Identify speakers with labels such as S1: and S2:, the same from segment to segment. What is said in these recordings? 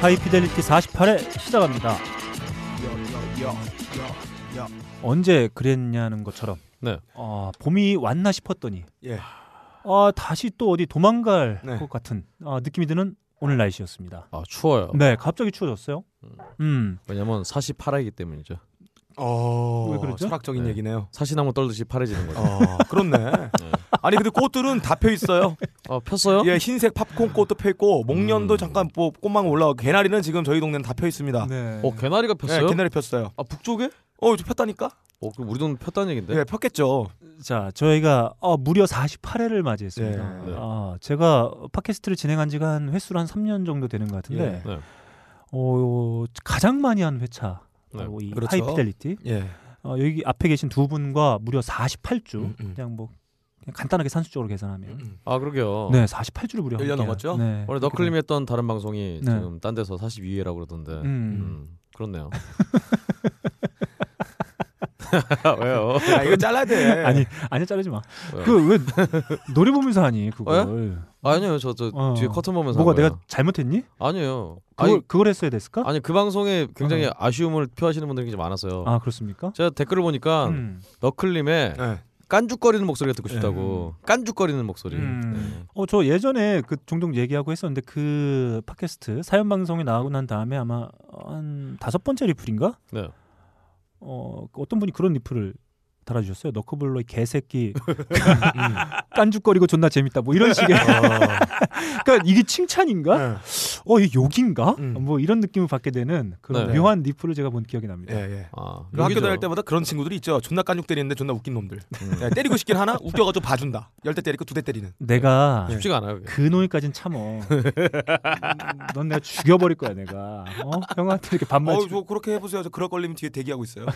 S1: 하이피델리티 48회 시작합니다. 언제 그랬냐는 것처럼
S2: 네.
S1: 아, 봄이 왔나 싶었더니
S3: 예.
S1: 아, 다시 또 어디 도망갈
S3: 네.
S1: 것 같은 아, 느낌이 드는 오늘 날씨였습니다.
S2: 아 추워요.
S1: 네, 갑자기 추워졌어요. 음,
S2: 왜냐면 사시 파래기 때문이죠.
S3: 어,
S1: 왜 그러죠?
S3: 철학적인
S2: 네.
S3: 얘기네요.
S2: 사시나무 떨듯이 파래지는 거죠.
S3: 어, 그렇네. 아니 근데 꽃들은 다 펴 있어요.
S2: 어, 폈어요?
S3: 예, 흰색 팝콘 꽃도 펴 있고 목련도
S2: 음.
S3: 잠깐 뭐 꽃망 올라오고 개나리는 지금 저희 동네는 다 펴 있습니다.
S1: 네.
S2: 어 개나리가
S3: 예,
S2: 폈어요?
S3: 개나리 폈어요.
S2: 아 북쪽에?
S3: 어, 저 폈다니까?
S2: 어 그럼 우리 동 폈다는 얘긴데.
S3: 예, 폈겠죠.
S1: 자, 저희가 어, 무려 48회를 맞이했습니다.
S3: 네.
S1: 아, 제가 팟캐스트를 진행한 지가 한 횟수로 한 3년 정도 되는 것 같은데
S3: 예.
S2: 네.
S1: 어, 가장 많이 한 회차
S2: 네.
S1: 바로 이
S3: 그렇죠.
S1: 하이피델리티
S3: 예.
S1: 어, 여기 앞에 계신 두 분과 무려 48주
S3: 음, 음.
S1: 그냥 뭐 그냥 간단하게 산수적으로 계산하면
S2: 아 그러게요.
S1: 네 48주를 무려
S3: 10년
S1: 함께한-
S3: 넘었죠?
S1: 네.
S2: 원래 너클림이 했던 다른 방송이
S1: 네.
S2: 지금 딴 데서 42회라고 그러던데.
S1: 음.
S2: 음. 그렇네요. 왜요?
S3: 아, 이거 잘라야 돼.
S1: 아니 아니 자르지 마.
S2: 네. 왜요?
S1: 그 왜 노래 보면서 하니 그걸
S2: 아니요 저 저
S1: 어.
S2: 뒤에 커튼 보면서
S1: 뭐가
S2: 한 거예요.
S1: 내가 잘못했니?
S2: 아니에요.
S1: 그걸
S2: 아니
S1: 그걸 했어야 됐을까?
S2: 아니 그 방송에 굉장히 아쉬움을 표하시는 분들이 굉장히 많았어요.
S1: 아 그렇습니까?
S2: 제가 댓글을 보니까
S1: 음.
S2: 너클림의
S3: 예.
S2: 깐죽거리는 목소리가 듣고 싶다고 깐죽거리는 목소리
S1: 음. 어저 예전에 그 종종 얘기하고 했었는데 그 팟캐스트 사연 방송에 나오고 난 다음에 아마 한 다섯 번째 리플인가?
S2: 네.
S1: 어그 어떤 분이 그런 리플을 달아주셨어요. 너커블로의 그 개새끼 음. 깐죽거리고 존나 재밌다. 뭐 이런 식의. 그러니까 이게 칭찬인가?
S3: 예.
S1: 어, 이 욕인가?
S3: 음.
S1: 뭐 이런 느낌을 받게 되는 그런
S2: 네.
S1: 묘한 리플을 제가 본 기억이 납니다.
S3: 예, 예.
S2: 아,
S3: 그 학교
S2: 여기죠.
S3: 다닐 때마다 그런 친구들이 있죠. 존나 깐죽 때리는데 존나 웃긴 놈들.
S2: 음.
S3: 예, 때리고 싶긴 하나 웃겨가지고 봐준다. 열 대 때리고 두 대 때리는.
S1: 내가
S3: 네.
S2: 쉽지가 않아요 그게.
S1: 그 노이까진 참어. 넌 내가 죽여버릴 거야 내가. 어? 형한테 이렇게 반말.
S3: 어,
S1: 치고.
S3: 저 그렇게 해보세요. 저 그럴 걸리면 뒤에 대기하고 있어요.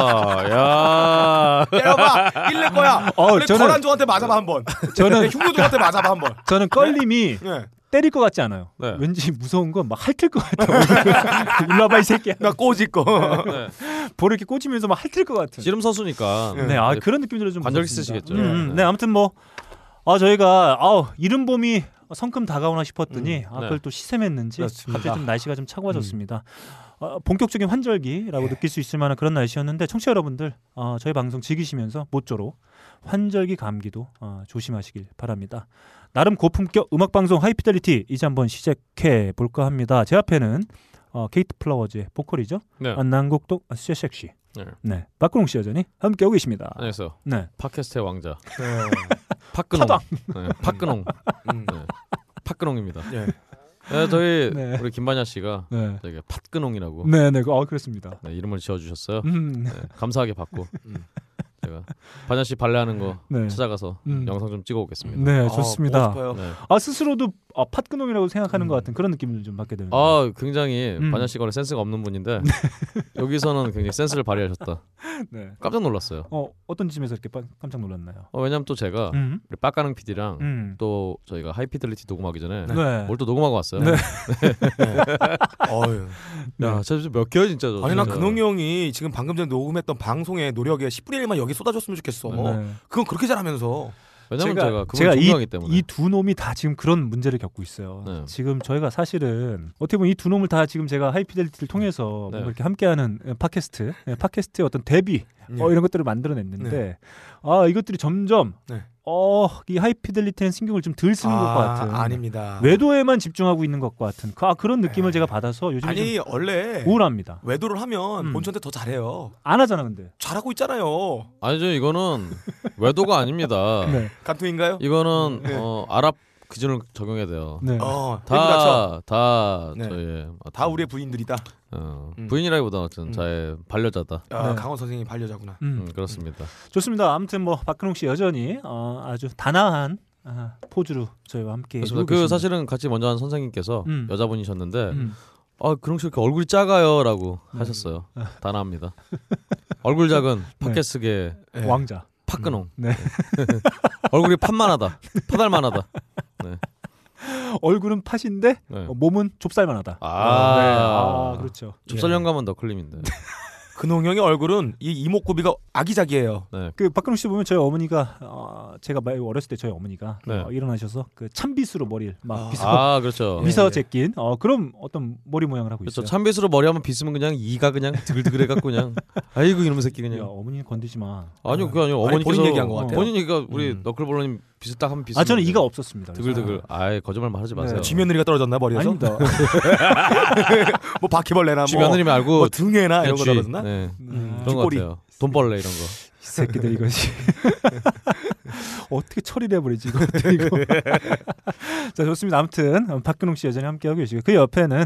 S2: 아, 야.
S3: 때려봐, 일낼 거야.
S1: 어,
S3: 그래,
S1: 저는-
S3: 거란조한테 맞아봐 한 번.
S1: 저는
S3: 흉노조한테 맞아봐 한 번.
S1: 저는 껄림이
S3: 예.
S1: 때릴 것 같지 않아요.
S2: 네.
S1: 왠지 무서운 건 막 핥을 것 같아. 일로 와봐 이 새끼야.
S3: 나 꼬질 거.
S2: 네.
S1: 볼을 이렇게 꽂으면서 막 핥을 것 같은.
S2: 씨름 선수니까.
S1: 네, 아 그런 느낌 들어 좀
S2: 관절
S1: 무섭습니다.
S2: 쓰시겠죠.
S1: 음, 음.
S2: 네.
S1: 네, 아무튼 뭐 아, 저희가 아우 이른 봄이 성큼 다가오나 싶었더니 아, 그걸
S2: 네.
S1: 또 시샘했는지
S3: 그렇습니다.
S1: 갑자기 좀 날씨가 좀 차가워졌습니다.
S2: 음.
S1: 어, 본격적인 환절기라고
S2: 예.
S1: 느낄 수 있을 만한 그런 날씨였는데 청취자 여러분들 어, 저희 방송 즐기시면서 모쪼록 환절기 감기도 어, 조심하시길 바랍니다. 나름 고품격 음악 방송 하이피델리티 이제 한번 시작해 볼까 합니다. 제 앞에는 어, 게이트 플라워즈의 보컬이죠.
S2: 네.
S1: 안난국동 아, 쇠섹 씨.
S2: 네.
S1: 네. 박근홍 씨 여전히 함께하고 계십니다.
S2: 안녕하세요.
S1: 네.
S2: 팟캐스트의 왕자.
S3: 예.
S2: 팟근홍.
S1: 서당.
S2: 네, 팟근홍.
S3: 음.
S2: 네. 팟근홍입니다.
S3: 예.
S2: 네, 저희
S1: 네.
S2: 우리 김반야 씨가
S1: 네.
S2: 저기 팟근홍이라고
S1: 네, 네. 그- 어, 그렇습니다.
S2: 네, 이름을 뭐. 지어 주셨어요.
S1: 음.
S2: 네, 감사하게 받고
S3: 음.
S2: 제가 반야 씨 발레하는 거
S1: 네.
S2: 찾아가서
S1: 음.
S2: 영상 좀 찍어 오겠습니다.
S1: 네,
S3: 아,
S1: 좋습니다.
S3: 보고 싶어요.
S2: 네.
S1: 아, 스스로도 아, 팟근홍이라고 생각하는
S3: 음.
S1: 것 같은 그런 느낌을 좀 받게 됩니다.
S2: 아, 굉장히
S1: 음.
S2: 반야 씨가 원래 센스가 없는 분인데 여기서는 굉장히 센스를 발휘하셨다.
S1: 네.
S2: 깜짝 놀랐어요.
S1: 어, 어떤 점에서 이렇게 빠- 깜짝 놀랐나요?
S2: 어, 왜냐면 또 제가
S1: 음.
S2: 우리 빡가능 PD랑
S1: 음.
S2: 또 저희가 하이피델리티 녹음하기 전에
S1: 네.
S2: 어. 뭘 또 녹음하고 왔어요.
S1: 네.
S3: 어휴.
S2: 야, 저몇 개월 진짜 저.
S3: 아니 난
S2: 진짜.
S3: 근홍이 형이 지금 방금 전에 녹음했던 방송의 노력에 10분의 1만 여기 쏟아줬으면 좋겠어.
S2: 뭐
S1: 네. 어,
S3: 그건 그렇게 잘하면서.
S2: 왜냐면
S1: 제가-
S2: 제가, 그분
S1: 제가 이-
S2: 존경하기 때문에.
S1: 이 두 놈이 다 지금 그런 문제를 겪고 있어요.
S2: 네.
S1: 지금 저희가 사실은 어떻게 보면 이 두 놈을 다 지금 제가 하이피델리티를 통해서
S2: 네.
S1: 뭔가 이렇게 함께하는 에, 팟캐스트, 에, 팟캐스트의 어떤 대비
S3: 예.
S1: 어, 이런 것들을 만들어냈는데 아 이것들이 점점
S3: 네. 아,
S1: 어, 이 하이피델리티는 신경을 좀 덜 쓰는 것 같은
S3: 아닙니다.
S1: 외도에만 집중하고 있는 것과 같은 그- 아, 그런 느낌을
S3: 네.
S1: 제가 받아서 요즘에
S3: 아니 원래
S1: 좀 우울합니다.
S3: 외도를 하면
S1: 음.
S3: 본천한테 더 잘해요.
S1: 안 하잖아 근데.
S3: 잘하고 있잖아요.
S2: 아니죠, 이거는 외도가
S3: 어.
S2: 아닙니다.
S1: 네.
S3: 감통인가요?
S2: 이거는
S3: 네.
S2: 어, 아랍 기준을 적용해야 돼요.
S1: 네.
S3: 어, 다,
S2: 다, 다,
S3: 네.
S2: 저의 어떤,
S3: 다 우리의 부인들이다.
S2: 어,
S3: 음.
S2: 부인이라기보다 어떤
S3: 음.
S2: 저의 반려자다.
S3: 아,
S1: 네.
S3: 강원 선생님 반려자구나.
S1: 음,
S2: 음, 그렇습니다.
S1: 좋습니다. 아무튼 뭐 박근홍 씨 여전히 어, 아주 단아한 아, 포즈로 저희와 함께.
S2: 그래서
S1: 해주고
S2: 그
S1: 계십니다.
S2: 사실은 같이 먼저 한 선생님께서
S1: 음.
S2: 여자분이셨는데
S1: 음.
S2: 아 그럼 이렇게 얼굴이 작아요라고 하셨어요. 단합니다. 얼굴 작은 팟캐스트계
S3: 네.
S1: 왕자.
S2: 팟근홍.
S1: 네.
S2: 네. 얼굴이 팥만하다. 파달만하다.
S1: 얼굴은 팥인데
S2: 네.
S1: 어, 몸은 좁쌀만하다.
S2: 아.
S1: 네. 아, 그렇죠.
S2: 좁쌀 영감은 너클림인데.
S3: 근홍 형의 얼굴은 이 이목구비가 아기자기해요.
S2: 네.
S1: 그 박근홍 씨 보면 저희 어머니가 어, 제가 많이 어렸을 때 저희 어머니가
S2: 네.
S1: 어, 일어나셔서 그 참빗으로 머리를 막
S3: 아.
S1: 빗어
S2: 아 그렇죠.
S3: 미-
S1: 미서 제낀 어, 그런 어떤 머리 모양을 하고
S2: 그렇죠.
S1: 있어요.
S2: 참빗으로 머리 한번 빗으면 그냥 이가 그냥 드글드글해 갖고 그냥 아이고 이놈 새끼
S1: 야,
S2: 그냥.
S1: 어머니 건드지 마.
S2: 아니요 그게 아니요
S3: 아니,
S2: 어머니께서
S3: 본인 얘기한 것 같아요.
S2: 본인 얘기가 우리
S3: 음.
S2: 너클볼러님 빗을 딱 하면 빗.
S1: 아 저는 이가 없었습니다. 그래서.
S2: 네. 드글드글. 아이 거짓말 말하지
S1: 네.
S2: 마세요.
S3: 쥐며느리가 떨어졌나 머리에서?
S1: 아닙니다.
S3: 뭐 바퀴벌레나 뭐,
S2: 쥐며느리 말고
S3: 뭐 등에나 이런 거
S2: 쥐.
S3: 떨어졌나?
S2: 네.
S1: 음,
S2: 그런 거
S3: 쥐꼬리.
S2: 같아요. 돈벌레 이런 거.
S1: 이 새끼들 이것이 어떻게 처리를 해버리지 이거 이거 자 좋습니다 아무튼 어, 박근홍 씨 여전히 함께하고 계시고 그 옆에는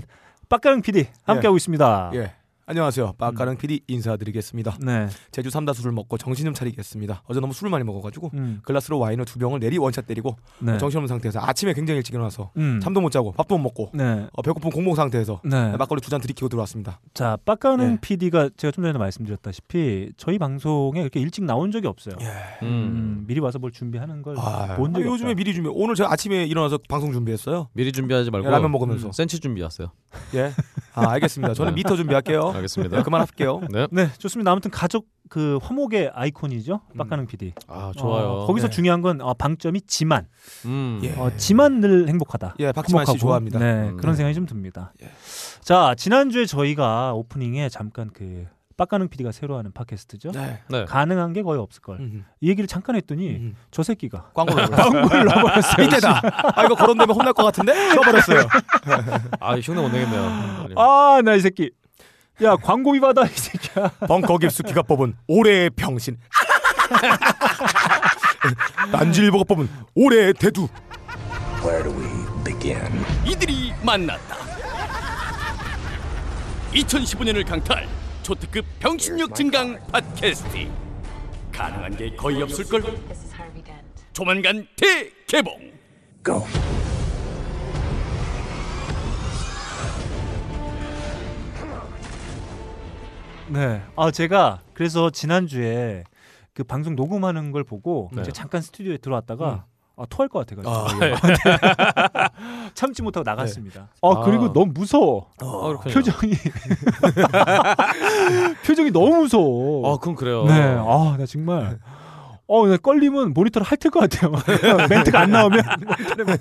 S1: 빡가릉 PD 함께하고 있습니다
S3: 예. 안녕하세요. 빠까랑 PD 인사드리겠습니다.
S1: 네
S3: 제주 삼다수를 먹고 정신 좀 차리겠습니다. 어제 너무 술을 많이 먹어가지고
S1: 음,
S3: 글라스로 와인을 두 병을 내리 원샷 때리고
S2: 어,
S1: 네.
S3: 정신없는 상태에서 아침에 굉장히 일찍 일어나서
S1: 음,
S3: 잠도 못 자고 밥도 못 먹고
S1: 네.
S3: 어, 배고픈 공복 상태에서
S1: 네.
S3: 막걸리 두 잔 들이키고 들어왔습니다.
S1: 자, 빡가는
S3: 예.
S1: PD가 제가 좀 전에 말씀드렸다시피 저희 방송에 그렇게 일찍 나온 적이 없어요.
S2: 음.
S1: 음, 미리 와서 뭘 준비하는 걸
S3: 예. 아,
S1: 본 적이
S3: 아니, 요즘에
S1: 없다.
S3: 미리 준비. 오늘 제가 아침에 일어나서 방송 준비했어요.
S2: 미리 준비하지 말고
S3: 예, 라면 먹으면서.
S2: 센치 준비하세요.
S3: 예. 아 알겠습니다. 저는
S2: 네.
S3: 미터 준비할게요.
S2: 알겠습니다.
S3: 네, 그만할게요.
S2: 네.
S1: 네, 좋습니다. 아무튼 가족 그 화목의 아이콘이죠, 빡가는 PD.
S2: 아 좋아요.
S1: 어, 거기서
S3: 네.
S1: 중요한 건 어, 방점이 지만,
S2: 음.
S3: 예.
S1: 어, 지만 늘 행복하다.
S3: 예, 박지만 씨
S1: 화목하고.
S3: 좋아합니다. 예.
S1: 네,
S2: 음,
S1: 그런
S2: 네.
S1: 생각이 좀 듭니다. 자, 지난주에 저희가 오프닝에 잠깐 그 빡가는 PD가 새로 하는 팟캐스트죠.
S3: 네.
S2: 네.
S1: 가능한 게 거의 없을 걸.
S3: 음,
S1: 이 얘기를 잠깐 했더니
S3: 음.
S1: 저 새끼가
S3: 광고를 넣어버렸어요. 이때다. 아 이거 거론되면 혼날 것 같은데 넣어버렸어요.
S2: 아 흉내 못 내겠네요.
S1: 아 나 이 새끼 야 광고비 받아 이 새끼야
S3: 벙커 깊숙이가 뽑은 올해의 병신. 난지일보가 뽑은 올해의 대두.
S4: Where do we begin?
S5: 이들이 만났다. 2015년을 강탈 초특급 병신력 증강 팟캐스트 가능한 게 거의 없을 걸
S6: This is Harvey Dent.
S5: 조만간 대개봉.
S4: Go.
S1: 네아 제가 그래서 지난주에 그 방송 녹음하는 걸 보고
S2: 네.
S1: 제가 잠깐 스튜디오에 들어왔다가 아, 토할 것 같아가지고 참지 못하고 나갔습니다 아 그리고
S2: 아.
S1: 너무 무서워
S2: 아, 그렇군요.
S1: 표정이 표정이 너무 무서워
S2: 아 그럼 그래요.
S1: 네아 나 정말 어, 나 걸리면 모니터를 핥을 것 같아요. 막. 멘트가 안 나오면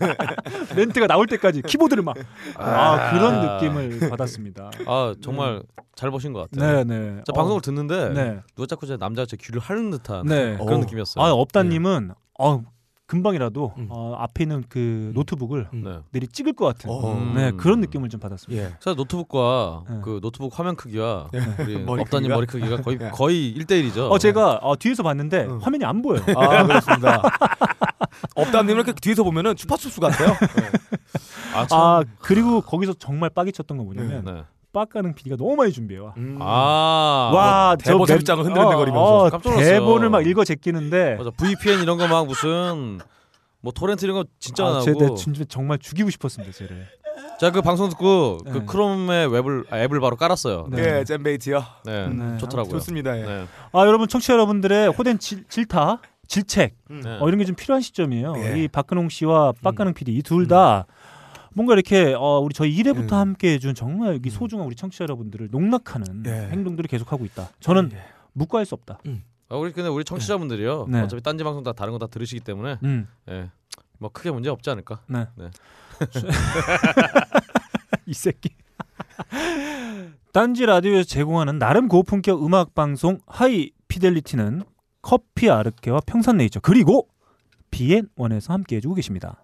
S1: 멘트가 나올 때까지 키보드를 막 아, 그런 느낌을 받았습니다.
S2: 아 정말 잘 보신 것
S1: 네,
S2: 같아요.
S1: 네.
S2: 저
S1: 어,
S2: 방송을 아, 듣는데
S1: 네.
S2: 누가 자꾸 제 남자가 제 귀를 하는 듯한
S1: 네.
S2: 그런
S3: 어.
S2: 느낌이었어요. 예.
S1: 아, 업다님은 어, 금방이라도
S3: 음.
S1: 어, 앞에 있는 그 노트북을
S3: 음.
S2: 네.
S1: 내리 찍을 것 같은
S3: 어.
S1: 네,
S2: 음.
S1: 그런 느낌을 좀 받았습니다.
S3: 예.
S2: 사실 노트북과
S1: 네.
S2: 그 노트북 화면 크기와 우리
S3: 머리
S2: 업다님
S3: 크기가?
S2: 머리 크기가 거의
S3: 네.
S2: 거의 1대1이죠.
S1: 어, 제가 어, 뒤에서 봤는데
S3: 음.
S1: 화면이 안 보여요.
S3: 아 그렇습니다. 업담님 이렇게 뒤에서 보면은 추파춥수 같아요.
S2: 아, 참.
S1: 아, 그리고 거기서 정말 빡이 쳤던 건 뭐냐면
S2: 네.
S1: 빡가는 PD가 너무 많이 준비해 와.
S3: 음.
S2: 아.
S1: 와,
S3: 뭐 대본
S1: 저 맵-
S3: 살짝은 흔들흔들거리면서
S1: 어, 어,
S2: 깜짝 놀랐어요.
S1: 대본을 막 읽어 제끼는데
S2: 맞아. VPN 이런 거 막 무슨 뭐 토렌트 이런 거 진짜 안
S1: 아,
S2: 하고.
S1: 쟤, 내 진짜 정말 죽이고 싶었습니다, 쟤를.
S2: 제가 그 방송 듣고
S1: 네.
S2: 그 크롬의 웹을 아, 앱을 바로 깔았어요. 네,
S1: 네.
S3: 예, 잼베이트요.
S1: 네.
S2: 좋더라고요.
S3: 좋습니다. 예.
S2: 네.
S1: 아, 여러분 청취자 여러분들의 호된 질, 질타, 질책
S2: 네.
S1: 어, 이런 게 좀 필요한 시점이에요.
S3: 예.
S1: 이 박근홍 씨와 빡가능 PD 이 둘 다 뭔가 이렇게 어, 우리 저희 1회부터
S3: 음.
S1: 함께 해준 정말 이 소중한 우리 청취자 여러분들을 농락하는
S3: 예.
S1: 행동들을 계속하고 있다. 저는
S3: 음.
S1: 묵과할 수 없다.
S2: 아, 우리 근데 우리 청취자분들이요.
S1: 네.
S2: 어차피 딴지 방송 다 다른 거 다 들으시기 때문에
S1: 음,
S2: 예. 뭐 크게 문제 없지 않을까?
S1: 네.
S2: 네.
S1: 이 새끼. 딴지 라디오에서 제공하는 나름 고품격 음악 방송 하이 피델리티는 커피 아르케와 평산네이처 그리고 비엔원에서 함께 해주고 계십니다.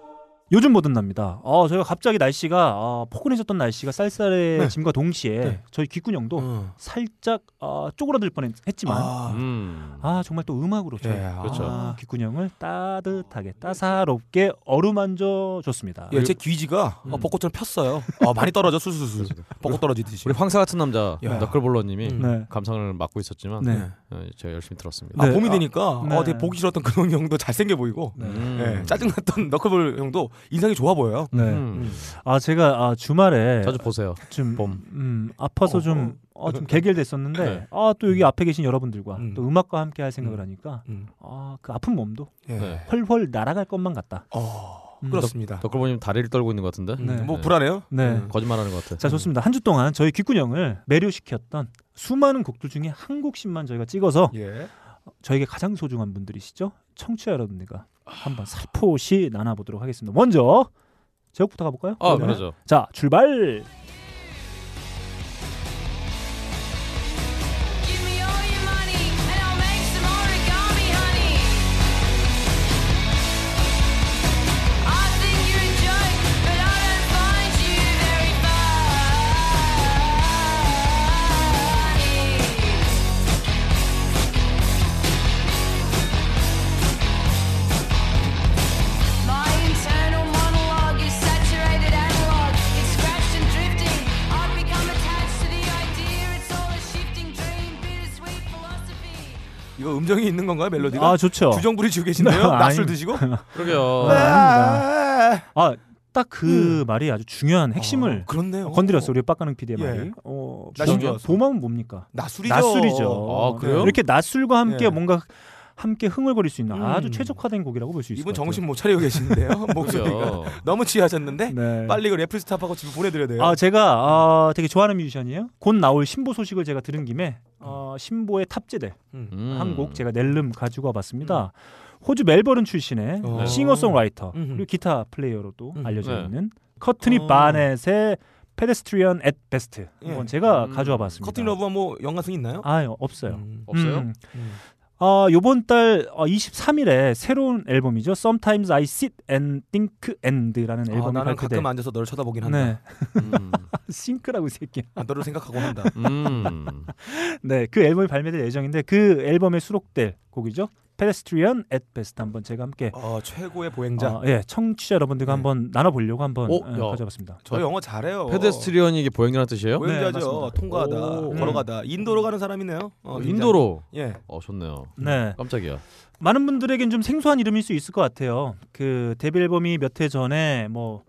S1: 요즘 뭐든 납니다. 어, 저희가 갑자기 날씨가 어, 포근해졌던 날씨가
S3: 네.
S1: 쌀쌀해짐과 동시에 저희 귓구녕도
S3: 음.
S1: 살짝 어, 쪼그라들 뻔했지만 아.
S3: 아,
S2: 음.
S1: 정말 또 음악으로 저희
S3: 예, 아.
S2: 그렇죠.
S1: 아, 귓구녕을 따뜻하게 따사롭게 어루만져 줬습니다.
S3: 예, 제 귀지가
S1: 음.
S3: 어, 벚꽃처럼 폈어요. 어, 많이 떨어져 술술술.
S1: 그렇죠,
S3: 벚꽃 떨어지듯이.
S2: 우리 황사 같은 남자
S3: 야.
S2: 너클볼러님이
S3: 음.
S1: 네.
S2: 감상을 맡고 있었지만
S1: 네.
S2: 어, 제가 열심히 들었습니다.
S3: 아,
S1: 네.
S3: 봄이 되니까
S1: 네.
S3: 어, 되게 보기 싫었던 근홍 형도 잘생겨 보이고
S1: 네.
S2: 음.
S3: 예, 짜증났던 너클볼 형도 인상이 좋아 보여요.
S1: 네.
S2: 음.
S1: 아 제가 아, 주말에
S2: 자주 보세요.
S1: 좀
S2: 봄.
S1: 음, 아파서 좀 어, 좀 개결됐었는데
S2: 네.
S1: 아 또 여기 앞에 계신 여러분들과
S3: 음.
S1: 또 음악과 함께 할 생각을
S3: 음.
S1: 하니까
S3: 음.
S1: 아 그 아픈 몸도
S3: 예.
S2: 네.
S1: 훨훨 날아갈 것만 같다.
S3: 어,
S1: 음.
S3: 그렇습니다.
S2: 덕글보님 다리를 떨고 있는 것 같은데.
S3: 음,
S1: 네.
S3: 뭐
S2: 네.
S3: 불안해요?
S1: 네.
S3: 음.
S2: 거짓말하는 것 같아.
S1: 자 좋습니다. 한 주 동안 저희 귓구녕을 매료시켰던 수많은 곡들 중에 한 곡씩만 저희가 찍어서
S3: 예.
S1: 저에게 가장 소중한 분들이시죠 청취자 여러분들과
S3: 아.
S1: 한번 살포시 나눠보도록 하겠습니다. 먼저 제목부터 가볼까요?
S2: 아
S1: 그러면?
S2: 그러죠.
S1: 자 출발.
S6: Give me all your money and I'll make some origami, honey. I think you're a joke, but I don't find you very funny. My internal monologue is saturated analog. It's scratched and drifting. I've become attached to the idea. It's all a shifting dream, bittersweet philosophy.
S3: 이거 음정이 있는 건가요, 멜로디가?
S1: 아 좋죠.
S3: 주정 부리시고 계신데요?
S1: 아,
S3: 낮술
S1: 아닙니다.
S3: 드시고?
S2: 그러게요.
S1: 아, 아닙니다.
S3: 아,
S1: 아 딱 그 말이 아주 중요한 핵심을
S3: 음. 그렇네요.
S1: 건드렸어 우리 빡가는 PD의
S3: 예.
S1: 말이. 어,
S3: 나
S1: 봄-
S3: 신경 안 써.
S1: 봄하면 뭡니까?
S3: 낮술이죠.
S1: 낮술이죠. 네.
S2: 아, 그래요?
S1: 이렇게 낮술과 함께
S3: 예.
S1: 뭔가 함께 흥얼거릴 수 있는 아주
S3: 음.
S1: 최적화된 곡이라고 볼 수 있을
S3: 이분
S1: 것 같아요.
S3: 정신 못 차리고 계신데요. 목소리가
S2: 그러게요.
S3: 너무 취하셨는데
S1: 네.
S3: 빨리 그 레플 스탑하고 집에 보내드려야 돼요.
S1: 아 제가 아, 되게 좋아하는 뮤지션이에요. 곧 나올 신보 소식을 제가 들은 김에 어, 신보에 탑재될
S3: 음.
S2: 음.
S1: 한 곡 제가 낼름 가지고 와봤습니다. 호주 멜버른 출신의
S3: 어.
S1: 싱어송라이터
S3: 음흠.
S1: 그리고 기타 플레이어로도
S3: 음.
S1: 알려져
S2: 네.
S1: 있는 커트니
S3: 어.
S1: 바넷의 페데스트리언 앳 베스트
S3: 예.
S1: 이건 제가
S2: 음.
S1: 가져와봤습니다.
S3: 커팅 러브와 뭐 연관성이 있나요?
S1: 아 없어요.
S3: 음.
S2: 없어요?
S1: 음.
S3: 음.
S1: 아, 요번 달 어, 23일에 새로운 앨범이죠. Sometimes I Sit and Think And라는
S3: 아,
S1: 앨범이
S3: 나는
S1: 발표돼.
S3: 가끔 앉아서 너를 쳐다보긴 한다.
S1: 네.
S2: 음.
S1: 싱크라고 이 새끼야.
S3: 아, 너를 생각하고 한다.
S2: 음.
S1: 네, 그 앨범이 발매될 예정인데 그 앨범에 수록될 곡이죠. Pedestrian at Best 한번 제가 함께
S3: 어, 최고의 보행자.
S1: 어, 예, 청취자 여러분들과
S3: 네.
S1: 한번 나눠 보려고 한번
S2: 어,
S1: 예,
S2: 야.
S1: 가져봤습니다.
S3: 저 영어 잘해요. 어,
S2: 페데스트리언이 이게 보행이라는
S1: 네,
S2: 뜻이에요?
S3: 보행자죠.
S1: 맞습니다.
S3: 통과하다,
S2: 오.
S3: 걸어가다. 인도로 가는 사람이네요. 어,
S2: 어,
S3: 굉장히.
S2: 인도로.
S3: 예.
S2: 어 좋네요.
S1: 네.
S2: 깜짝이야.
S3: 아.
S1: 많은 분들에겐 좀 생소한 이름일 수 있을 것 같아요. 그 데뷔 앨범이 몇 해 전에 뭐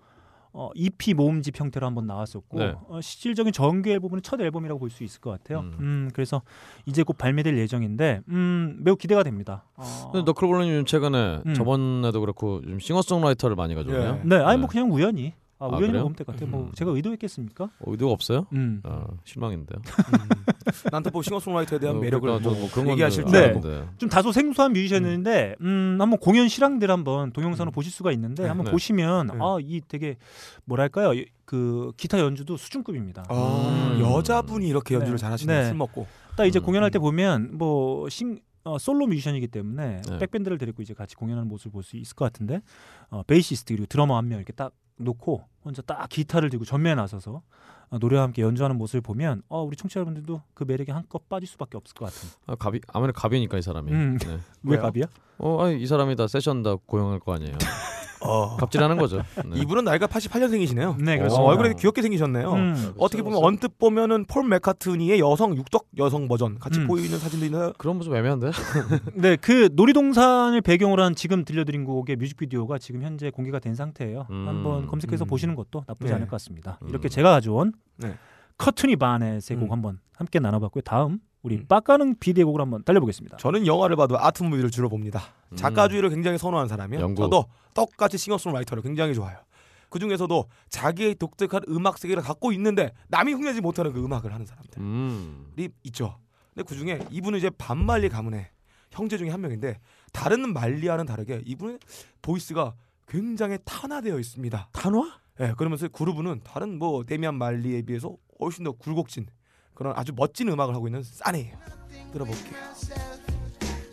S1: 어, EP 모음집 형태로 한번 나왔었고
S2: 네.
S1: 어, 실질적인 정규 앨범은 첫 앨범이라고 볼 수 있을 것 같아요.
S2: 음.
S1: 음. 그래서 이제 곧 발매될 예정인데 음, 매우 기대가 됩니다. 어,
S2: 근데 너클볼러님 최근에
S1: 음.
S2: 저번에도 그렇고 좀 싱어송라이터를 많이 가져오네요.
S3: 예.
S1: 네, 아니 뭐
S2: 네.
S1: 그냥 우연히 아,
S2: 아,
S1: 우연히
S2: 그래요?
S1: 보면 될것 같아요. 뭐
S2: 음.
S1: 제가 의도했겠습니까?
S2: 어, 의도가 없어요?
S1: 음.
S2: 어, 실망인데요.
S3: 음. 난타포 싱어송라이터에 대한
S2: 어,
S3: 매력을
S2: 그러니까
S3: 뭐
S2: 저뭐 그런 건
S3: 얘기하실 줄
S1: 네.
S3: 알고.
S2: 알았는데.
S1: 좀 다소 생소한 뮤지션인데 음, 한번 공연 실황들 한번 동영상으로 보실 수가 있는데
S3: 네,
S1: 한번
S2: 네.
S1: 보시면
S3: 네.
S1: 아 이 되게 뭐랄까요 이- 그 기타 연주도 수준급입니다.
S3: 아,
S2: 음.
S3: 여자분이 이렇게 연주를
S1: 네.
S3: 잘하시네.
S1: 네.
S3: 술 먹고.
S1: 딱 이제
S2: 음,
S1: 공연할 때 보면 뭐싱 어, 솔로 뮤지션이기 때문에
S2: 네.
S1: 백밴드를 데리고 이제 같이 공연하는 모습을 볼 수 있을 것 같은데 어, 베이시스트 그리고 드러머 한 명 이렇게 딱 놓고 혼자 딱 기타를 들고 전면에 나서서 어, 노래와 함께 연주하는 모습을 보면 어, 우리 청취자 여러분들도 그 매력에 한껏 빠질 수밖에 없을 것 같은.
S2: 아, 가비 아무래도 가비니까 이 사람이.
S1: 음.
S2: 네.
S1: 왜
S3: 왜요?
S1: 갑이야?
S2: 어, 아니, 이 사람이 다 세션 다 고용할 거 아니에요.
S3: 어.
S2: 갑질하는 거죠. 네.
S3: 이분은 나이가 88년생이시네요.
S1: 네,
S3: 어,
S1: 그렇습니다.
S3: 얼굴이 귀엽게 생기셨네요.
S1: 음.
S3: 어떻게 보면 언뜻 보면은 폴 맥카트니의 여성 육덕 여성 버전 같이
S1: 음.
S3: 보이는 사진도 있나요?
S2: 그런 모습 애매한데.
S1: 네, 그 놀이동산을 배경으로 한 지금 들려드린 곡의 뮤직비디오가 지금 현재 공개가 된 상태예요.
S2: 음.
S1: 한번 검색해서
S3: 음.
S1: 보시는 것도 나쁘지
S3: 네.
S1: 않을 것 같습니다.
S2: 음.
S1: 이렇게 제가 가져온
S3: 네.
S1: 커튼이 반의 세곡
S3: 음.
S1: 한번 함께 나눠봤고요. 다음 우리
S3: 음.
S1: 빡가는 비디의 곡을 한번 달려보겠습니다.
S3: 저는 영화를 봐도 아트 무비를 주로 봅니다.
S2: 음.
S3: 작가주의를 굉장히 선호하는 사람이에요.
S2: 연구.
S3: 저도 똑같이 싱어송라이터를 굉장히 좋아해요. 그 중에서도 자기의 독특한 음악 세계를 갖고 있는데 남이 흉내지 못하는 그 음악을 하는 사람들이
S2: 음.
S3: 있죠. 근데 그 중에 이분은 이제 반말리 가문의 형제 중에 한 명인데 다른 말리와는 다르게 이분은 보이스가 굉장히 탄화되어 있습니다. 탄화? 예, 그러면서 그루브는 다른 뭐 데미안 말리에 비해서 훨씬 더 굴곡진 그런 아주 멋진 음악을 하고 있는 싸네예요. 들어볼게요.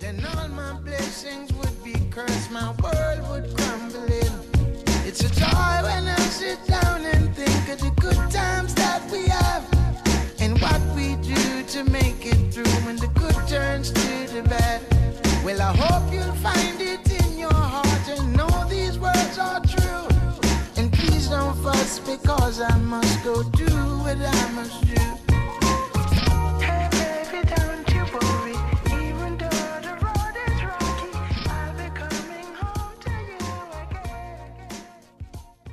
S7: then all my blessings would be cursed, my world would crumble in. It's a joy when I sit down and think of the good times that we have and what we do to make it through when the good turns to the bad. Well, I hope you'll find it in your heart and know these words are true. And please don't fuss because I must go do what I must do. Baby, don't you worry. Even though the road is rocky, I'll be coming home to you again.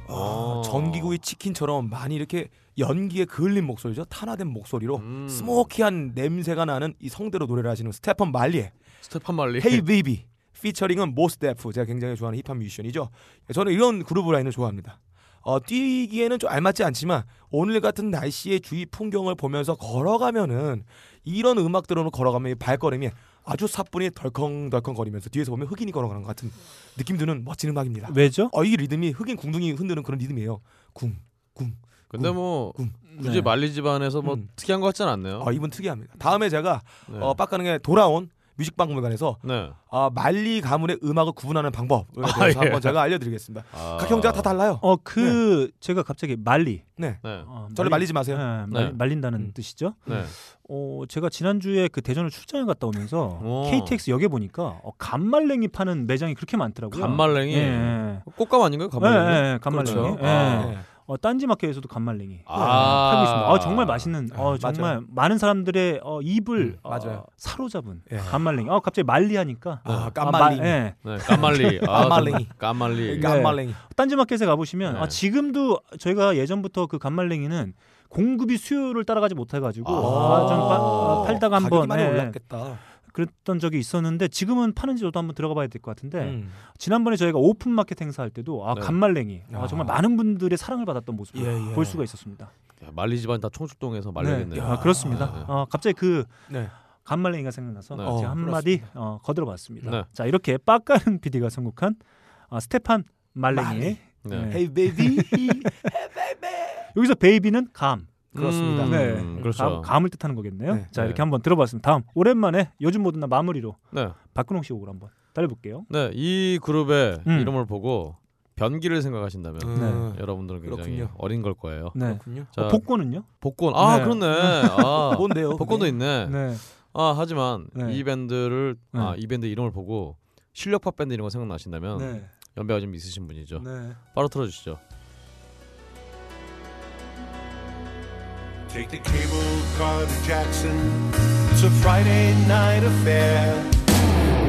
S3: 아, 어,
S2: 어.
S3: 전기구이 치킨처럼 많이 이렇게 연기에 그을린 목소리죠. 탄화된 목소리로
S2: 음.
S3: 스모키한 냄새가 나는 이 성대로 노래를 하시는 스테판 말리의
S2: 스테판 말리.
S3: 헤이 베이비 피처링은 모스데프 제가 굉장히 좋아하는 힙합 뮤지션이죠. 예, 저는 이런 그룹 라인을 좋아합니다. 어, 뛰기에는 좀 알맞지 않지만 오늘 같은 날씨의 주위 풍경을 보면서 걸어가면은 이런 음악 들으면 걸어가면 이 발걸음이 아주 사뿐히 덜컹덜컹 거리면서 뒤에서 보면 흑인이 걸어가는 것 같은 느낌 드는 멋진 음악입니다.
S1: 왜죠?
S3: 어, 이 리듬이 흑인 궁둥이 흔드는 그런 리듬이에요. 궁, 궁.
S2: 근데 뭐
S3: 음.
S2: 굳이 말리 집안에서 뭐
S3: 음.
S2: 특이한 것 같진 않네요.
S3: 어, 이분 특이합니다. 다음에 제가
S2: 네.
S3: 어, 빡가능에 돌아온 뮤직박물관에서
S2: 네.
S3: 아, 말리 가문의 음악을 구분하는 방법에 대해서
S2: 아, 예.
S3: 한번 제가 알려드리겠습니다.
S2: 아.
S3: 각 형제가 다 달라요.
S1: 어 그 제가 갑자기 말리.
S3: 네.
S2: 네.
S1: 어,
S3: 저를 말리지 마세요.
S1: 예, 말-
S2: 네.
S1: 말린다는
S3: 음.
S1: 뜻이죠.
S2: 네.
S1: 어, 제가 지난주에 그 대전을 출장을 갔다 오면서
S2: 오.
S1: KTX 역에 보니까 어, 간말랭이 파는 매장이 그렇게 많더라고요.
S2: 간말랭이?
S1: 예, 예.
S2: 꽃감 아닌가요?
S1: 예,
S2: 간말랭이.
S1: 예, 예, 간말랭이.
S2: 그렇죠.
S1: 예.
S2: 아.
S3: 네.
S1: 어, 딴지마켓에서도 간말랭이
S2: 아.
S1: 팔고 있습니다. 아, 정말 맛있는, 어,
S3: 아,
S1: 정말 많은 사람들의 어, 입을 어,
S3: 음, 맞아요.
S1: 사로잡은
S3: 예.
S1: 간말랭이. 어, 갑자기 말리하니까.
S3: 아,
S1: 아,
S3: 깐말리.
S1: 마- 예.
S2: 네. 까말리.
S3: 깐말랭이. 네,
S2: 까말리.
S1: 깐-
S3: 깐말랭이.
S1: 딴지마켓에 가보시면
S2: 네.
S1: 아, 지금도 저희가 예전부터 그 간말랭이는 공급이 수요를 따라가지 못해가지고
S2: 아.
S1: 아, 좀 빠- 아, 팔다가
S3: 가격이
S1: 한번
S3: 많이
S1: 예,
S3: 올랐겠다.
S1: 그랬던 적이 있었는데 지금은 파는지 저도 한번 들어가 봐야 될 것 같은데
S3: 음.
S1: 지난번에 저희가 오픈 마켓 행사할 때도 아
S2: 네.
S1: 간말랭이 아,
S3: 아.
S1: 정말 많은 분들의 사랑을 받았던 모습을
S3: 예, 예.
S1: 볼 수가 있었습니다.
S2: 야, 말리 집안 다 청축동에서 말리겠네요.
S1: 아, 그렇습니다.
S2: 네, 네.
S1: 어, 갑자기 그
S3: 네.
S1: 간말랭이가 생각나서
S2: 네.
S1: 제가
S3: 어,
S1: 한마디 어, 거들어봤습니다.
S2: 네.
S1: 자 이렇게 빡가는 PD가 선곡한 아, 스테판 말랭이의
S2: 네.
S1: 네.
S3: Hey baby.
S1: 여기서 베이비는 감
S3: 그렇습니다.
S2: 음,
S1: 네.
S2: 그렇죠.
S1: 감, 을 뜻하는 거겠네요.
S3: 네.
S1: 자
S2: 네.
S1: 이렇게 한번 들어봤습니다. 다음 오랜만에 요즘 모든 날 마무리로
S2: 네.
S1: 박근홍 씨 곡을 한번 달려볼게요.
S2: 네. 이 그룹의
S1: 음.
S2: 이름을 보고 변기를 생각하신다면
S3: 음,
S2: 여러분들은 굉장히
S3: 그렇군요.
S2: 어린 걸 거예요.
S1: 네.
S3: 그렇군요.
S2: 자,
S1: 어, 복권은요?
S2: 복권. 아,
S1: 네.
S2: 그렇네. 아.
S3: 뭔데요?
S2: 복권도
S3: 그게?
S2: 있네.
S1: 네.
S2: 아, 하지만
S1: 네.
S2: 이 밴드를 아,
S1: 네.
S2: 이 밴드 이름을 보고 실력파 밴드 이런 거 생각나신다면
S1: 네.
S2: 연배가 좀 있으신 분이죠.
S1: 네.
S2: 바로 틀어 주시죠.
S8: Take the cable car to Jackson. It's a Friday night affair.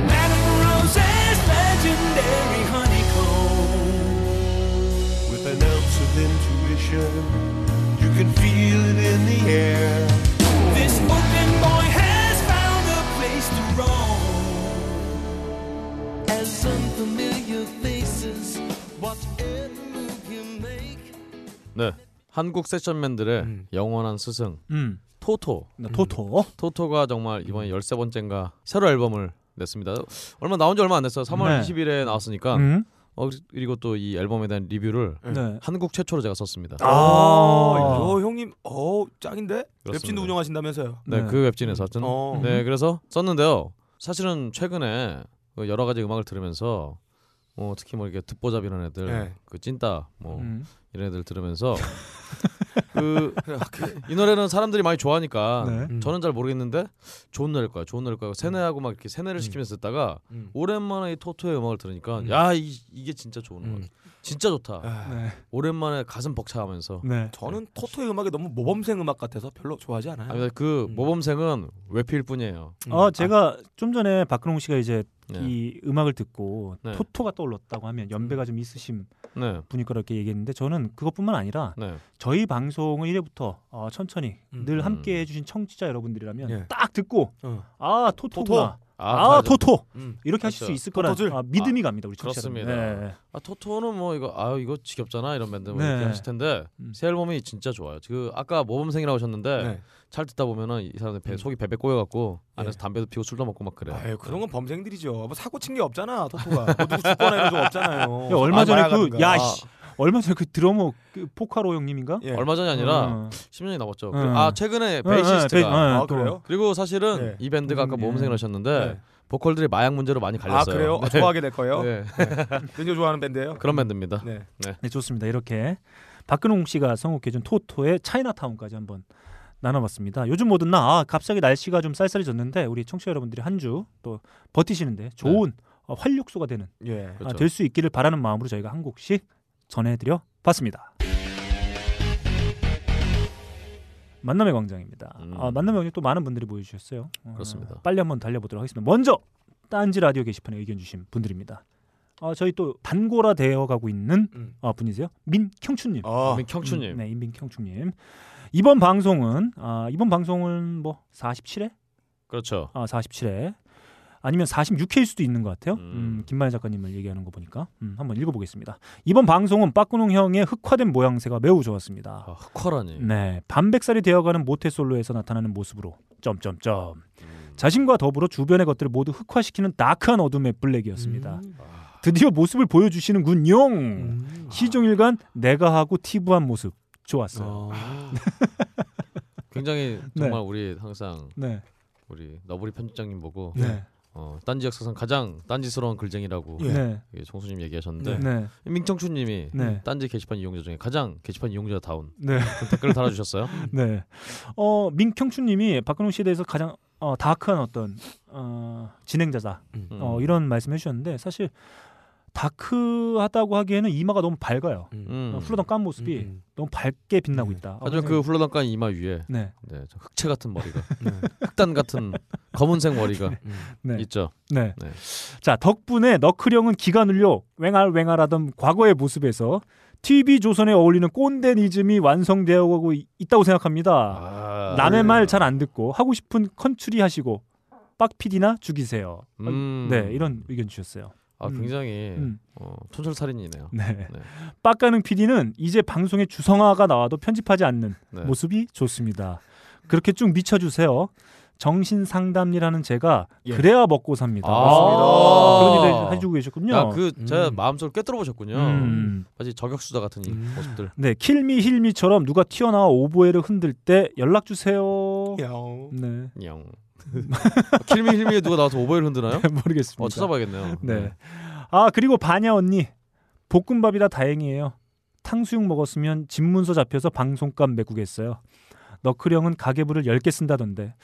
S8: Madame Rose's legendary honeycomb. With an ounce of intuition, you can feel it in the air. This open boy has found a place to roam. As unfamiliar faces watch every move you make.
S2: 네. 한국 세션맨들의 영원한 스승
S1: 음.
S2: 토토.
S1: 나
S2: 음.
S1: 토토.
S2: 토토가 정말 이번에 열세 번째인가 새로 앨범을 냈습니다. 얼마 나온 지 얼마 안 됐어요. 3월
S1: 네.
S2: 20일에 나왔으니까.
S1: 음.
S2: 어, 그리고 또 이 앨범에 대한 리뷰를
S1: 네.
S2: 한국 최초로 제가 썼습니다.
S3: 아,
S1: 아.
S3: 요 형님, 어 짱인데?
S2: 그렇습니다.
S3: 웹진도 운영하신다면서요?
S2: 네,
S1: 네.
S2: 그 웹진에서 하여튼
S3: 어.
S2: 네, 그래서 썼는데요. 사실은 최근에 그 여러 가지 음악을 들으면서 뭐 특히 뭐 이렇게 듣보잡 이런 애들,
S3: 네.
S2: 그 찐따 뭐
S1: 음.
S2: 이런 애들 들으면서 그 이 노래는 사람들이 많이 좋아하니까
S1: 네.
S3: 음.
S2: 저는 잘 모르겠는데 좋은 노래일 거야, 좋은 노래일 거야. 세뇌하고 막 이렇게 세뇌를 시키면서 듣다가
S3: 음.
S2: 오랜만에 이 토토의 음악을 들으니까
S3: 음.
S2: 야 이, 게 진짜 좋은
S3: 음.
S2: 음악, 진짜 좋다.
S3: 아, 음.
S1: 네.
S2: 오랜만에 가슴 벅차하면서.
S1: 네.
S3: 저는 토토의 음악이 너무 모범생 음악 같아서 별로 좋아하지 않아요.
S2: 아니 그
S3: 음.
S2: 모범생은 외피일 뿐이에요.
S3: 음.
S1: 어 제가 좀 전에 박근홍 씨가 이제
S2: 네.
S1: 이 음악을 듣고
S2: 네.
S1: 토토가 떠올랐다고 하면 연배가 좀 있으신
S2: 네.
S1: 분일 거라 이렇게 얘기했는데 저는 그것뿐만 아니라
S2: 네.
S1: 저희 방송을 1회부터 어, 천천히
S3: 음.
S1: 늘 함께 해주신 청취자 여러분들이라면
S3: 예.
S1: 딱 듣고
S3: 어.
S1: 아 토토구나
S2: 아,
S1: 아
S2: 맞아.
S1: 토토
S3: 음.
S1: 이렇게 하실
S2: 그렇죠.
S1: 수 있을 거라는
S3: 토토줄.
S1: 아, 믿음이 갑니다 우리 청취자 여러분.
S2: 그렇습니다.
S1: 네.
S2: 아 토토는 뭐 이거 아 이거 지겹잖아 이런 밴드 뭐
S1: 네.
S2: 이렇게 하실 텐데
S1: 음.
S2: 새 앨범이 진짜 좋아요. 그 아까 모범생이라고 하셨는데
S3: 네.
S2: 잘 듣다 보면은 이 사람들
S1: 음.
S2: 배, 속이 베베 꼬여갖고
S1: 예.
S2: 안에서 담배도 피우고 술도 먹고 막 그래.
S3: 아유, 그런 건 범생들이죠. 뭐 사고 친 게 없잖아, 토토가. 뭐 누구 죽거나 이런 적 없잖아요.
S1: 야, 얼마
S3: 아,
S1: 전에
S3: 마약하든가.
S1: 그 야씨 얼마 전에 그 드러머 그 포카로 형님인가?
S3: 예.
S2: 얼마 전이 아니라
S1: 어.
S2: 10년이 넘었죠.
S1: 음.
S2: 아 최근에
S1: 예, 예, 베이-
S2: 베이시스트가
S1: 예,
S3: 아,
S1: 또.
S3: 그래요?
S2: 그리고 사실은
S3: 네.
S2: 이 밴드가 아까
S1: 음,
S2: 모범생을
S1: 예.
S2: 하셨는데
S3: 네.
S2: 보컬들이 마약 문제로 많이
S3: 아,
S2: 네, 갈렸어요.
S3: 그래요? 아, 좋아하게 될 거예요?
S2: 네.
S3: 굉장히 좋아하는 밴드예요.
S2: 그런 밴드입니다.
S3: 네.
S1: 네, 좋습니다. 이렇게 박근홍 씨가 선곡해준 토토의 차이나타운까지 한번 나눠봤습니다. 요즘 뭐든 나 아, 갑자기 날씨가 좀 쌀쌀해졌는데 우리 청취자 여러분들이 한 주 또 버티시는데 좋은 어, 활력소가 되는
S3: 예.
S2: 그렇죠.
S1: 될 수 있기를 바라는 마음으로 저희가 한 곡씩 전해드려 봤습니다. 만남의 광장입니다.
S2: 음.
S1: 아, 만남의 광장 또 많은 분들이 보여주셨어요. 어,
S2: 그렇습니다.
S1: 빨리 한번 달려보도록 하겠습니다. 먼저 딴지 라디오 게시판에 의견 주신 분들입니다. 어, 저희 또 단고라 되어가고 있는
S3: 음.
S1: 어, 분이세요. 민경춘님.
S2: 아.
S3: 어.
S2: 경추님.
S1: 음, 네, 인민경춘님. 이번 방송은 아, 이번 방송은 뭐 47회?
S2: 그렇죠.
S1: 아, 47회. 아니면 46회일 수도 있는 것 같아요. 음,
S2: 음.
S1: 김만희 작가님을 얘기하는 거 보니까 음, 한번 읽어보겠습니다. 이번 방송은 빠꾸농 형의 흑화된 모양새가 매우 좋았습니다.
S2: 아, 흑화라니.
S1: 네, 반백살이 되어가는 모태솔로에서 나타나는 모습으로 점점점 자신과 더불어 주변의 것들을 모두 흑화시키는 다크한 어둠의 블랙이었습니다.
S3: 음.
S1: 음. 드디어 모습을 보여주시는군요. 시종일관 내가 하고 티브한 모습 좋았어요.
S2: 아. 굉장히 정말 우리 항상
S1: 네,
S2: 우리 너브리 편집장님 보고
S1: 네,
S2: 어, 딴지 역사상 가장 딴지스러운 글쟁이라고
S1: 네, 네,
S2: 예, 총수님 얘기하셨는데
S1: 네,
S2: 민청춘님이
S1: 네.
S2: 딴지 게시판 이용자 중에 가장 게시판 이용자 다운
S1: 네.
S2: 댓글을 달아주셨어요.
S1: 네. 어 민경춘님이 박근홍 씨에 대해서 가장 어, 다크한 어떤 어, 진행자다
S2: 음.
S1: 어, 이런 말씀해주셨는데 사실 다크하다고 하기에는 이마가 너무 밝아요.
S2: 음.
S1: 어, 훌러덩 깐 모습이
S3: 음.
S1: 너무 밝게 빛나고
S3: 네.
S1: 있다. 어,
S2: 하지만 그 훌러덩깐 이마 위에
S1: 네,
S2: 네, 저 흑채 같은 머리가
S3: 네.
S2: 흑단 같은 검은색 머리가
S1: 네,
S2: 있죠.
S1: 네.
S2: 네.
S1: 자 덕분에 너클형은 기간을요 왱알왱알하던 과거의 모습에서 TV 조선에 어울리는 꼰대니즘이 완성되어가고 이- 있다고 생각합니다.
S2: 아,
S1: 남의 말 잘 안 듣고 하고 싶은 컨츄리 하시고 빡피디나 죽이세요. 어,
S2: 음.
S1: 네 이런 의견 주셨어요.
S2: 아 굉장히
S1: 음.
S2: 어, 촌철살인이네요.
S1: 네.
S2: 네.
S1: 빡가는 PD는 이제 방송에 주성화가 나와도 편집하지 않는
S2: 네.
S1: 모습이 좋습니다. 그렇게 쭉 미쳐주세요. 정신 상담이라는 제가 그래야 먹고 삽니다.
S2: 예. 아.
S1: 그런
S2: 맞습니다.
S1: 일을 해주고 계셨군요.
S2: 아, 그 제가
S3: 음.
S2: 마음속으로 꿰뚫어 보셨군요.
S1: 음.
S2: 마치 저격수다 같은 이
S3: 음.
S2: 모습들.
S1: 네, 킬미 힐미처럼 누가 튀어나와 오보에를 흔들 때 연락 주세요.
S2: 예.
S3: 야옹.
S1: 네,
S2: 냥. 킬미 힐미에 누가 나와서 오버일 흔드나요?
S1: 모르겠습니다.
S2: 어 찾아봐야겠네요.
S1: 네. 아 그리고 반야 언니 볶음밥이라 다행이에요. 탕수육 먹었으면 집문서 잡혀서 방송값 메꾸겠어요. 너클형은 가계부를 10개 쓴다던데.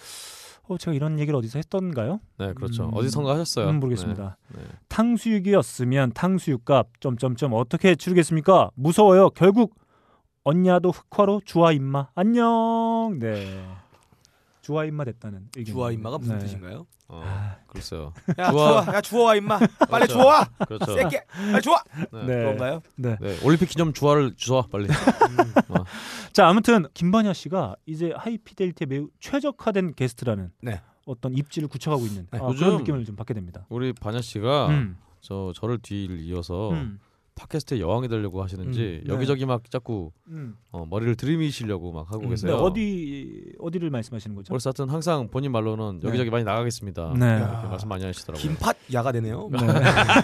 S1: 어 제가 이런 얘기를 어디서 했던가요?
S2: 네, 그렇죠.
S1: 음.
S2: 어디선가 하셨어요.
S1: 음, 모르겠습니다.
S2: 네, 네.
S1: 탕수육이었으면 탕수육값 점점점 어떻게 치르겠습니까? 무서워요. 결국 언냐도 흑화로 주아 임마 안녕. 네. 주아 임마 됐다는 의견.
S3: 주아 임마가 무슨
S1: 네.
S3: 뜻인가요?
S2: 어,
S1: 아.
S2: 글쎄요.
S3: 야
S2: 주아.
S3: 주아, 야 주워와 임마. 빨리
S2: 그렇죠.
S3: 주워와.
S2: 그렇죠.
S3: 새끼. 빨리 주워.
S2: 네.
S1: 네.
S3: 그런가요?
S1: 네.
S2: 네, 올림픽 기념 주화를 주워 빨리.
S1: 자 아무튼 김반야 씨가 이제 하이피델리티에 매우 최적화된 게스트라는
S3: 네.
S1: 어떤 입지를 굳혀가고 있는 아, 그런
S2: 네, 요즘-
S1: 느낌을 좀 받게 됩니다.
S2: 우리 반야 씨가
S1: 음,
S2: 저 저를 뒤를 이어서
S1: 음,
S2: 팟캐스트의 여왕이 되려고 하시는지
S1: 음, 네.
S2: 여기저기 막 자꾸
S1: 음.
S2: 어, 머리를 들이미시려고 막 하고
S3: 음,
S1: 네,
S2: 계세요.
S1: 어디 어디를 말씀하시는 거죠?
S2: 그래서 하여튼 항상 본인 말로는 여기저기 많이 나가겠습니다.
S1: 네.
S2: 이렇게 말씀 많이 하시더라고요.
S3: 김팟 야가 되네요.
S1: 네.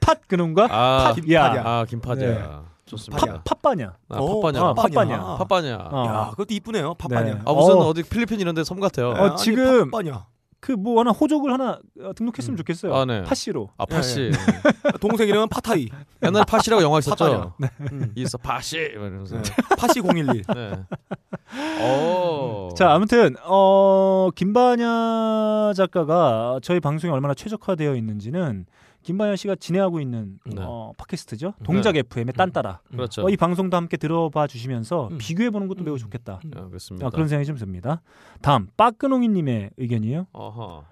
S1: 팥 그놈과
S2: 아,
S1: 팥야.
S2: 아 김파냐.
S1: 네.
S2: 좋습니다.
S1: 팥 팥바냐.
S2: 아,
S3: 어,
S2: 팥바냐.
S1: 아,
S2: 팥-
S1: 팥바냐.
S3: 아,
S2: 팥바냐.
S1: 어.
S3: 야, 그것도 이쁘네요. 팥바냐.
S1: 네.
S2: 아 무슨
S1: 어.
S2: 어. 디 필리핀 이런데 섬 같아요.
S1: 어,
S3: 아니,
S1: 지금-
S3: 팥바냐.
S1: 그 뭐 하나 호족을 하나 어, 등록했으면
S3: 음.
S1: 좋겠어요.
S2: 아, 네.
S1: 팥씨로.
S2: 아 파시.
S3: 동생 이름은 파타이. 네.
S2: 옛날 파시라고 영화 있었죠.
S1: 네.
S3: 팥바냐. 음.
S2: 있어 파시 이러면서.
S3: 네. 파시 011.
S2: 네. 어.
S1: 음, 자 아무튼 어 김반야 작가가 저희 방송이 얼마나 최적화되어 있는지는 김반야 씨가 진행하고 있는
S2: 네.
S1: 어, 팟캐스트죠. 동작 FM의 딴따라.
S2: 그렇죠.
S1: 어, 이 방송도 함께 들어봐 주시면서
S3: 음.
S1: 비교해 보는 것도 매우
S3: 음.
S1: 좋겠다.
S2: 아, 그렇습니다.
S1: 아, 그런 생각이 좀 듭니다. 다음 빠끄농이님의 의견이에요.
S2: 어허.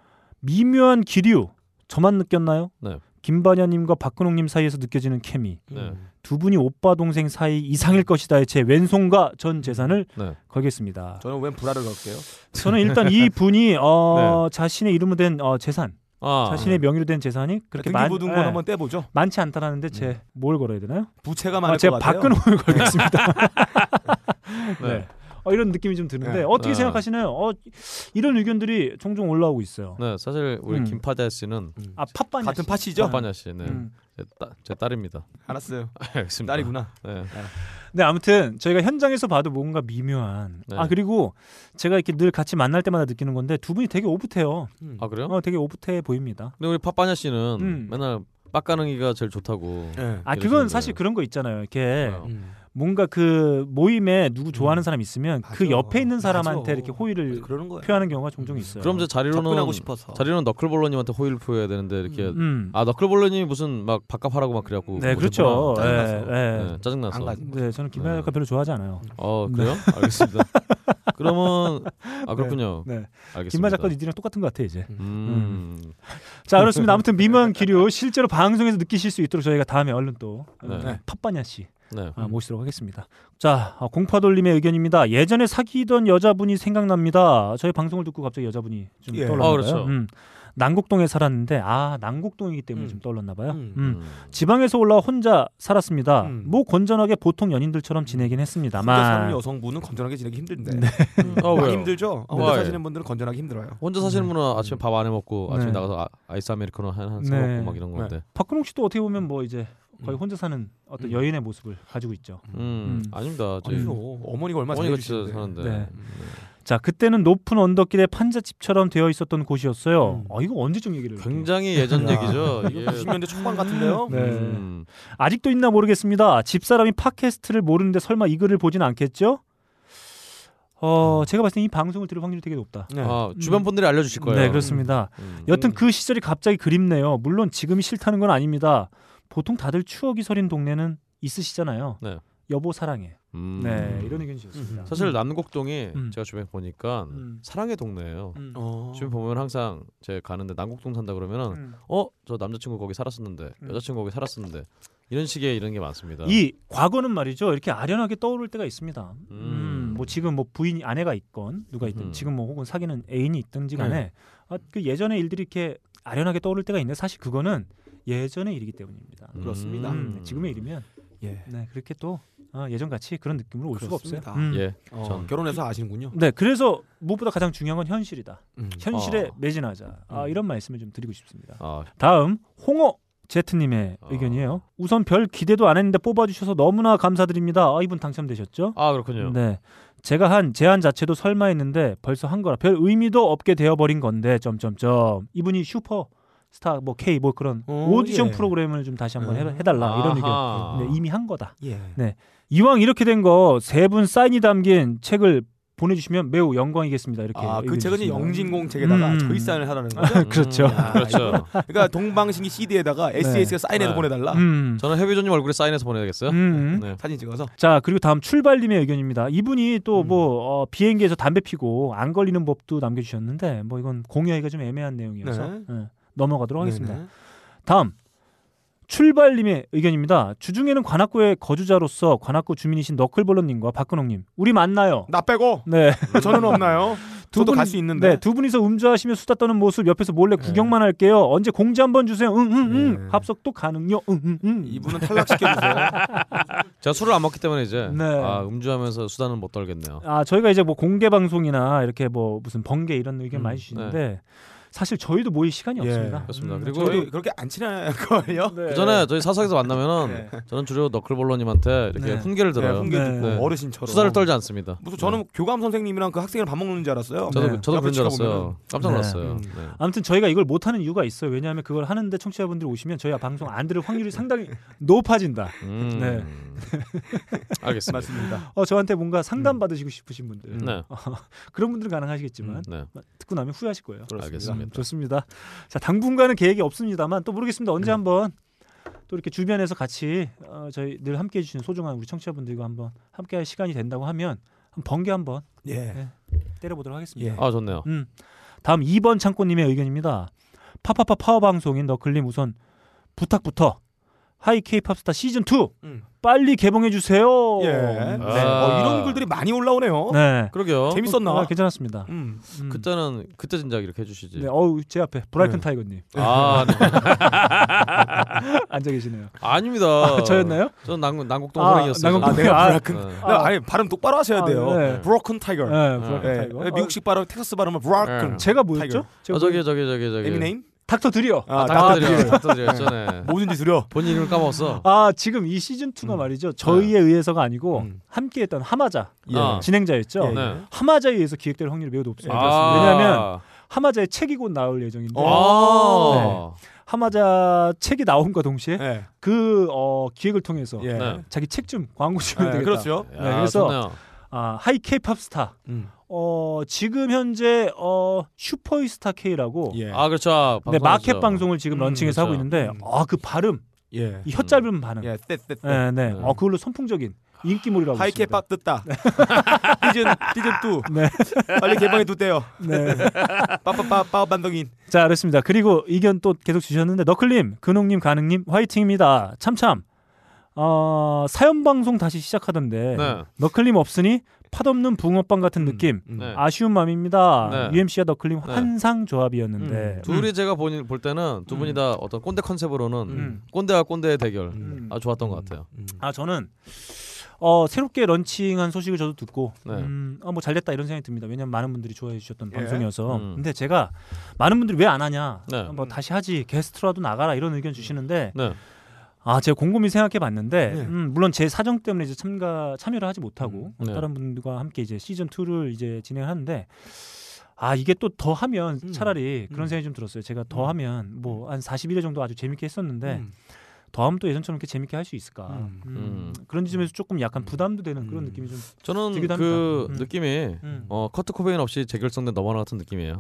S1: 미묘한 기류. 저만 느꼈나요?
S2: 네.
S1: 김반야님과 박근홍님 사이에서 느껴지는 케미.
S2: 네.
S1: 두 분이 오빠 동생 사이 이상일 것이다의 제 왼손과 전 재산을
S2: 네.
S1: 걸겠습니다.
S3: 저는 웬 불화를 걸게요.
S1: 저는 일단 이 분이 어,
S3: 네.
S1: 자신의 이름으로 된 어, 재산,
S2: 아.
S1: 자신의 명의로 된 재산이 그렇게 많,
S3: 등기부등본
S1: 예,
S3: 네, 한번 떼보죠.
S1: 많지 않다라는데 제 뭘 걸어야 되나요?
S3: 부채가
S1: 아,
S3: 많을
S1: 제가
S3: 것 같아요.
S1: 박근홍을 걸겠습니다.
S2: 네.
S1: 네. 어, 이런 느낌이 좀 드는데
S3: 네.
S1: 어떻게
S2: 네.
S1: 생각하시나요? 어, 이런 의견들이 종종 올라오고 있어요.
S2: 네, 사실 우리
S1: 음.
S2: 김파자 씨는 어,
S1: 아 팥반야
S3: 같은 네.
S1: 씨.
S3: 파시죠?
S2: 파냐 씨는
S1: 음.
S2: 제, 딸, 제 딸입니다. 네,
S3: 알았어요.
S2: 알겠습니다.
S3: 딸이구나.
S2: 네.
S1: 네 아무튼 저희가 현장에서 봐도 뭔가 미묘한.
S2: 네.
S1: 아 그리고 제가 이렇게 늘 같이 만날 때마다 느끼는 건데 두 분이 되게 오붓해요.
S2: 아 그래요?
S1: 어, 되게 오붓해 보입니다.
S2: 근데 우리 파빠냐 씨는
S1: 음.
S2: 맨날 빡가능이가 제일 좋다고.
S3: 예.
S1: 아 그건
S2: 이러시는데.
S1: 사실 그런 거 있잖아요. 이렇게
S2: 어.
S3: 음.
S1: 뭔가 그 모임에 누구 좋아하는 사람 있으면 그
S3: 맞아. 음.
S1: 옆에 있는 사람한테
S3: 맞아.
S1: 이렇게 호의를
S3: 그러는 거야.
S1: 표하는 경우가 종종 있어요.
S2: 그럼 저 자리로는
S3: 접근하고 싶어서.
S2: 자리로는 너클볼러님한테 호의를 표해야 되는데 이렇게
S1: 음.
S2: 아 너클볼러님이 무슨 막 바깥하라고 막 그래갖고.
S1: 네
S2: 못
S1: 그렇죠.
S2: 했구나.
S1: 예,
S3: 짜증나서.
S1: 예.
S2: 네, 짜증나서.
S3: 안 가지.
S1: 네 저는 김하혁
S2: 네.
S1: 가 별로 좋아하지 않아요.
S2: 어 그래요? 알겠습니다. 그러면 아 그렇군요.
S1: 네.
S2: 알겠습니다.
S1: 김마 작가 이들이랑 똑같은 것 같아 이제.
S2: 음.
S1: 자 그렇습니다. 아무튼 미묘한 기류 실제로 방송에서 느끼실 수 있도록 저희가 다음에 얼른 또
S2: 네.
S1: 네. 텃바냐 씨
S2: 네.
S3: 음.
S1: 아, 모시도록 하겠습니다. 자 아, 공파돌림의 의견입니다. 예전에 사귀던 여자분이 생각납니다. 저희 방송을 듣고 갑자기 여자분이 좀
S3: 예.
S1: 떠올랐나요?
S2: 아, 그렇죠.
S1: 음. 남곡동에 살았는데 아 남곡동이기 때문에
S3: 음.
S1: 좀 떠올랐나 봐요.
S3: 음.
S1: 음.
S2: 음.
S1: 지방에서 올라와 혼자 살았습니다.
S3: 음.
S1: 뭐 건전하게 보통 연인들처럼 지내긴
S3: 혼자 사는
S1: 했습니다만
S3: 여성분은 건전하게 지내기 힘든데
S2: 아,
S3: 많이
S2: 왜요?
S3: 힘들죠. 아,
S2: 네.
S3: 혼자
S2: 네.
S3: 사시는 분들은 건전하기 힘들어요.
S2: 혼자 사시는 분은 아침에 밥 안 해 먹고 아침에
S1: 네.
S2: 나가서 아, 아이스 아메리카노 한한
S1: 네.
S2: 사먹고 막 이런 건데.
S1: 박근홍 씨도 어떻게 보면 뭐 이제 거의
S3: 음.
S1: 혼자 사는 어떤
S3: 음. 저희
S1: 여인의 모습을 가지고 있죠. 음.
S2: 음. 아닙니다. 저희
S3: 아니요. 어머니가 얼마나
S2: 네. 어머니가
S3: 잘해
S2: 진짜
S3: 주시는데.
S2: 사는데.
S1: 네.
S3: 음.
S1: 자 그때는 높은 언덕길에 판자집처럼 되어 있었던 곳이었어요.
S3: 음.
S1: 아 이거 언제쯤 얘기를? 이렇게.
S2: 굉장히 예전
S1: 야.
S2: 얘기죠. 이게
S3: 아, 90년대 초반 같은데요.
S1: 네.
S2: 음.
S1: 아직도 있나 모르겠습니다. 집사람이 팟캐스트를 모르는데 설마 이 글을 보진 않겠죠? 어
S2: 음.
S1: 제가 봤을 때 이 방송을 들을 확률이 되게 높다.
S3: 네.
S2: 아, 주변 분들이 알려 주실
S1: 음.
S2: 거예요.
S1: 네 그렇습니다.
S2: 음.
S1: 여튼
S3: 음.
S1: 그 시절이 갑자기 그립네요. 물론 지금이 싫다는 건 아닙니다. 보통 다들 추억이 서린 동네는 있으시잖아요.
S2: 네.
S1: 여보 사랑해.
S2: 음.
S1: 네 이런 의견이셨습니다.
S2: 사실 남곡동이
S1: 음.
S2: 제가 주변에 보니까
S1: 음.
S2: 사랑의 동네예요.
S1: 음.
S3: 어.
S2: 주변 보면 항상 제가 가는데 남곡동 산다 그러면은
S1: 음.
S2: 어 저 남자친구 거기 살았었는데
S1: 음.
S2: 여자친구 거기 살았었는데 이런 식의 이런 게 많습니다.
S1: 이 과거는 말이죠 이렇게 아련하게 떠오를 때가 있습니다.
S2: 음.
S1: 음. 뭐 지금 뭐 부인 이 아내가 있건 누가 있든
S2: 음. 네.
S1: 지금 뭐 혹은 사귀는 애인이 있든지간에 아, 그 예전의 일들이 이렇게 아련하게 떠오를 때가 있는데 사실 그거는 예전의 일이기 때문입니다.
S2: 음.
S3: 그렇습니다.
S1: 음, 지금의 일이면
S3: 예.
S1: 네, 그렇게 또 아, 예전 같이 그런 느낌으로 올 수가
S3: 그렇습니다.
S1: 없어요. 음.
S2: 예.
S3: 어,
S2: 전-
S3: 결혼해서 아시는군요.
S1: 네, 그래서 무엇보다 가장 중요한 건 현실이다.
S3: 음.
S1: 현실에
S2: 어.
S1: 매진하자. 아,
S3: 음.
S1: 이런 말씀을 좀 드리고 싶습니다.
S2: 아,
S1: 다음 홍어 제트님의
S2: 아.
S1: 의견이에요. 우선 별 기대도 안 했는데 뽑아주셔서 너무나 감사드립니다. 아, 이분 당첨되셨죠?
S2: 아 그렇군요.
S1: 네. 제가 한 제안 자체도 설마 했는데 벌써 한 거라 별 의미도 없게 되어버린 건데 점점점 이분이 슈퍼 스타 뭐 K 뭐 그런
S3: 어,
S1: 오디션
S3: 예.
S1: 프로그램을 좀 다시 한번
S3: 음.
S1: 해, 달라 이런
S2: 아하.
S1: 의견 네, 이미 한 거다
S3: 예.
S1: 이왕 이렇게 된 거 세 분 사인이 담긴 책을 보내주시면 매우 영광이겠습니다 이렇게
S3: 아, 그
S1: 의견
S3: 책은 이
S1: 주십니다.
S3: 영진공 책에다가
S1: 음.
S3: 저희 사인을 하라는 거죠.
S2: 음,
S1: 그렇죠.
S2: 아, 그렇죠.
S3: 그러니까 동방신기 CD에다가 SS가 사인해서
S2: 네.
S3: 보내달라.
S1: 음.
S2: 저는 해비조님 얼굴에 사인해서 보내야겠어요.
S1: 음.
S2: 네.
S3: 사진 찍어서.
S1: 자 그리고 다음 출발님의 의견입니다. 이분이
S3: 음.
S1: 또 뭐 어, 비행기에서 담배 피고 안 걸리는 법도 남겨주셨는데 뭐 이건 공유하기가 좀 애매한 내용이어서
S3: 네.
S1: 예, 넘어가도록 하겠습니다.
S3: 네네.
S1: 다음 출발님의 의견입니다. 주중에는 관악구의 거주자로서 관악구 주민이신 너클볼러님과 박근홍님 우리 만나요.
S3: 나 빼고
S1: 네,
S3: 저는 없나요? 저도 갈 수 있는데.
S1: 네, 두 분이서 음주하시며 수다 떠는 모습 옆에서 몰래 구경만 할게요. 언제 공지 한번 주세요. 응, 응, 응.
S3: 네.
S1: 합석도 가능요. 응, 응, 응.
S3: 이분은 탈락시켜주세요.
S2: 제가 술을 안 먹기 때문에 이제
S1: 네.
S2: 아, 음주하면서 수단은 못 떨겠네요.
S1: 아 저희가 이제 뭐 공개 방송이나 이렇게 뭐 무슨 번개 이런 의견
S3: 음,
S1: 많이 주시는데 사실 저희도 모일 시간이
S3: 예.
S1: 없습니다.
S2: 네. 그렇습니다.
S1: 음,
S2: 그리고
S3: 저희 그렇게 안 친한 거예요?
S1: 네.
S2: 그 전에 저희 사석에서 만나면은 저는 주로 너클볼러님한테 이렇게
S1: 네.
S2: 훈계를
S3: 네,
S2: 들어요.
S3: 훈계 네. 듣고
S2: 네.
S3: 어르신처럼.
S2: 수다를 떨지 않습니다.
S3: 무슨 저는 교감 선생님이랑 그 학생이랑 밥 먹는 줄 알았어요.
S2: 저도
S1: 네.
S2: 저도
S3: 옆에
S2: 그런 줄
S3: 치다
S2: 알았어요. 깜짝 놀랐어요.
S3: 음.
S2: 네.
S1: 아무튼 저희가 이걸 못 하는 이유가 있어요. 왜냐하면 그걸 하는데 청취자분들이 오시면 저희 방송 안 들을 확률이 상당히 높아진다.
S2: 음. 알겠습니다.
S3: 맞습니다.
S1: 어 저한테 뭔가 상담 받으시고 싶으신 분들
S2: 음. 네.
S1: 그런 분들은 가능하시겠지만
S2: 네.
S1: 듣고 나면 후회하실 거예요.
S2: 알겠습니다.
S1: 음, 좋습니다. 자 당분간은 계획이 없습니다만 또 모르겠습니다. 언제
S2: 음.
S1: 한번 또 이렇게 주변에서 같이 어, 저희 늘 함께해 주시는 소중한 우리 청취자분들과 한번 함께할 시간이 된다고 하면 한번 번개 한번
S3: 예.
S1: 때려보도록 하겠습니다.
S3: 예.
S2: 아 좋네요.
S1: 음, 다음 2번 창고님의 의견입니다. 파파파 파워 방송인 너클림 우선 부탁부터 하이 케이팝스타 시즌 2
S3: 음.
S1: 빨리 개봉해 주세요.
S3: 예.
S1: 네.
S3: 네. 어, 이런 글들이 많이 올라오네요.
S1: 네.
S2: 그러게요.
S3: 재밌었나?
S1: 아, 괜찮았습니다.
S3: 음.
S1: 음.
S2: 그때는 그때 진작 이렇게 해주시지.
S1: 네, 어우 제 앞에 브라이큰
S3: 네.
S1: 타이거님
S2: 아 네.
S1: 앉아 계시네요.
S2: 아닙니다.
S3: 어.
S1: 저였나요?
S2: 저는 남, 남곡동
S1: 아,
S2: 호랑이였어요.
S1: 남곡동- 아,
S2: 네.
S3: 내가
S2: 네.
S3: 브라큰. 아, 아니 발음 똑바로 하셔야
S1: 아,
S3: 돼요.
S1: 네.
S3: 브로큰 타이거.
S1: 네, 브라이큰
S3: 예.
S1: 타이거.
S3: 미국식 발음, 텍사스 발음은 브라큰.
S2: 네.
S1: 제가 뭐였죠?
S3: 타이거.
S1: 제가
S2: 아, 저기 저기 저기 저기.
S3: 에미네임?
S1: 닥터 드리어.
S3: 아,
S2: 닥터
S3: 닥터
S2: 드려.
S3: 드릴.
S2: 닥터 드려. 전에
S3: 모든 짓 두려.
S2: 본인 이름을 까먹었어.
S1: 아 지금 이 시즌 2가
S3: 음.
S1: 말이죠. 저희에 의해서가 아니고
S3: 음.
S1: 함께했던 하마자
S3: 예.
S2: 아.
S1: 진행자였죠.
S3: 예, 아. 예.
S2: 네.
S1: 하마자에 의해서 기획될 확률이 매우 높습니다. 왜냐하면 하마자의 책이 곧 나올
S2: 어.
S1: 예정인데 네.
S2: 아.
S1: 어. 하마자 책이 나옴과 동시에
S3: 네.
S1: 그 어, 기획을 통해서
S3: 예.
S2: 네.
S1: 자기 책 좀 광고 좀 해야
S3: 네,
S1: 되겠다.
S3: 그렇죠.
S1: 네, 그래서-
S2: 좋네요.
S1: 아, 하이 케이팝 스타.
S3: 음.
S1: 어, 지금 현재 어, 슈퍼이스타 K라고
S3: 예.
S2: 아 그렇죠.
S1: 네,
S2: 방송하죠.
S1: 마켓 방송을 지금
S3: 음,
S1: 런칭해서
S2: 그렇죠.
S1: 하고 있는데
S3: 음.
S1: 아, 그 발음,
S3: 예.
S1: 이 혀 짧은 발음.
S3: 예. 떼, 떼, 떼.
S1: 네, 네.
S2: 음.
S1: 어, 그걸로 선풍적인 인기몰이라고
S3: 하이케
S1: 있습니다.
S3: 밥 뜯다. 시즌 시즌 2
S1: 네.
S3: 빨리 개봉해 두대요.
S1: 네.
S3: 빠빠빠 빠 반동인.
S1: 자, 그렇습니다. 그리고 의견 또 계속 주셨는데 너클님, 근홍님, 가능님 화이팅입니다. 참참. 어, 사연 방송 다시 시작하던데
S2: 네.
S1: 너클님 없으니 팥없는 붕어빵 같은 느낌.
S2: 네.
S1: 아쉬운 마음입니다.
S2: 네.
S1: UMC와 너클님
S2: 네.
S1: 환상 조합이었는데.
S2: 음.
S1: 음.
S2: 둘이 제가 보, 볼 때는 두 분이 다 어떤 꼰대 컨셉으로는
S1: 음.
S2: 꼰대와 꼰대의 대결
S1: 음.
S2: 아 좋았던 것 같아요.
S1: 아 저는 어, 새롭게 런칭한 소식을 저도 듣고
S2: 네.
S1: 음, 어, 뭐 잘됐다 이런 생각이 듭니다. 왜냐면 많은 분들이 좋아해 주셨던
S3: 예.
S1: 방송이어서.
S2: 음.
S1: 근데 제가 많은 분들이 왜 안 하냐?
S2: 네.
S3: 어.
S1: 뭐 다시 하지 게스트라도 나가라 이런
S3: 음.
S1: 의견 주시는데
S2: 네.
S1: 아 제가 곰곰이 생각해 봤는데
S3: 네.
S1: 음, 물론 제 사정 때문에 이제 참가 참여를 하지 못하고
S2: 음, 네.
S1: 다른 분들과 함께 이제 시즌 2를 이제 진행하는데 아 이게 또 더 하면
S3: 음.
S1: 차라리
S3: 음.
S1: 그런 생각이 좀 들었어요. 제가 더 하면 뭐 한 41회 정도 아주 재밌게 했었는데
S3: 음.
S1: 더 하면 또 예전처럼 이렇게 재밌게 할 수 있을까?
S3: 음.
S1: 음,
S2: 음.
S1: 그런 점에서 조금 약간 부담도 되는 그런
S3: 음.
S1: 느낌이 좀.
S2: 저는
S1: 되기도
S2: 그
S1: 합니다. 음.
S2: 느낌이
S1: 음.
S2: 어 커트 코베인 없이 재결성된 너와 나 같은 느낌이에요.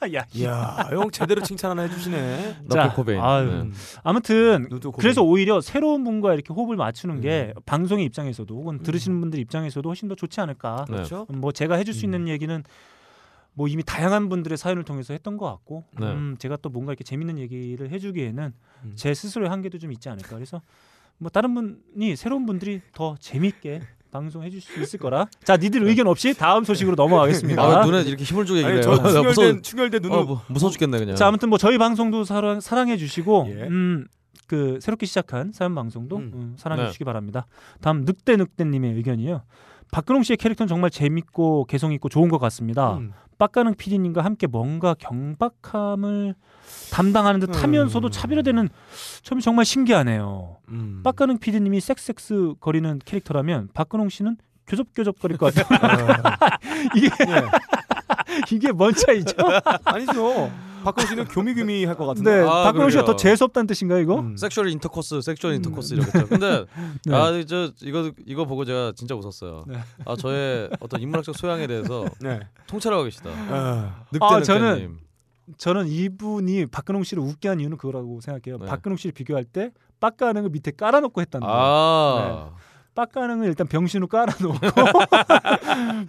S1: 아, 야,
S3: 이야, 형 제대로 칭찬 하나 해주시네.
S2: 너클 코베인.
S1: 아유.
S2: 네.
S1: 아무튼
S3: 눈도 음. 고민.
S1: 그래서 오히려 새로운 분과 이렇게 호흡을 맞추는 게 방송의 입장에서도 혹은 들으시는 분들 입장에서도 훨씬 더 좋지 않을까.
S2: 네.
S3: 음. 그렇죠.
S1: 음, 뭐 제가 해줄 수 있는 얘기는 뭐 이미 다양한 분들의 사연을 통해서 했던 것 같고
S2: 네.
S1: 음, 제가 또 뭔가 이렇게 재밌는 얘기를 해주기에는
S3: 음.
S1: 제 스스로의 한계도 좀 있지 않을까 그래서 뭐 다른 분이 새로운 분들이 더 재밌게 방송해 줄 수 있을 거라 자 니들 의견 없이 다음 소식으로 넘어가겠습니다
S2: 아, 눈에 이렇게 힘을 주게
S3: 네. 아니
S2: 얘기해요.
S3: 저
S2: 무서워.
S3: 충혈된 충혈된 눈으로
S2: 어, 뭐, 무서워 죽겠네 그냥.
S1: 자 아무튼 뭐 저희 방송도 사랑, 사랑해 주시고
S3: 예.
S1: 음, 그 새롭게 시작한 사연 방송도
S3: 음.
S1: 음, 사랑해
S2: 네.
S1: 주시기 바랍니다. 다음 늑대 늑대님의 의견이요. 박근홍 씨의 캐릭터는 정말 재밌고 개성 있고 좋은 것 같습니다.
S3: 음.
S1: 빡가능 PD님과 함께 뭔가 경박함을 담당하는 듯 하면서도
S3: 음.
S1: 차별화되는 점이 정말 신기하네요.
S3: 음.
S1: 빡가능 PD님이 섹섹스 거리는 캐릭터라면 박근홍 씨는 교접교접 거릴 것 같아요. 이게 이게 뭔 차이죠?
S3: 아니죠. 박근혜 씨는 교미교미 할 것 같은데.
S1: 네,
S2: 아,
S1: 박근홍 씨가
S2: 그래요.
S1: 더 재수 없다는 뜻인가요, 이거?
S3: 음.
S2: 섹슈얼 인터코스,
S1: 음.
S2: 섹슈얼 인터코스 이러겠죠. 근데
S1: 네.
S2: 아 저 이거 이거 보고 제가 진짜 웃었어요. 아 저의 어떤 인문학적 소양에 대해서
S3: 네.
S2: 통찰하고 계시다.
S3: 아,
S2: 늑대
S1: 아,
S2: 늑대님.
S1: 저는- 저는 이분이 박근홍 씨를 웃게 한 이유는 그거라고 생각해요.
S2: 네.
S1: 박근홍 씨를 비교할 때 빡가능을 밑에 깔아놓고 했다는 거. 요
S2: 아
S1: 네. 빡가능을 일단 병신으로 깔아놓고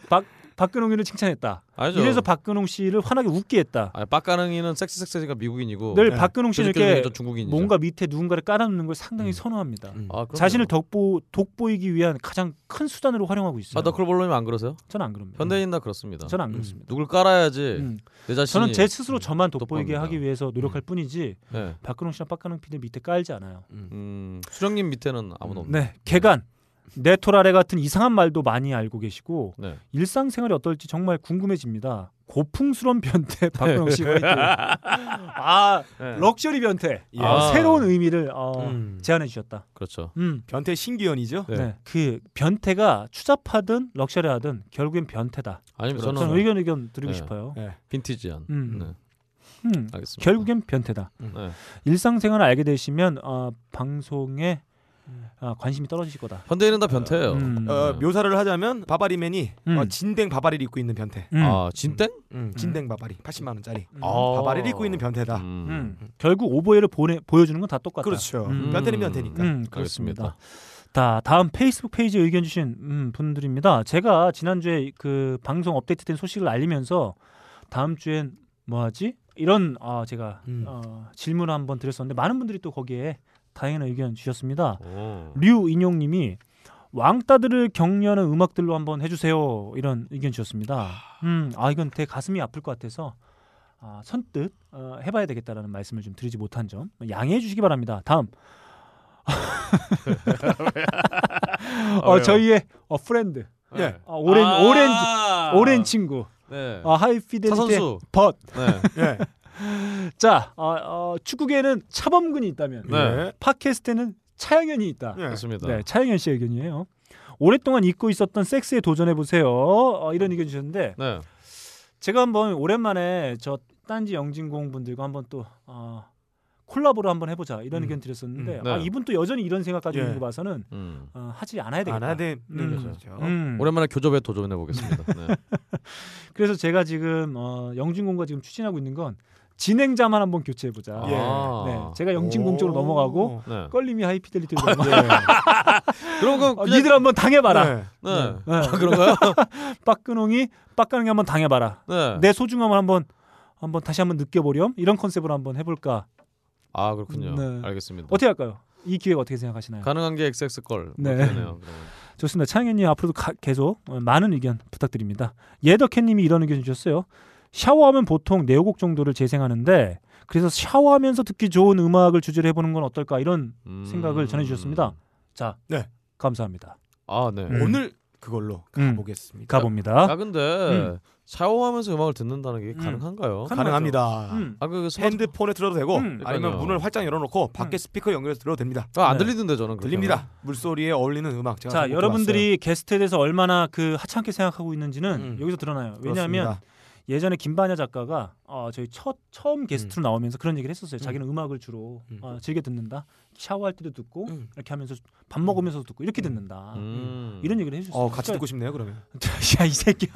S1: 박 박근홍이를 칭찬했다.
S2: 아니죠.
S1: 이래서 박근홍 씨를 환하게 웃게 했다.
S2: 아 빡가능이는 섹시 섹시가 미국인이고
S1: 늘
S3: 네.
S1: 박근홍 씨는
S2: 조직교육은
S1: 이렇게
S2: 또 중국인이죠.
S1: 뭔가 밑에 누군가를 깔아놓는 걸 상당히
S2: 음.
S1: 선호합니다.
S3: 음.
S2: 아, 그럼요.
S1: 자신을 덕보, 돋보이기 위한 가장 큰 수단으로 활용하고 있어요.
S2: 아 너클볼로님 안 그러세요?
S1: 저는 안 그럽니다.
S2: 현대인 나 그렇습니다.
S1: 저는 안
S3: 음.
S1: 그렇습니다.
S2: 누굴 깔아야지
S1: 음.
S2: 내 자신이.
S1: 저는 제 스스로 저만 돋보이게
S2: 돋보입니다.
S1: 하기 위해서 노력할 뿐이지
S2: 네.
S1: 박근홍 씨나 박근홍 PD 밑에 깔지 않아요.
S2: 음, 수령님 밑에는 아무도 없네.
S1: 네, 개간 네토라레 같은 이상한 말도 많이 알고 계시고
S2: 네.
S1: 일상생활이 어떨지 정말 궁금해집니다. 고풍스러운 변태 박근홍 씨가 있고 아
S2: 네.
S1: 럭셔리 변태
S3: 예.
S1: 아,
S2: 아.
S1: 새로운 의미를 어,
S3: 음.
S1: 제안해 주셨다.
S2: 그렇죠.
S1: 음.
S3: 변태 신기현이죠.
S1: 네.
S2: 네.
S1: 그 변태가 추잡하든 럭셔리하든 결국엔 변태다.
S2: 아니면
S1: 그렇죠. 저는,
S2: 저는
S1: 의견 의견 드리고
S2: 네.
S1: 싶어요.
S3: 네.
S2: 빈티지한.
S1: 음.
S2: 네.
S1: 음.
S2: 알겠습니다.
S1: 결국엔 변태다.
S2: 네.
S1: 일상생활을 알게 되시면 어, 방송에 어, 관심이 떨어지실 거다.
S2: 현대인은 다 변태예요.
S1: 음.
S3: 어,
S2: 네.
S3: 묘사를 하자면 바바리맨이
S1: 음.
S3: 어, 진댕 바바리를 입고 있는 변태.
S1: 음.
S2: 아 진땡?
S3: 음, 진댕 바바리 80만 원짜리.
S2: 아.
S3: 바바리를 입고 있는 변태다.
S2: 음.
S1: 음. 결국 오버웨이를 보내, 보여주는 건 다 똑같다.
S3: 그렇죠.
S1: 음.
S3: 변태는 변태니까.
S1: 음, 그렇습니다. 자, 다음 페이스북 페이지에 의견 주신 음, 분들입니다. 제가 지난주에 그 방송 업데이트된 소식을 알리면서 다음 주엔 뭐 하지? 이런 아, 제가
S3: 음.
S1: 어, 질문을 한번 드렸었는데 많은 분들이 또 거기에 다양한 의견 주셨습니다.
S2: 오.
S1: 류인용 님이 왕따들을 격려하는 음악들로 한번 해주세요 이런 의견 주셨습니다. 음, 아 이건 되게 가슴이 아플 것 같아서 아, 선뜻 어, 해봐야 되겠다라는 말씀을 좀 드리지 못한 점 양해해 주시기 바랍니다. 다음 어, 저희의 어, 프렌드
S3: 예.
S1: 어, 오랜
S2: 아.
S1: 오랜 오랜 친구
S2: 네.
S1: 어, 하이피델리티
S2: 차선수.
S1: 벗.
S2: 네.
S3: 예.
S1: 자 어, 어, 축구계에는 차범근이 있다면
S2: 네.
S1: 팟캐스트에는 차영현이 있다.
S3: 예.
S2: 그렇습니다.
S1: 네, 차영현 씨의 의견이에요. 오랫동안 잊고 있었던 섹스에 도전해 보세요. 어, 이런 의견 주셨는데
S2: 네.
S1: 제가 한번 오랜만에 저 딴지 영진공 분들과 한번 또 어, 콜라보를 한번 해보자 이런
S3: 음.
S1: 의견 드렸었는데
S2: 음, 네.
S1: 아, 이분 또 여전히 이런 생각 가지고
S3: 예.
S1: 있는 거 봐서는
S2: 음.
S1: 어, 하지 않아야 되겠다.
S3: 안 하되
S1: 음.
S3: 그렇죠.
S1: 음.
S2: 오랜만에 교접에
S1: 예.
S2: 도전해 보겠습니다. 네.
S1: 그래서 제가 지금 어, 영진공과 지금 추진하고 있는 건 진행자만 한번 교체해 보자.
S3: 예.
S2: 아.
S1: 네, 제가 영진공 쪽으로 넘어가고
S3: 오.
S2: 네.
S1: 껄림이 하이피델리티로 넘어가.
S2: 그럼 그
S1: 어,
S2: 그냥
S1: 니들 한번 당해봐라.
S3: 네.
S2: 네.
S1: 네.
S2: 아, 그런가요?
S1: 빠끄농이 빠까농이 한번 당해봐라.
S2: 네.
S1: 내 소중함을 한번 한번 다시 한번 느껴보렴. 이런 컨셉으로 한번 해볼까.
S2: 아 그렇군요.
S1: 네.
S2: 알겠습니다.
S1: 어떻게 할까요? 이 기획 어떻게 생각하시나요?
S2: 가능한 게 XX 걸.
S1: 네.
S2: 네. 그러네요. 그러면.
S1: 좋습니다. 창현님 앞으로도 가- 계속 어, 많은 의견 부탁드립니다. 예덕캣님이 이런 의견 주셨어요. 샤워하면 보통 네오곡 정도를 재생하는데 그래서 샤워하면서 듣기 좋은 음악을 주제로 해보는 건 어떨까 이런
S2: 음.
S1: 생각을 전해주셨습니다. 자,
S3: 네.
S1: 감사합니다.
S2: 아 네.
S1: 음.
S3: 오늘 그걸로
S1: 음.
S3: 가보겠습니다.
S1: 가봅니다.
S2: 아 근데
S1: 음.
S2: 샤워하면서 음악을 듣는다는 게
S1: 음.
S2: 가능한가요?
S1: 가-
S3: 가능합니다.
S1: 음.
S2: 아그 스마트...
S3: 핸드폰에 들어도 되고
S1: 음.
S2: 그러니까요.
S3: 아니면 문을 활짝 열어놓고 밖에 스피커 연결해서 들어도 됩니다.
S2: 아, 안
S1: 네.
S2: 들리던데 저는 그렇게 하면.
S3: 들립니다. 물소리에 어울리는 음악. 제가
S1: 자,
S3: 선곡해
S1: 여러분들이 게스트에 대해서 얼마나 그 하찮게 생각하고 있는지는
S3: 음.
S1: 여기서 드러나요.
S3: 왔어요.
S1: 왜냐하면
S3: 그렇습니다.
S1: 예전에 김반야 작가가 어, 저희 첫 처음 게스트로 나오면서 그런 얘기를 했었어요. 자기는 음악을 주로
S3: 음.
S1: 어, 즐겨 듣는다. 샤워할 때도 듣고
S3: 음.
S1: 이렇게 하면서 밥 먹으면서도 듣고 이렇게 듣는다.
S2: 음.
S1: 아, 이런 얘기를 해주셨어요. 그러니까
S3: 어, 같이 듣고 싶네요. 그러면
S1: 야 이 새끼야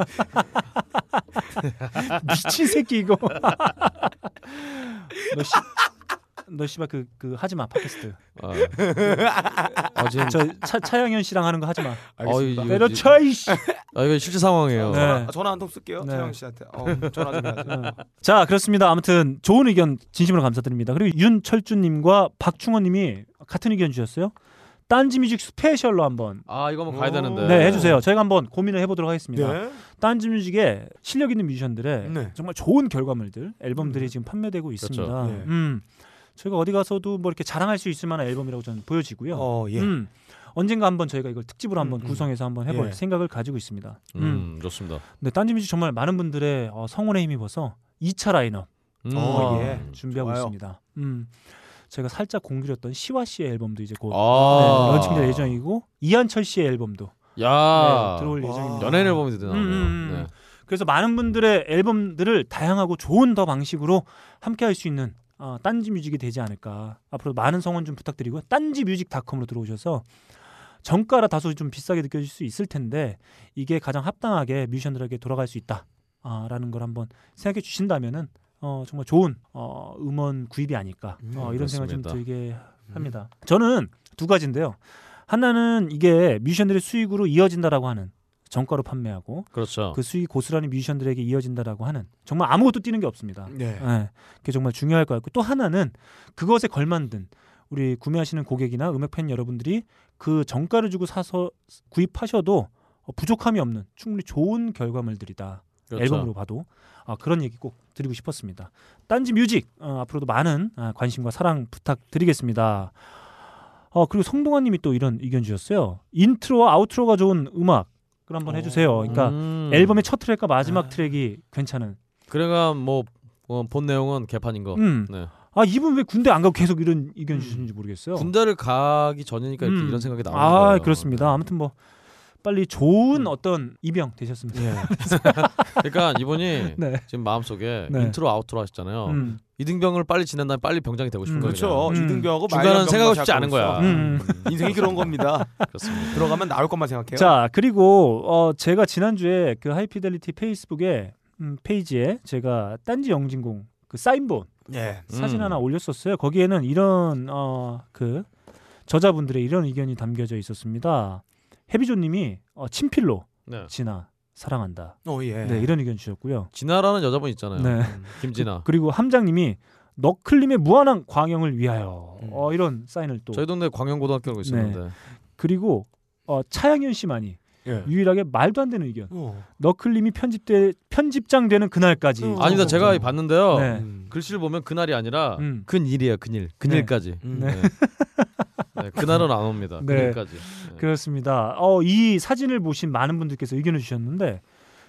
S1: 미친 새끼 이거. 너 씨, 너 씨발 그 그 하지 마 팟캐스트.
S2: 아. 아 지금
S1: 저 차, 차영현 씨랑 하는 거 하지 마.
S2: 알겠습니다. 아, 이거,
S1: 때려쳐 이씨.
S2: 아 이거 실제 상황이에요.
S1: 네.
S3: 아, 전화 한 통 쓸게요.
S1: 네.
S3: 차영 씨한테. 어, 전화 좀 해야죠.
S1: 자 그렇습니다. 아무튼 좋은 의견 진심으로 감사드립니다. 그리고 윤철주님과 박충원님이 같은 의견 주셨어요. 딴지뮤직 스페셜로 한번
S2: 아 이거 한번 가야
S3: 오.
S2: 되는데.
S1: 네. 해주세요. 저희가 한번 고민을 해보도록 하겠습니다. 딴지뮤직의 실력 있는 뮤지션들의
S3: 네. 음.
S1: 정말 좋은 결과물들 앨범들이 지금 판매되고 있습니다.
S2: 그렇죠.
S3: 예.
S1: 음, 저희가 어디 가서도 뭐 이렇게 자랑할 수 있을 만한 앨범이라고 저는 보여지고요.
S3: 어, 예.
S1: 음, 언젠가 한번 저희가 이걸 특집으로 한번
S3: 음, 음.
S1: 구성해서 한번 해볼
S3: 예.
S1: 생각을 가지고 있습니다. 음.
S2: 음 좋습니다.
S1: 근데 딴지뮤직 정말 많은 분들의 어, 성원에 힘입어서 2차 라인업
S2: 음.
S3: 어, 예.
S1: 준비하고
S3: 좋아요.
S1: 있습니다. 음, 제가 살짝 공들였던 시와 씨의 앨범도 이제 곧
S2: 아.
S1: 네, 런칭될 예정이고 이한철 씨의 앨범도
S2: 야.
S1: 네, 들어올
S3: 아. 와.
S1: 예정입니다.
S2: 연예인 앨범이 되나?
S1: 음, 음, 음.
S2: 네.
S1: 그래서 많은 분들의 앨범들을 다양하고 좋은 더 방식으로 함께 할 수 있는 어, 딴지 뮤직이 되지 않을까. 앞으로 많은 성원 좀 부탁드리고요. 딴지 뮤직닷컴으로 들어오셔서 정가라 다소 좀 비싸게 느껴질 수 있을 텐데 이게 가장 합당하게 뮤지션들에게 돌아갈 수 있다. 아, 라는 걸 한번 생각해 주신다면은 어, 정말 좋은 어, 음원 음. 구입이 아닐까. 어, 이런 생각 좀
S2: 그렇습니다.
S1: 들게 합니다. 저는 두 가지인데요. 하나는 이게 뮤지션들의 수익으로 이어진다라고 하는 정가로 판매하고
S2: 그렇죠.
S1: 그 수익이 고스란히 뮤지션들에게 이어진다라고 하는 정말 아무것도 뛰는 게 없습니다.
S2: 음,
S3: 네.
S1: 예, 그게 정말 중요할 것 같고 또 하나는 그것에 걸만든 우리 구매하시는 고객이나 음악 팬 여러분들이 그 정가를 주고 사서 구입하셔도 어, 부족함이 없는 충분히 좋은 결과물들이다.
S2: 그렇죠.
S1: 앨범으로 봐도 아, 그런 얘기 꼭 드리고 싶었습니다. 딴지 뮤직 어, 앞으로도 많은 아, 관심과 사랑 부탁드리겠습니다. 어, 그리고 성동아님이 또 이런 의견 주셨어요. 인트로와 아우트로가 좋은 음악을 한번 해주세요. 그러니까
S2: 음. 네.
S1: 앨범의 첫 트랙과 마지막 트랙이 괜찮은.
S2: 그래가 뭐 본 내용은 개판인 거.
S1: 음.
S2: 네. 음.
S1: 아 이분 왜 군대 안 가고 계속 이런 의견 주시는지 모르겠어요.
S2: 군대를 가기 전이니까 이렇게
S1: 음.
S2: 이런 생각이 나오는
S1: 아
S2: 거예요. 네. 음.
S1: 그렇습니다. 아무튼 뭐 빨리 좋은 어떤 입영 되셨으면.
S3: 예.
S2: 그러니까 이분이
S1: 네.
S2: 지금 마음속에
S1: 네.
S2: 인트로 아웃트로 하셨잖아요.
S1: 음.
S2: 이등병을 빨리 지낸 다음에 빨리 병장이 되고 싶은
S1: 음,
S2: 거예요.
S3: 그렇죠.
S1: 음.
S3: 이등병하고
S2: 중간은
S3: 마이너병만
S2: 생각하고 싶지
S3: 생각하고
S2: 않은 거야.
S1: 음,
S3: 있어.
S1: 음.
S3: 인생이 그런 겁니다.
S2: 그렇습니다.
S3: 들어가면 나올 것만 생각해요.
S1: 자 그리고 어, 제가 지난주에 그 하이피델리티 페이스북에 음, 페이지에 제가 딴지 영진공 그 사인본
S3: 예.
S1: 사진
S2: 음.
S1: 하나 올렸었어요. 거기에는 이런 어, 그 저자분들의 이런 의견이 담겨져 있었습니다. 해비조님이 어, 친필로
S2: 네.
S1: 진아 사랑한다.
S3: 어, 예.
S1: 네, 이런 의견 주셨고요.
S2: 진아라는 여자분 있잖아요.
S1: 네.
S2: 김진아.
S1: 그리고 함장님이 너클림의 무한한 광영을 위하여
S3: 음.
S1: 어, 이런 사인을 또
S2: 저희 동네 광양고등학교라고 있었는데.
S1: 그리고 어, 차양현 씨만이
S3: 예.
S1: 유일하게 말도 안 되는 의견.
S3: 어.
S1: 너클림이 편집돼 편집장 되는 그날까지.
S3: 음.
S2: 아니다.
S3: 어,
S2: 제가
S3: 어.
S2: 봤는데요.
S1: 네.
S3: 음.
S2: 글씨를 보면 그날이 아니라
S1: 음.
S2: 근일이에요. 근일. 근일까지.
S3: 음.
S2: 네. 네, 그날은 안 옵니다.
S1: 네.
S2: 그날까지. 네.
S1: 그렇습니다. 어, 이 사진을 보신 많은 분들께서 의견을 주셨는데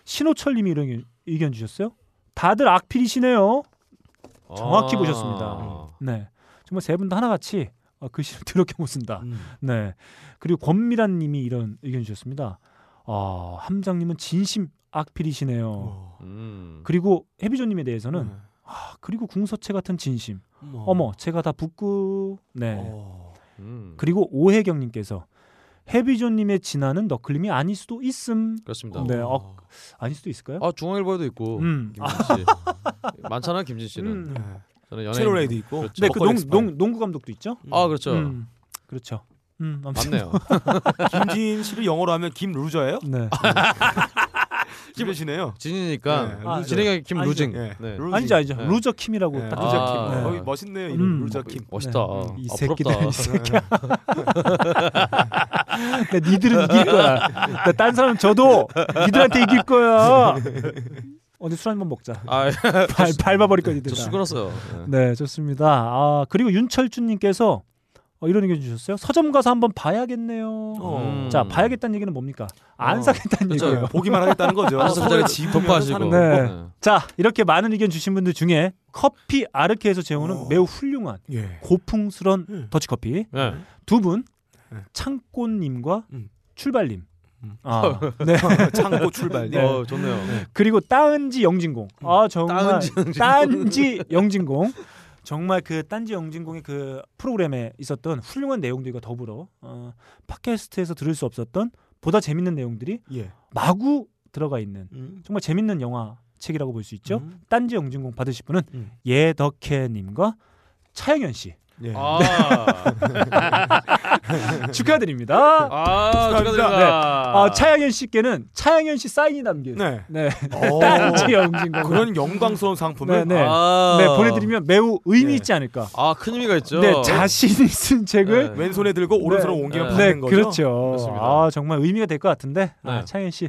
S1: 신호철님이 이런 의견- 의견 주셨어요. 다들 악필이시네요. 정확히
S2: 아.
S1: 보셨습니다. 네, 정말 세 분 다 하나같이 어, 글씨를 더럽게 못 쓴다.
S3: 음.
S1: 네. 그리고 권미란 님이 이런 의견 주셨습니다. 아, 함장님은 진심 악필이시네요.
S3: 어.
S2: 음.
S1: 그리고 해비조 님에 대해서는
S3: 음.
S1: 아, 그리고 궁서체 같은 진심.
S3: 어머.
S1: 어머, 제가 다 부끄. 네.
S3: 뭐. 어.
S2: 음.
S1: 그리고 오혜경 님께서 해비존님의 진화는 너클림이 아닐 수도 있음.
S2: 그렇습니다.
S1: 네, 어, 아닐 수도 있을까요?
S2: 아 중앙일보에도 있고
S1: 음.
S2: 김진 씨 많잖아 김진 씨는.
S3: 네.
S1: 음.
S2: 저는 연예인.
S3: 채널에도 있고
S2: 그렇죠.
S1: 네, 그 농,
S3: 엑스파일.
S1: 농, 농구 감독도 있죠.
S2: 아 그렇죠.
S1: 음, 그렇죠. 음, 아무튼
S2: 맞네요.
S3: 김진 씨를 영어로 하면 김루저예요?
S1: 네.
S3: 김루시네요.
S2: 진이니까
S3: 네,
S2: 아,
S3: 루저.
S2: 진이가 김
S1: 아니죠.
S2: 루징.
S3: 예.
S2: 네.
S3: 루지.
S1: 아니죠, 아니죠.
S2: 네.
S1: 루저 킴이라고
S3: 예,
S1: 딱
S2: 루저
S3: 루저킴.
S2: 킴.
S3: 거기
S2: 아.
S3: 멋있네요 이름
S1: 음.
S3: 루저킴.
S2: 멋있다.
S1: 네, 이
S2: 아,
S1: 새끼들,
S2: 부럽다.
S1: 이 새끼야. 네, 니들은 이길 거야. 나딴 사람 저도 니들한테 이길 거야. 언제 술 한 번 먹자.
S2: 아,
S1: 발, 밟아버릴 거야 니들.
S2: 저
S1: 다.
S2: 수그렀어요. 네.
S1: 네, 좋습니다. 아 그리고 윤철준님께서 어, 이런 의견 주셨어요. 서점 가서 한번 봐야겠네요.
S2: 음.
S1: 자, 봐야겠다는 얘기는 뭡니까? 안
S2: 어,
S1: 사겠다는
S2: 그렇죠.
S1: 얘기예요.
S3: 네. 보기만 하겠다는
S1: 아,
S3: 거죠.
S2: 한
S3: 서울에
S2: 소절에
S3: 집으면
S2: 덕후하시고.
S3: 사는
S1: 네. 자, 이렇게 많은 의견 주신 분들 중에 커피 아르케에서 재우는 매우 훌륭한
S3: 거. 예.
S1: 고풍스런
S3: 어. 음.
S1: 더치커피
S2: 네.
S1: 두 분
S3: 네.
S1: 창꽃님과
S3: 음.
S1: 출발님
S3: 음.
S1: 아,
S3: 창고 출발.
S1: 네.
S3: 예.
S2: 어 좋네요.
S1: 그리고 따은지 영진공
S3: 음.
S1: 아 정말
S2: 따은지 영진공.
S1: 따은지 영진공 정말 그 딴지 영진공의 그 프로그램에 있었던 훌륭한 내용들과 더불어 어, 팟캐스트에서 들을 수 없었던 보다 재밌는 내용들이
S3: 예.
S1: 마구 들어가 있는 정말 재밌는 영화 책이라고 볼 수 있죠.
S3: 음.
S1: 딴지 영진공 받으실 분은
S3: 음.
S1: 예덕혜님과 차영현 씨
S3: 예.
S2: 아,
S1: 네.
S3: 아.
S1: 축하드립니다.
S2: 아 축하드립니다.
S1: 네. 아, 차영현 씨께는 차영현 씨 사인이 담긴 네.
S3: 네. 그러니까. 오.
S1: 딴지 영진공
S3: 아, 그런 영광스러운 상품을
S1: 네, 네.
S2: 아.
S1: 네, 보내드리면 매우 의미
S3: 네.
S1: 있지 않을까.
S2: 아, 큰 의미가 있죠.
S1: 네, 자신이 쓴 책을
S2: 네.
S3: 왼손에 들고 오른손으로 옮기면
S2: 네.
S1: 네,
S3: 받는 거죠.
S1: 그렇죠.
S2: 그렇습니다.
S1: 아 정말 의미가 될 것 같은데 아,
S2: 네.
S1: 차현 씨.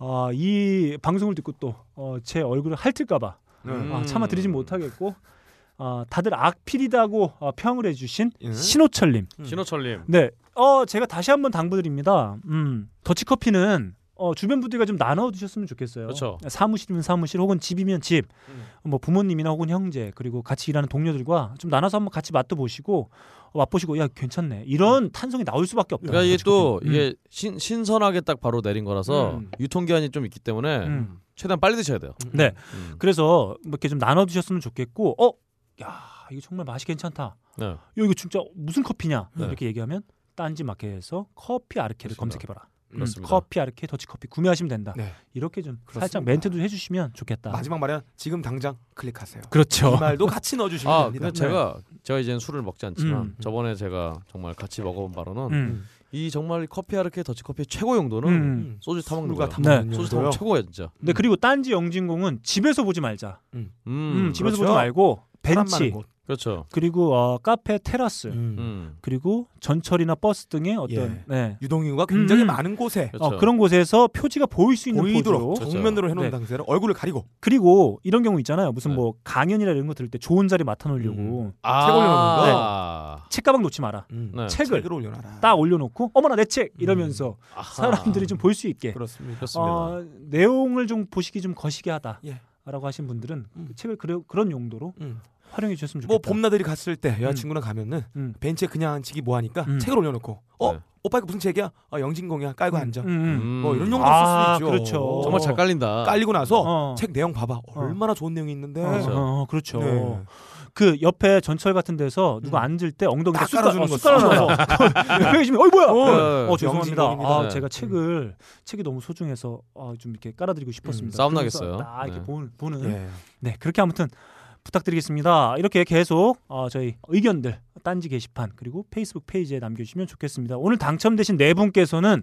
S1: 아, 이 방송을 듣고 또 어, 제 얼굴을 핥을까봐
S2: 음.
S3: 네.
S1: 아, 참아 드리진 못하겠고 아, 다들 악필이다고 아, 평을 해주신
S3: 예.
S1: 신호철님.
S2: 신호철님.
S1: 네, 어 제가 다시 한번 당부드립니다. 음, 더치커피는 어, 주변 분들과 좀 나눠 드셨으면 좋겠어요. 네,
S2: 그렇죠. 음.
S1: 사무실이면 사무실 혹은 집이면 집, 뭐 부모님이나 혹은 형제 그리고 같이 일하는 동료들과 좀 나눠서 한번 같이 맛도 보시고 어, 맛보시고 야 괜찮네 이런 탄성이 나올 수밖에 없다.
S2: 그러니까 이게 또
S1: 음.
S2: 이게 신, 신선하게 딱 바로 내린 거라서
S1: 음.
S2: 유통기한이 좀 있기 때문에
S1: 음.
S2: 최대한 빨리 드셔야 돼요.
S1: 네,
S2: 음.
S1: 그래서 뭐 이렇게 좀 나눠 드셨으면 좋겠고, 어, 야 이거 정말 맛이 괜찮다. 야
S2: 네.
S1: 이거 진짜 무슨 커피냐
S2: 네.
S1: 이렇게 얘기하면 딴지 마켓에서 커피 아르케를 검색해봐라. 음,
S2: 그렇습니다.
S1: 커피 아르케 더치커피 구매하시면 된다.
S3: 음, 네.
S1: 이렇게 좀 살짝
S3: 그렇습니다.
S1: 멘트도 해주시면 좋겠다.
S3: 마지막 말에 지금 당장 클릭하세요.
S1: 그렇죠.
S3: 이 말도 같이 넣어주시면
S2: 아,
S3: 됩니다.
S2: 근데 제가 제가 이제는 술을 먹지 않지만
S1: 네. 음.
S2: 저번에 제가 정말 같이 먹어본 바로는
S3: 네.
S1: 음.
S2: 이 정말 커피 아르케 더치 커피의 최고 용도는
S1: 음.
S2: 소주 타 먹는
S3: 술과
S2: 거예요.
S3: 타
S1: 네.
S3: 먹는
S2: 소주 타
S3: 용도요.
S2: 먹 최고야 진짜.
S1: 네 그리고 딴지 영진공은 집에서 보지 말자. 음,
S2: 음,
S1: 집에서
S3: 그렇죠.
S1: 보지 말고
S3: 사람 많은
S1: 벤치
S3: 곳.
S2: 그렇죠.
S1: 그리고 어, 카페 테라스
S3: 음.
S2: 음.
S1: 그리고 전철이나 버스 등의 어떤
S3: 예.
S1: 네.
S3: 유동인구가 굉장히
S1: 음.
S3: 많은 곳에
S2: 그렇죠.
S1: 어, 그런 곳에서 표지가 음. 보일 수 있는
S3: 보이도록
S1: 포즈로
S2: 그렇죠.
S3: 정면으로 해놓은
S1: 네.
S3: 당시에는 얼굴을 가리고
S1: 그리고 이런 경우 있잖아요. 무슨
S2: 네.
S1: 뭐 강연이나 이런 거 들을 때 좋은 자리 맡아 놓으려고
S3: 음.
S2: 아,
S3: 최고 용도인가? 네.
S2: 아,
S1: 책가방 놓지 마라.
S3: 음.
S2: 네.
S1: 책을
S3: 책을 올려놔라.
S1: 딱 올려놓고 어머나 내 책 이러면서
S2: 음. 아하.
S1: 사람들이 좀 볼 수 있게
S3: 그렇습니다.
S2: 그렇습니다.
S3: 아,
S1: 어, 내용을 좀 보시기 좀 거시게 하다라고
S3: 예.
S1: 하신 분들은 그
S3: 음.
S1: 책을 그런 용도로
S3: 음.
S1: 활용해 주셨으면 좋겠다.
S3: 뭐 봄나들이 갔을 때 여자친구랑 가면은
S1: 음.
S3: 벤치에 그냥 앉히기 뭐하니까
S1: 음.
S3: 책을 올려놓고 어
S2: 네.
S3: 오빠 이거 무슨 책이야? 아 영진공이야. 깔고 앉아.
S1: 음, 음.
S2: 음.
S3: 뭐 이런 용도
S1: 아,
S3: 쓸 수 있죠.
S1: 그렇죠.
S2: 정말 잘 깔린다.
S3: 깔리고 나서
S1: 어.
S3: 책 내용 봐봐. 얼마나 좋은 내용이 있는데.
S1: 어, 어, 그렇죠.
S3: 네.
S1: 그 옆에 전철 같은 데서 누가 앉을 때 엉덩이에 어,
S3: 딱 깔아주는 거
S1: 옆에 계시면 어이 뭐야? 어,
S2: 네.
S1: 어 죄송합니다.
S3: 영진공입니다.
S1: 아
S2: 네.
S1: 제가 책을 책이 너무 소중해서 아, 좀 이렇게 깔아드리고 싶었습니다.
S2: 음, 싸움
S1: 그러면서
S2: 나겠어요.
S1: 딱 이렇게
S2: 네.
S1: 보는, 보는
S3: 예.
S1: 네 그렇게 아무튼 부탁드리겠습니다. 이렇게 계속 어, 저희 의견들 딴지 게시판 그리고 페이스북 페이지에 남겨주시면 좋겠습니다. 오늘 당첨되신 네 분께서는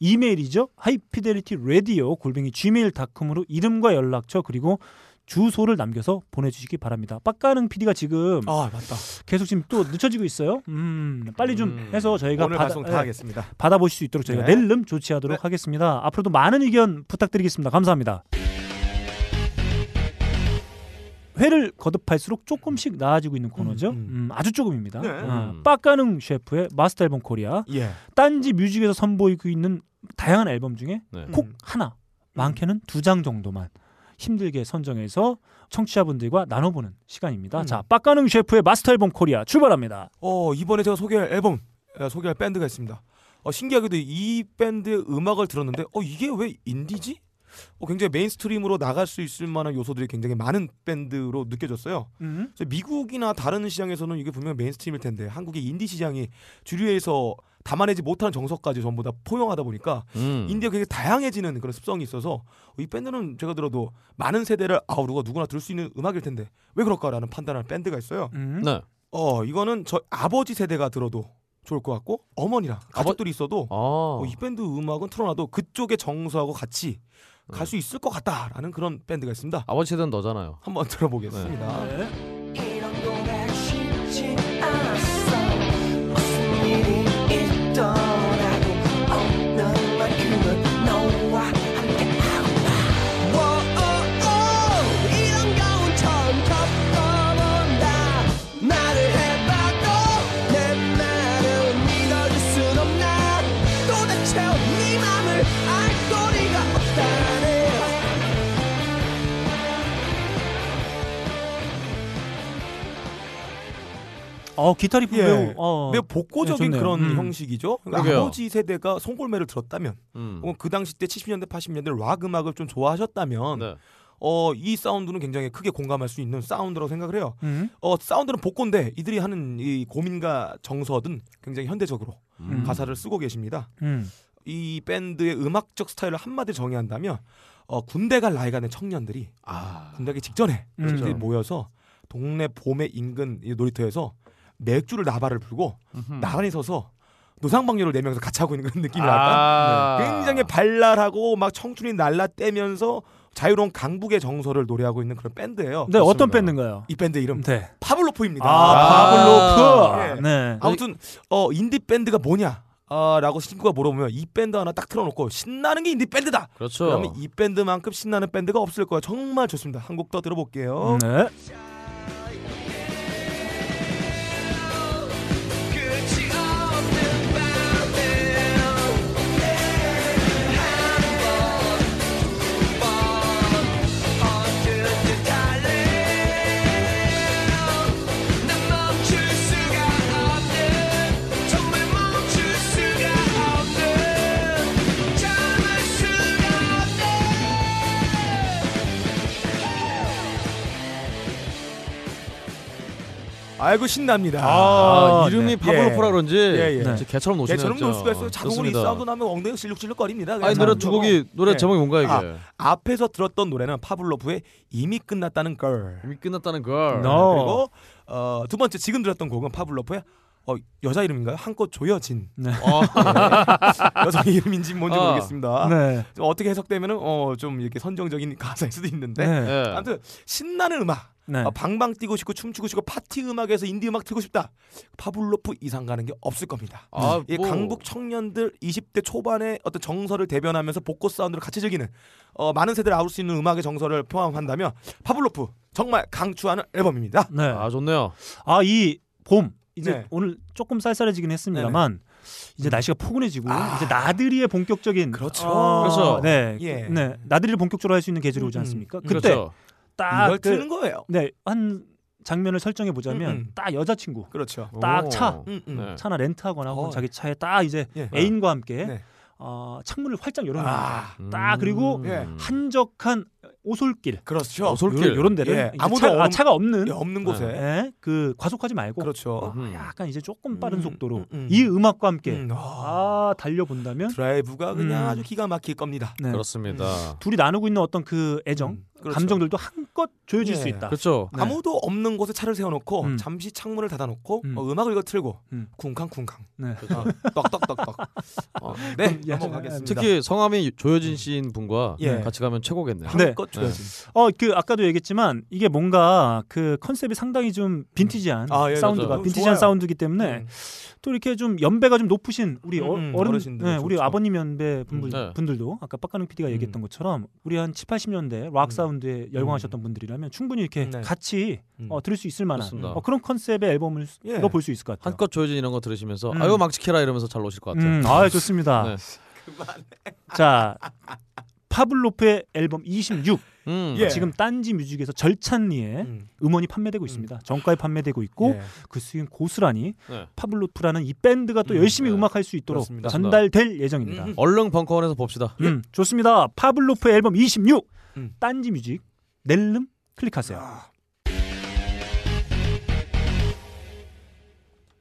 S1: 이메일이죠 하이피델리티 라디오 골뱅이 gmail.com으로 이름과 연락처 그리고 주소를 남겨서 보내주시기 바랍니다. 빡가는 PD가 지금
S3: 아 맞다.
S1: 계속 지금 또 늦춰지고 있어요. 음, 빨리 좀
S2: 음.
S1: 해서 저희가
S3: 오늘
S1: 받아-
S3: 방송
S1: 예,
S3: 다 하겠습니다.
S1: 받아보실 수 있도록 저희가
S3: 네.
S1: 낼름 조치하도록 하겠습니다. 앞으로도 많은 의견 부탁드리겠습니다. 감사합니다. 회를 거듭할수록 조금씩 나아지고 있는 코너죠.
S3: 음.
S1: 음, 아주 조금입니다.
S3: 네.
S1: 어,
S2: 음.
S1: 빡가능 셰프의 마스터 앨범 코리아.
S3: 예.
S1: 딴지 뮤직에서 선보이고 있는 다양한 앨범 중에
S2: 네.
S1: 꼭
S3: 음.
S1: 하나, 많게는 두 장 정도만 힘들게 선정해서 청취자분들과 나눠보는 시간입니다.
S3: 음.
S1: 자, 빡가능 셰프의 마스터 앨범 코리아 출발합니다.
S3: 어 이번에 제가 소개할 앨범 에, 소개할 밴드가 있습니다. 어, 신기하게도 이 밴드의 음악을 들었는데 어 이게 왜 인디지? 어, 굉장히 메인스트림으로 나갈 수 있을 만한 요소들이 굉장히 많은 밴드로 느껴졌어요.
S1: 음.
S3: 그래서 미국이나 다른 시장에서는 이게 분명 메인스트림일 텐데 한국의 인디 시장이 주류에서 담아내지 못하는 정서까지 전부 다 포용하다 보니까
S2: 음.
S3: 인디가 굉장히 다양해지는 그런 습성이 있어서 이 밴드는 제가 들어도 많은 세대를 아우르고 누구나 들을 수 있는 음악일 텐데 왜 그럴까라는 판단하는 밴드가 있어요.
S1: 음.
S2: 네.
S3: 어 이거는 저 아버지 세대가 들어도 좋을 것 같고 어머니랑 가족들이 있어도
S2: 아.
S3: 어, 이 밴드 음악은 틀어놔도 그쪽의 정서하고 같이
S2: 음.
S3: 갈 수 있을 것 같다라는 그런 밴드가 있습니다.
S2: 아버지 세대는 너잖아요.
S3: 한번 들어보겠습니다.
S2: 네.
S1: 네. 어 기타 리프
S3: 예.
S1: 매우 어,
S3: 매우 복고적인
S1: 네, 좋네요.
S3: 그런
S1: 음.
S3: 형식이죠. 그러니까
S2: 그러게요.
S3: 아버지 세대가 송골매를 들었다면,
S2: 음.
S3: 혹은 그 당시 때 70년대 80년대 락 음악을 좀 좋아하셨다면,
S2: 네.
S3: 어, 이 사운드는 굉장히 크게 공감할 수 있는 사운드라고 생각을 해요.
S1: 음.
S3: 어, 사운드는 복고인데 이들이 하는 이 고민과 정서든 굉장히 현대적으로
S1: 음.
S3: 가사를 쓰고 계십니다.
S1: 음.
S3: 이 밴드의 음악적 스타일을 한마디 정의한다면 어, 군대 갈 나이가 된 청년들이
S2: 아.
S3: 군대기 직전에
S1: 음.
S3: 친구들이 모여서 동네 봄의 인근 이 놀이터에서 맥주를 나발을 불고 나란히 서서 노상방뇨를 네 명이서 같이 하고 있는 그런 느낌이랄까.
S2: 아.
S3: 굉장히 발랄하고 막 청춘이 날라떼면서 자유로운 강북의 정서를 노래하고 있는 그런 밴드예요.
S1: 네 어떤 밴드인가요?
S3: 이 밴드 이름
S1: 네.
S2: 아,
S3: 파블로프입니다.
S1: 아,
S3: 예.
S1: 바블로프. 네.
S3: 아무튼 어 인디 밴드가 뭐냐? 아, 라고 친구가 물어보면 이 밴드 하나 딱 틀어놓고 신나는 게 인디 밴드다.
S2: 그렇죠.
S3: 그러면 이 밴드만큼 신나는 밴드가 없을 거야. 정말 좋습니다. 한 곡 더
S2: 음.
S3: 들어볼게요.
S1: 네.
S3: 아이고 신납니다.
S2: 아,
S1: 네.
S2: 이름이 바블로프라 그런지
S3: 어, 예, 예.
S2: 진짜
S1: 네.
S2: 개처럼 노시네요.
S3: 저런
S2: 진짜.
S3: 노수가 있어요. 자궁을 이
S2: 좋습니다.
S3: 사운드 나면 엉덩이 실룩실룩 거립니다.
S2: 아이 노래 두 곡이 노래
S3: 예.
S2: 제목이 뭔가 이게
S3: 아. 앞에서 들었던 노래는 파블로프의 이미 끝났다는 걸.
S2: 이미 끝났다는 걸.
S1: No. 어.
S3: 아, 그리고 어, 두 번째 지금 들었던 곡은 파블로프의 어, 여자 이름인가요? 한껏 조여진 네.
S2: 어.
S3: 여성 이름인지 뭔지
S2: 아.
S3: 모르겠습니다.
S1: 어. 네.
S3: 좀 어떻게 해석되면은 어, 좀 이렇게 선정적인 가사일 수도 있는데
S1: 네.
S2: 예.
S3: 아무튼 신나는 음악
S1: 네.
S3: 어, 방방 뛰고 싶고 춤추고 싶고 파티 음악에서 인디 음악 틀고 싶다 파블로프 이상 가는 게 없을 겁니다
S2: 아,
S3: 이
S2: 뭐.
S3: 강북 청년들 20대 초반의 어떤 정서를 대변하면서 복고 사운드를 같이 즐기는 어, 많은 세대를 아울 수 있는 음악의 정서를 포함한다면 파블로프 정말 강추하는 앨범입니다
S1: 네.
S2: 아 좋네요.
S1: 아 이 봄 이제
S3: 네.
S1: 오늘 조금 쌀쌀해지긴 했습니다만 이제 날씨가 포근해지고 이제 나들이의 본격적인
S3: 아. 그렇죠.
S1: 아,
S2: 그렇죠.
S1: 네,
S3: 예.
S1: 네 나들이를 본격적으로 할 수 있는 계절이 오지
S3: 음,
S1: 않습니까?
S3: 음.
S1: 그때
S2: 그렇죠.
S1: 딱
S3: 이걸 트는
S1: 그,
S3: 아, 거예요
S1: 네, 한 장면을 설정해 보자면
S3: 음, 음.
S1: 딱 여자친구
S3: 그렇죠
S1: 딱
S2: 오.
S1: 차.
S3: 음, 음.
S2: 네.
S1: 차나 렌트하거나 혹은
S3: 어.
S1: 자기 차에 딱 이제
S3: 예.
S1: 애인과 함께
S3: 네.
S1: 어, 창문을 활짝 열어놓는
S3: 아,
S1: 딱 그리고
S2: 음.
S3: 예.
S1: 한적한 어, 오솔길
S3: 그렇죠
S2: 오솔길.
S1: 요런, 요런 데를
S3: 예,
S1: 이제
S3: 아무도
S1: 차,
S3: 없-
S1: 가 없는
S3: 없는 곳에
S1: 예, 그 과속하지 말고
S3: 그렇죠
S2: 음.
S1: 약간 이제 조금 빠른
S3: 음,
S1: 속도로
S3: 음, 음.
S1: 이 음악과 어, 함께
S3: 음, 아,
S1: 아 달려본다면
S3: 드라이브가 그냥
S1: 음.
S3: 아주 기가 막힐 겁니다
S1: 네.
S2: 그렇습니다.
S1: 둘이 나누고 있는 어떤 그 애정
S3: 음, 그렇죠.
S1: 감정들도 한껏 조여질
S3: 예.
S1: 수 있다.
S2: 그렇죠.
S1: 네.
S3: 아무도 없는 곳에 차를 세워놓고
S1: 음.
S3: 잠시 창문을 닫아놓고
S1: 음.
S3: 음. 어, 음악을 이거 틀고
S1: 음.
S3: 쿵쾅쿵쾅
S1: 네.
S3: 어, 떡떡떡떡
S2: 어.
S3: 네
S1: 예.
S3: 넘어가겠습니다 음.
S2: 특히 성함이 조여진 씨인 분과
S3: 예.
S2: 같이 가면 최고겠네요.
S3: 한껏
S2: 네.
S3: 줘야지
S1: 어그 아까도 얘기했지만 이게 뭔가 그 컨셉이 상당히 좀 빈티지한
S3: 아, 예,
S1: 사운드가
S3: 맞아요.
S1: 빈티지한
S3: 좋아요.
S1: 사운드기 때문에
S3: 음.
S1: 또 이렇게 좀 연배가 좀 높으신 우리 어,
S3: 음, 음,
S1: 어른
S3: 어르신들,
S1: 네, 우리
S3: 좋죠.
S1: 아버님 연배 분들,
S2: 음, 네.
S1: 분들도 아까 빡가능 PD가
S3: 음.
S1: 얘기했던 것처럼 우리 한 7, 80년대 락
S3: 음.
S1: 사운드에 열광하셨던 분들이라면 충분히 이렇게
S3: 네.
S1: 같이
S3: 음.
S1: 어, 들을 수 있을 만한
S2: 그렇습니다.
S1: 어, 그런 컨셉의 앨범을
S3: 예.
S1: 로 볼 수 있을 것 같아요.
S2: 한껏 조여진 이런 거 들으시면서
S1: 음.
S3: 음.
S2: 네.
S1: 아,
S2: 아유 망치키라 이러면서 잘 노실 것 같아요.
S1: 음, 아 좋습니다.
S2: 네.
S1: 자 파블로프의 앨범 26
S2: 음.
S3: 예.
S1: 지금 딴지 뮤직에서 절찬리에
S3: 음.
S1: 음원이 판매되고 있습니다. 정가에 판매되고 있고
S3: 예.
S1: 그 수익 고스란히
S2: 네.
S1: 파블로프라는 이 밴드가 또
S3: 음,
S1: 열심히
S2: 네.
S1: 음악할 수 있도록
S3: 그렇습니다.
S1: 전달될 예정입니다.
S3: 음.
S2: 얼른 벙커원에서 봅시다.
S1: 음, 좋습니다. 파블로프 앨범 26
S3: 음.
S1: 딴지 뮤직 낼름 클릭하세요.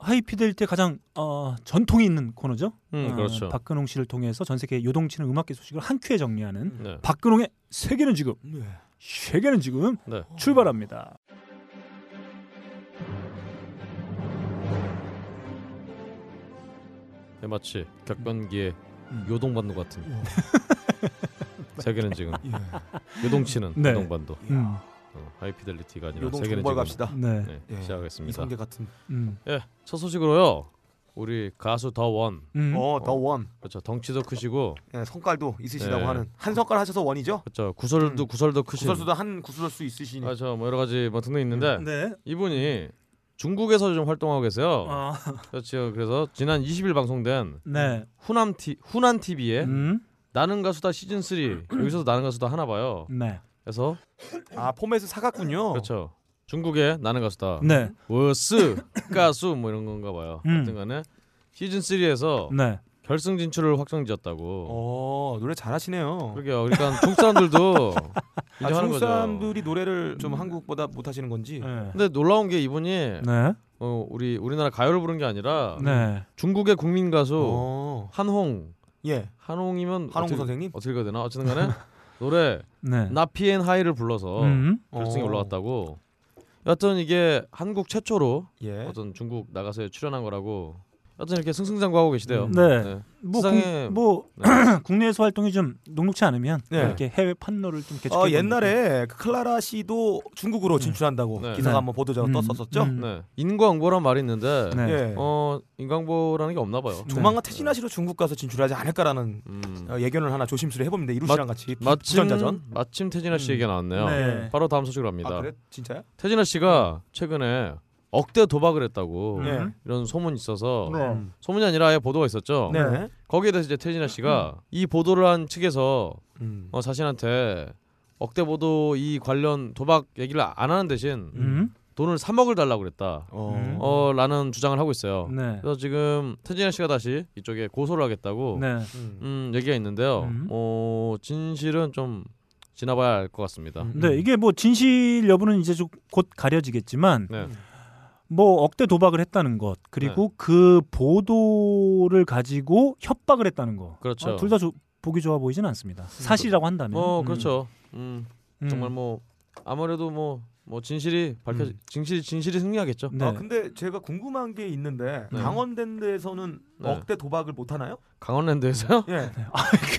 S1: 하이피델리티의 가장 어, 전통이 있는 코너죠.
S2: 음,
S1: 어,
S2: 그렇죠.
S1: 박근홍 씨를 통해서 전 세계 요동치는 음악계 소식을 한 큐에 정리하는
S3: 음.
S2: 네.
S1: 박근홍의 세계는 지금
S3: 네.
S1: 세계는 지금
S2: 네.
S1: 출발합니다.
S2: 네, 마치 격변기에
S3: 음.
S2: 요동반도 같은. 세계는 지금
S3: 예.
S1: 아,
S2: 요동치는
S1: 네.
S2: 요동반도.
S1: 음,
S2: 어, 하이피델리티가 아니라
S3: 요동
S2: 세계는
S3: 정벌
S2: 지금.
S3: 갑시다.
S1: 네.
S2: 네,
S3: 예.
S2: 시작하겠습니다.
S3: 이성계 같은.
S1: 음,
S2: 예, 첫 소식으로요. 우리 가수 더원
S1: 음.
S3: 어, 더 원.
S2: 그렇죠. 덩치도 크시고
S3: 예, 성깔도 있으시다고
S2: 네.
S3: 하는 한 성깔 하셔서 원이죠.
S2: 그렇죠. 구설도
S3: 음.
S2: 구설도 크신.
S3: 구설수도 음. 한 구설수 있으시니.
S2: 아, 저뭐 여러 가지 뭐 등등 있는데
S1: 네.
S2: 이분이 중국에서 좀 활동하고 계세요.
S1: 아,
S2: 그렇죠. 그래서 지난 20일 방송된
S1: 네.
S2: 후남 티 후난 TV의
S1: 음,
S2: 나는 가수다 시즌 3 여기서도 나는 가수다 하나 봐요.
S1: 네.
S2: 그래서
S3: 아, 포맷을 사갔군요.
S2: 네. 그렇죠. 중국의 나는 가수다.
S3: 음.
S1: 네.
S2: 워스 가수 뭐 이런 건가 봐요.
S1: 음.
S2: 하여튼간에 시즌 3에서
S1: 네.
S2: 결승 진출을 확정지었다고.
S3: 어, 노래 잘하시네요.
S2: 그러게요. 그러니까 중국 사람들도
S3: 아,
S2: 인정하는
S3: 중국
S2: 거죠. 음.
S3: 사람들이 노래를 좀 한국보다 못 하시는 건지. 어,
S1: 네.
S2: 근데 놀라운 게 이분이
S1: 네.
S2: 어, 우리 우리나라 가요를 부른 게 아니라
S1: 네.
S2: 중국의 국민 가수
S3: 어.
S2: 한홍
S3: 예.
S2: 한홍이면
S3: 한홍
S2: 어떻게,
S3: 선생님?
S2: 어떻게 해야 되나 어쨌든간에 노래
S1: 네.
S2: 나피엔 하이를 불러서
S1: 음.
S2: 결승에
S3: 어.
S2: 올라왔다고. 여하튼 이게 한국 최초로
S3: 예.
S2: 어떤 중국 나가서에 출연한 거라고. 여하튼 이렇게 승승장구하고 계시대요.
S1: 음. 네. 뭐,
S2: 세상에- 네.
S1: 국, 뭐 국내에서 활동이 좀 녹록치 않으면
S3: 네.
S1: 이렇게 해외 판로를 좀 개척해
S3: 어,
S1: 보는
S3: 옛날에 그 클라라 씨도 중국으로 진출한다고
S2: 네.
S3: 기사가
S1: 네.
S3: 한번 보도자로
S1: 음,
S3: 떴었었죠.
S1: 음.
S2: 네. 인과응보란 말이 있는데
S1: 거죠. 네.
S3: 예.
S2: 어 인과응보라는 게 없나 봐요.
S3: 조만간 태진아 씨도 중국 가서 진출하지 않을까라는
S2: 음.
S3: 어, 예견을 하나 조심스레 해봅니다. 이루 씨랑 같이 부-
S2: 마침
S3: 부전자전. 음.
S2: 마침 태진아 씨 얘기가 나왔네요.
S1: 네.
S2: 바로 다음 소식으로 합니다.
S3: 아 그래 진짜야?
S2: 태진아 씨가 최근에 억대 도박을 했다고
S1: 음.
S3: 네.
S2: 이런 소문이 있어서
S3: 음.
S2: 소문이 아니라 아예 보도가 있었죠.
S3: 네.
S2: 거기에 대해서 이제 태진아
S1: 음.
S2: 씨가 이 보도를 한 측에서
S3: 음.
S2: 어, 자신한테 억대 보도 이 관련 도박 얘기를 안 하는 대신
S1: 음.
S2: 돈을 3억을 달라고 그랬다.
S3: 어.
S1: 음.
S2: 어, 라는 주장을 하고 있어요.
S1: 네.
S2: 그래서 지금 태진아 씨가 다시 이쪽에 고소를 하겠다고
S1: 네.
S3: 음.
S2: 어. 음, 얘기가 있는데요.
S1: 음.
S2: 어, 진실은 좀 지나봐야 알 것 같습니다.
S3: 음.
S1: 네, 이게 뭐 진실 여부는 이제 좀곧 가려지겠지만
S2: 네.
S1: 뭐 억대 도박을 했다는 것 그리고 그 보도를 가지고 협박을 했다는 거.
S2: 그렇죠.
S1: 아, 둘 다 보기 좋아 보이진 않습니다. 사실이라고 한다면.
S2: 뭐
S1: 음.
S2: 그렇죠. 음,
S1: 음.
S2: 정말 뭐 아무래도 뭐, 뭐 진실이 밝혀
S1: 음.
S2: 진실이 진실이 승리하겠죠.
S1: 네.
S3: 아 근데 제가 궁금한 게 있는데
S2: 네.
S3: 강원랜드에서는
S2: 네.
S3: 억대 도박을 못 하나요?
S2: 강원랜드에서요?
S3: 예.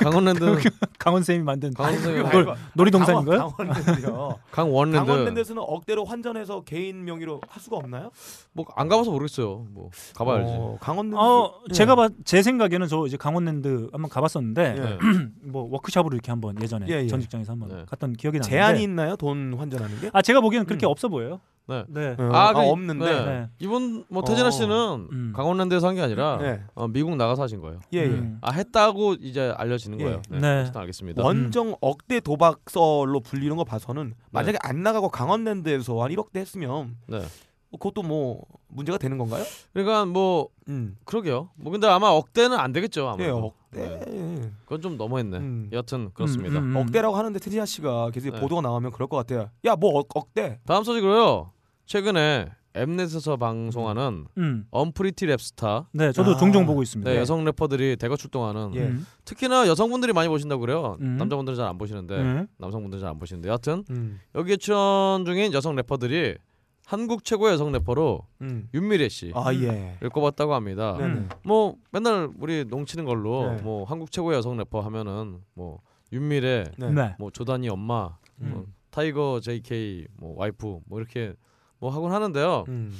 S2: 강원랜드
S1: 강원 쌤이 만든
S2: 강원랜드
S1: 그걸 놀이동산인가요?
S3: 강원랜드요.
S2: 강원랜드
S3: 강원랜드에서는 억대로 환전해서 개인 명의로 할 수가 없나요?
S2: 뭐 안 가봐서 모르겠어요. 뭐 가봐야지.
S3: 어, 강원랜드.
S1: 어,
S3: 예.
S1: 제가 봐, 제 생각에는 저 이제 강원랜드 한번 가봤었는데
S2: 네.
S1: 뭐 워크숍으로 이렇게 한번 예전에
S3: 예, 예.
S1: 전 직장에서 한번
S2: 네.
S1: 갔던 기억이 나는데
S3: 제한이 있나요? 돈 환전하는 게?
S1: 아 제가 보기에는 그렇게
S3: 음.
S1: 없어 보여요.
S2: 네.
S1: 네.
S3: 어,
S2: 아,
S3: 아,
S2: 그-
S3: 없는데.
S2: 네.
S1: 네.
S2: 이분 뭐
S3: 어.
S2: 태진아 씨는
S1: 음.
S2: 강원랜드에서 한 게 아니라
S3: 네.
S2: 어, 미국 나가서 하신 거예요.
S3: 예, 예.
S1: 음.
S2: 아 했다고 이제 알려지는
S3: 예. 뭐?
S2: 거예요. 네.
S1: 네.
S2: 어쨌든
S3: 음.
S2: 알겠습니다.
S3: 원정 억대 도박설로 불리는 거 봐서는 만약에 안 나가고 강원랜드에서 한 1억대 했으면
S2: 네.
S3: 그것도 뭐 문제가 되는 건가요?
S2: 그러니까 뭐
S3: 음.
S2: 그러게요. 뭐 근데 아마 억대는 안 되겠죠. 아마.
S3: 예, 억대.
S2: 네. 그건 좀 너무했네.
S3: 음.
S2: 여하튼 그렇습니다.
S1: 음, 음, 음.
S3: 억대라고 하는데 태진아 씨가 계속
S2: 네.
S3: 보도가 나오면 그럴 것 같아요. 야, 뭐 억, 억대.
S2: 다음 소식으로요. 최근에 엠넷에서 방송하는
S1: 음.
S2: 언프리티 랩스타
S1: 네, 저도
S3: 아.
S1: 종종 보고 있습니다.
S2: 네, 여성 래퍼들이 대거 출동하는
S3: 예.
S1: 음.
S2: 특히나 여성분들이 많이 보신다고 그래요.
S1: 음.
S2: 남자분들은 잘 안 보시는데
S1: 음.
S2: 남성분들은 잘 안 보시는데 여하튼
S3: 음.
S2: 여기에 출연 중인 여성 래퍼들이 한국 최고의 여성 래퍼로
S3: 음.
S2: 윤미래 씨를
S3: 아, 예.
S2: 꼽았다고 합니다.
S3: 네.
S1: 음.
S2: 뭐 맨날 우리 농치는 걸로
S3: 네.
S2: 뭐 한국 최고의 여성 래퍼 하면은 뭐 윤미래,
S3: 네.
S1: 네.
S2: 뭐 조단이 엄마, 뭐
S3: 음.
S2: 타이거 JK, 뭐 와이프 뭐 이렇게 뭐 하곤 하는데요.
S3: 음.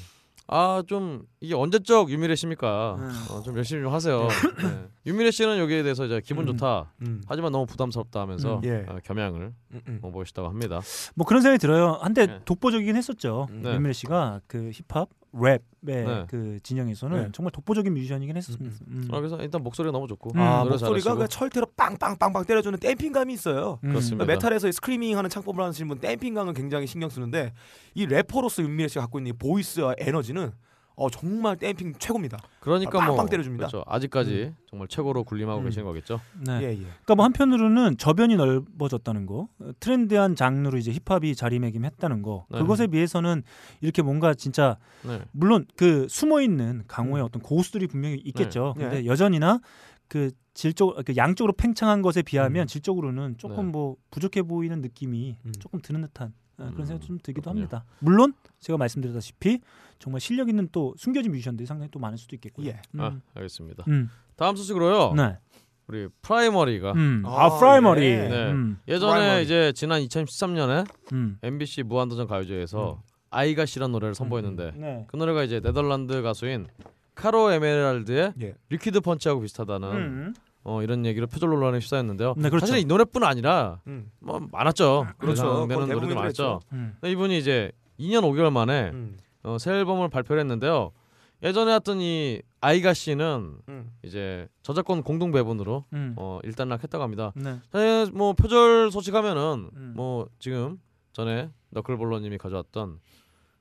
S2: 아 좀 이게 언제적 유미래 씨입니까?
S3: 음.
S2: 어, 좀 열심히 좀 하세요. 네. 유미래 씨는 여기에 대해서 이제 기분
S1: 음.
S2: 좋다.
S3: 음.
S2: 하지만 너무 부담스럽다 하면서
S3: 음, 예.
S2: 어, 겸양을
S3: 음, 음.
S2: 어, 보시다고 합니다.
S1: 뭐 그런 생각이 들어요. 한데
S2: 네.
S1: 독보적이긴 했었죠.
S2: 네.
S1: 윤미래 씨가 그 힙합 랩의
S2: 네.
S1: 그 진영에서는
S3: 네.
S1: 정말 독보적인 뮤지션이긴 했습니다. 음.
S2: 아, 그래서 일단 목소리가 너무 좋고
S1: 음.
S3: 아,
S2: 노래
S3: 목소리가
S2: 잘하시고.
S3: 그 철퇴로 빵빵빵빵 때려주는 댐핑감이 있어요.
S1: 음.
S2: 그렇습니다.
S3: 그러니까 메탈에서 이 스크리밍하는 창법을 하시는 분 댐핑감은 굉장히 신경 쓰는데 이 래퍼로서 윤미래 씨가 갖고 있는 이 보이스와 에너지는 어 정말 댐핑 최고입니다.
S2: 그러니까
S3: 빵빵
S2: 뭐
S3: 때려줍니다. 음.
S2: 그렇죠. 아직까지 정말 최고로 군림하고
S1: 음.
S2: 계시는 거겠죠.
S1: 네.
S3: 예 예.
S1: 그러니까 뭐 한편으로는 저변이 넓어졌다는 거, 어, 트렌디한 장르로 이제 힙합이 자리매김했다는 거,
S2: 네.
S1: 그것에 비해서는 이렇게 뭔가 진짜
S2: 네.
S1: 물론 그 숨어 있는
S2: 음.
S1: 강호의 어떤 고수들이 분명히 있겠죠.
S3: 네.
S1: 근데 여전히나 그 질적 그 양쪽으로 팽창한 것에 비하면 질적으로는 조금
S2: 음. 네.
S1: 뭐 부족해 보이는 느낌이
S3: 음.
S1: 조금 드는 듯한 아, 그런
S2: 음,
S1: 생각 이좀 들기도
S2: 그렇군요.
S1: 합니다. 물론 제가 말씀드렸다시피 정말 실력 있는 또 숨겨진 뮤지션들이 상당히 또 많을 수도 있겠고요.
S3: 예.
S1: 음.
S2: 아, 알겠습니다.
S1: 음.
S2: 다음 소식으로요.
S1: 네.
S2: 우리 프라이머리가
S1: 음.
S3: 아,
S1: 아, 프라이머리.
S3: 예.
S2: 네.
S1: 음.
S2: 예전에 네.
S3: 프라이머리.
S2: 이제 지난 2013년에
S1: 음.
S2: MBC 무한도전
S3: 음.
S2: 가요제에서 아이가 싫은 노래를 선보였는데
S1: 네.
S2: 그 노래가 이제 네덜란드 가수인 카로 에메랄드의
S3: 예.
S2: 리퀴드 펀치하고 비슷하다는
S1: 음.
S2: 어, 이런 얘기로 표절 논란에 휩싸였는데요.
S1: 네, 그렇죠.
S2: 아, 사실 이 노래뿐 아니라
S3: 음.
S2: 뭐 많았죠.
S3: 그렇죠.
S2: 되는
S3: 그건
S2: 노래도
S3: 대부분
S2: 많았죠.
S1: 음.
S2: 근데 이분이 이제 2년 5개월 만에
S3: 음.
S2: 어, 새 앨범을 발표를 했는데요. 예전에 했던 이 아이가 씨는
S3: 음.
S2: 이제 저작권 공동 배분으로
S1: 음.
S2: 어, 일단락했다고 합니다.
S1: 네.
S2: 사실 뭐 표절 소식하면은
S1: 음.
S2: 뭐 지금 전에 너클볼러님이 가져왔던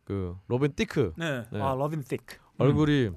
S2: 그 로빈
S3: 음.
S2: 티크
S1: 네.
S2: 네.
S1: 아, 러빈 틱.
S2: 얼굴이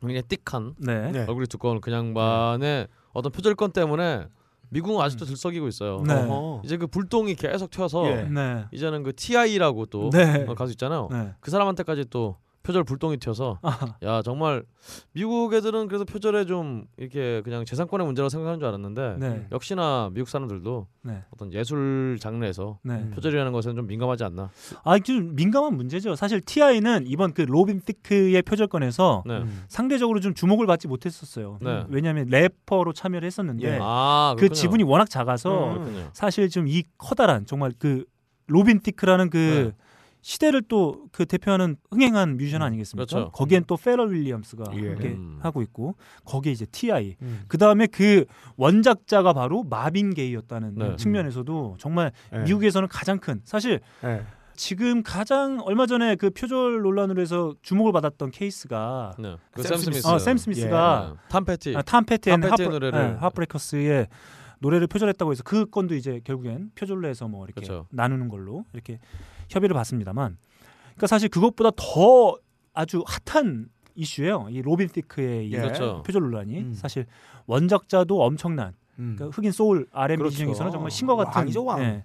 S2: 굉장히 띡한
S1: 네.
S3: 네.
S2: 얼굴이 두꺼운 그 양반의 어떤 표절권 때문에 미국은 아직도 들썩이고 있어요.
S1: 네.
S3: 어허.
S2: 이제 그 불똥이 계속 튀어서
S3: 예.
S1: 네.
S2: 이제는 그 TI라고 또
S1: 네.
S2: 어, 가수 있잖아요.
S1: 네.
S2: 그 사람한테까지 또 표절 불똥이 튀어서
S1: 아,
S2: 야 정말 미국 애들은 그래서 표절에 좀 이렇게 그냥 재산권의 문제라고 생각하는 줄 알았는데
S1: 네.
S2: 역시나 미국 사람들도
S1: 네.
S2: 어떤 예술 장르에서
S1: 네.
S2: 표절이라는 것에는 좀 민감하지 않나.
S1: 아, 좀 민감한 문제죠. 사실 TI는 이번 그 로빈 티크의 표절권에서
S2: 네.
S3: 음.
S1: 상대적으로 좀 주목을 받지 못했었어요.
S2: 네.
S1: 왜냐하면 래퍼로 참여를 했었는데
S3: 예.
S2: 아,
S1: 그
S2: 그렇군요.
S1: 지분이 워낙 작아서
S3: 음.
S2: 그렇군요.
S1: 사실 좀 이 커다란 정말 그 로빈 티크라는 그
S2: 네.
S1: 시대를 또 그 대표하는 흥행한 뮤지션 아니겠습니까?
S2: 그렇죠.
S1: 거기엔 또 페럴 윌리엄스가
S3: 예.
S1: 함께
S2: 음.
S1: 하고 있고 거기에 이제 TI
S3: 음.
S1: 그 다음에 그 원작자가 바로 마빈 게이였다는
S2: 네.
S1: 측면에서도 정말
S3: 예.
S1: 미국에서는 가장 큰 사실
S3: 예.
S1: 지금 가장 얼마 전에 그 표절 논란으로 해서 주목을 받았던 케이스가
S2: 네. 그
S3: 샘
S2: 샘 스미스.
S3: 스미스.
S1: 어, 음. 샘 스미스가
S2: 네. 탐 패티.
S1: 아, 탐 패티의
S2: 탐 패티의 노래를.
S1: 하프레커스의 노래를 표절했다고 해서 그 건도 이제 결국엔 표절로 해서 뭐 이렇게
S2: 그렇죠.
S1: 나누는 걸로 이렇게 협의를 받습니다만 그러니까 사실 그것보다 더 아주 핫한 이슈예요. 이 로빈 티크의 이
S3: 예.
S2: 그렇죠.
S1: 표절 논란이
S3: 음.
S1: 사실 원작자도 엄청난
S3: 음.
S1: 그러니까 흑인 소울 R&B
S3: 그렇죠.
S1: 진영에서는 정말 신과 같은
S3: 왕이죠, 왕.
S1: 예,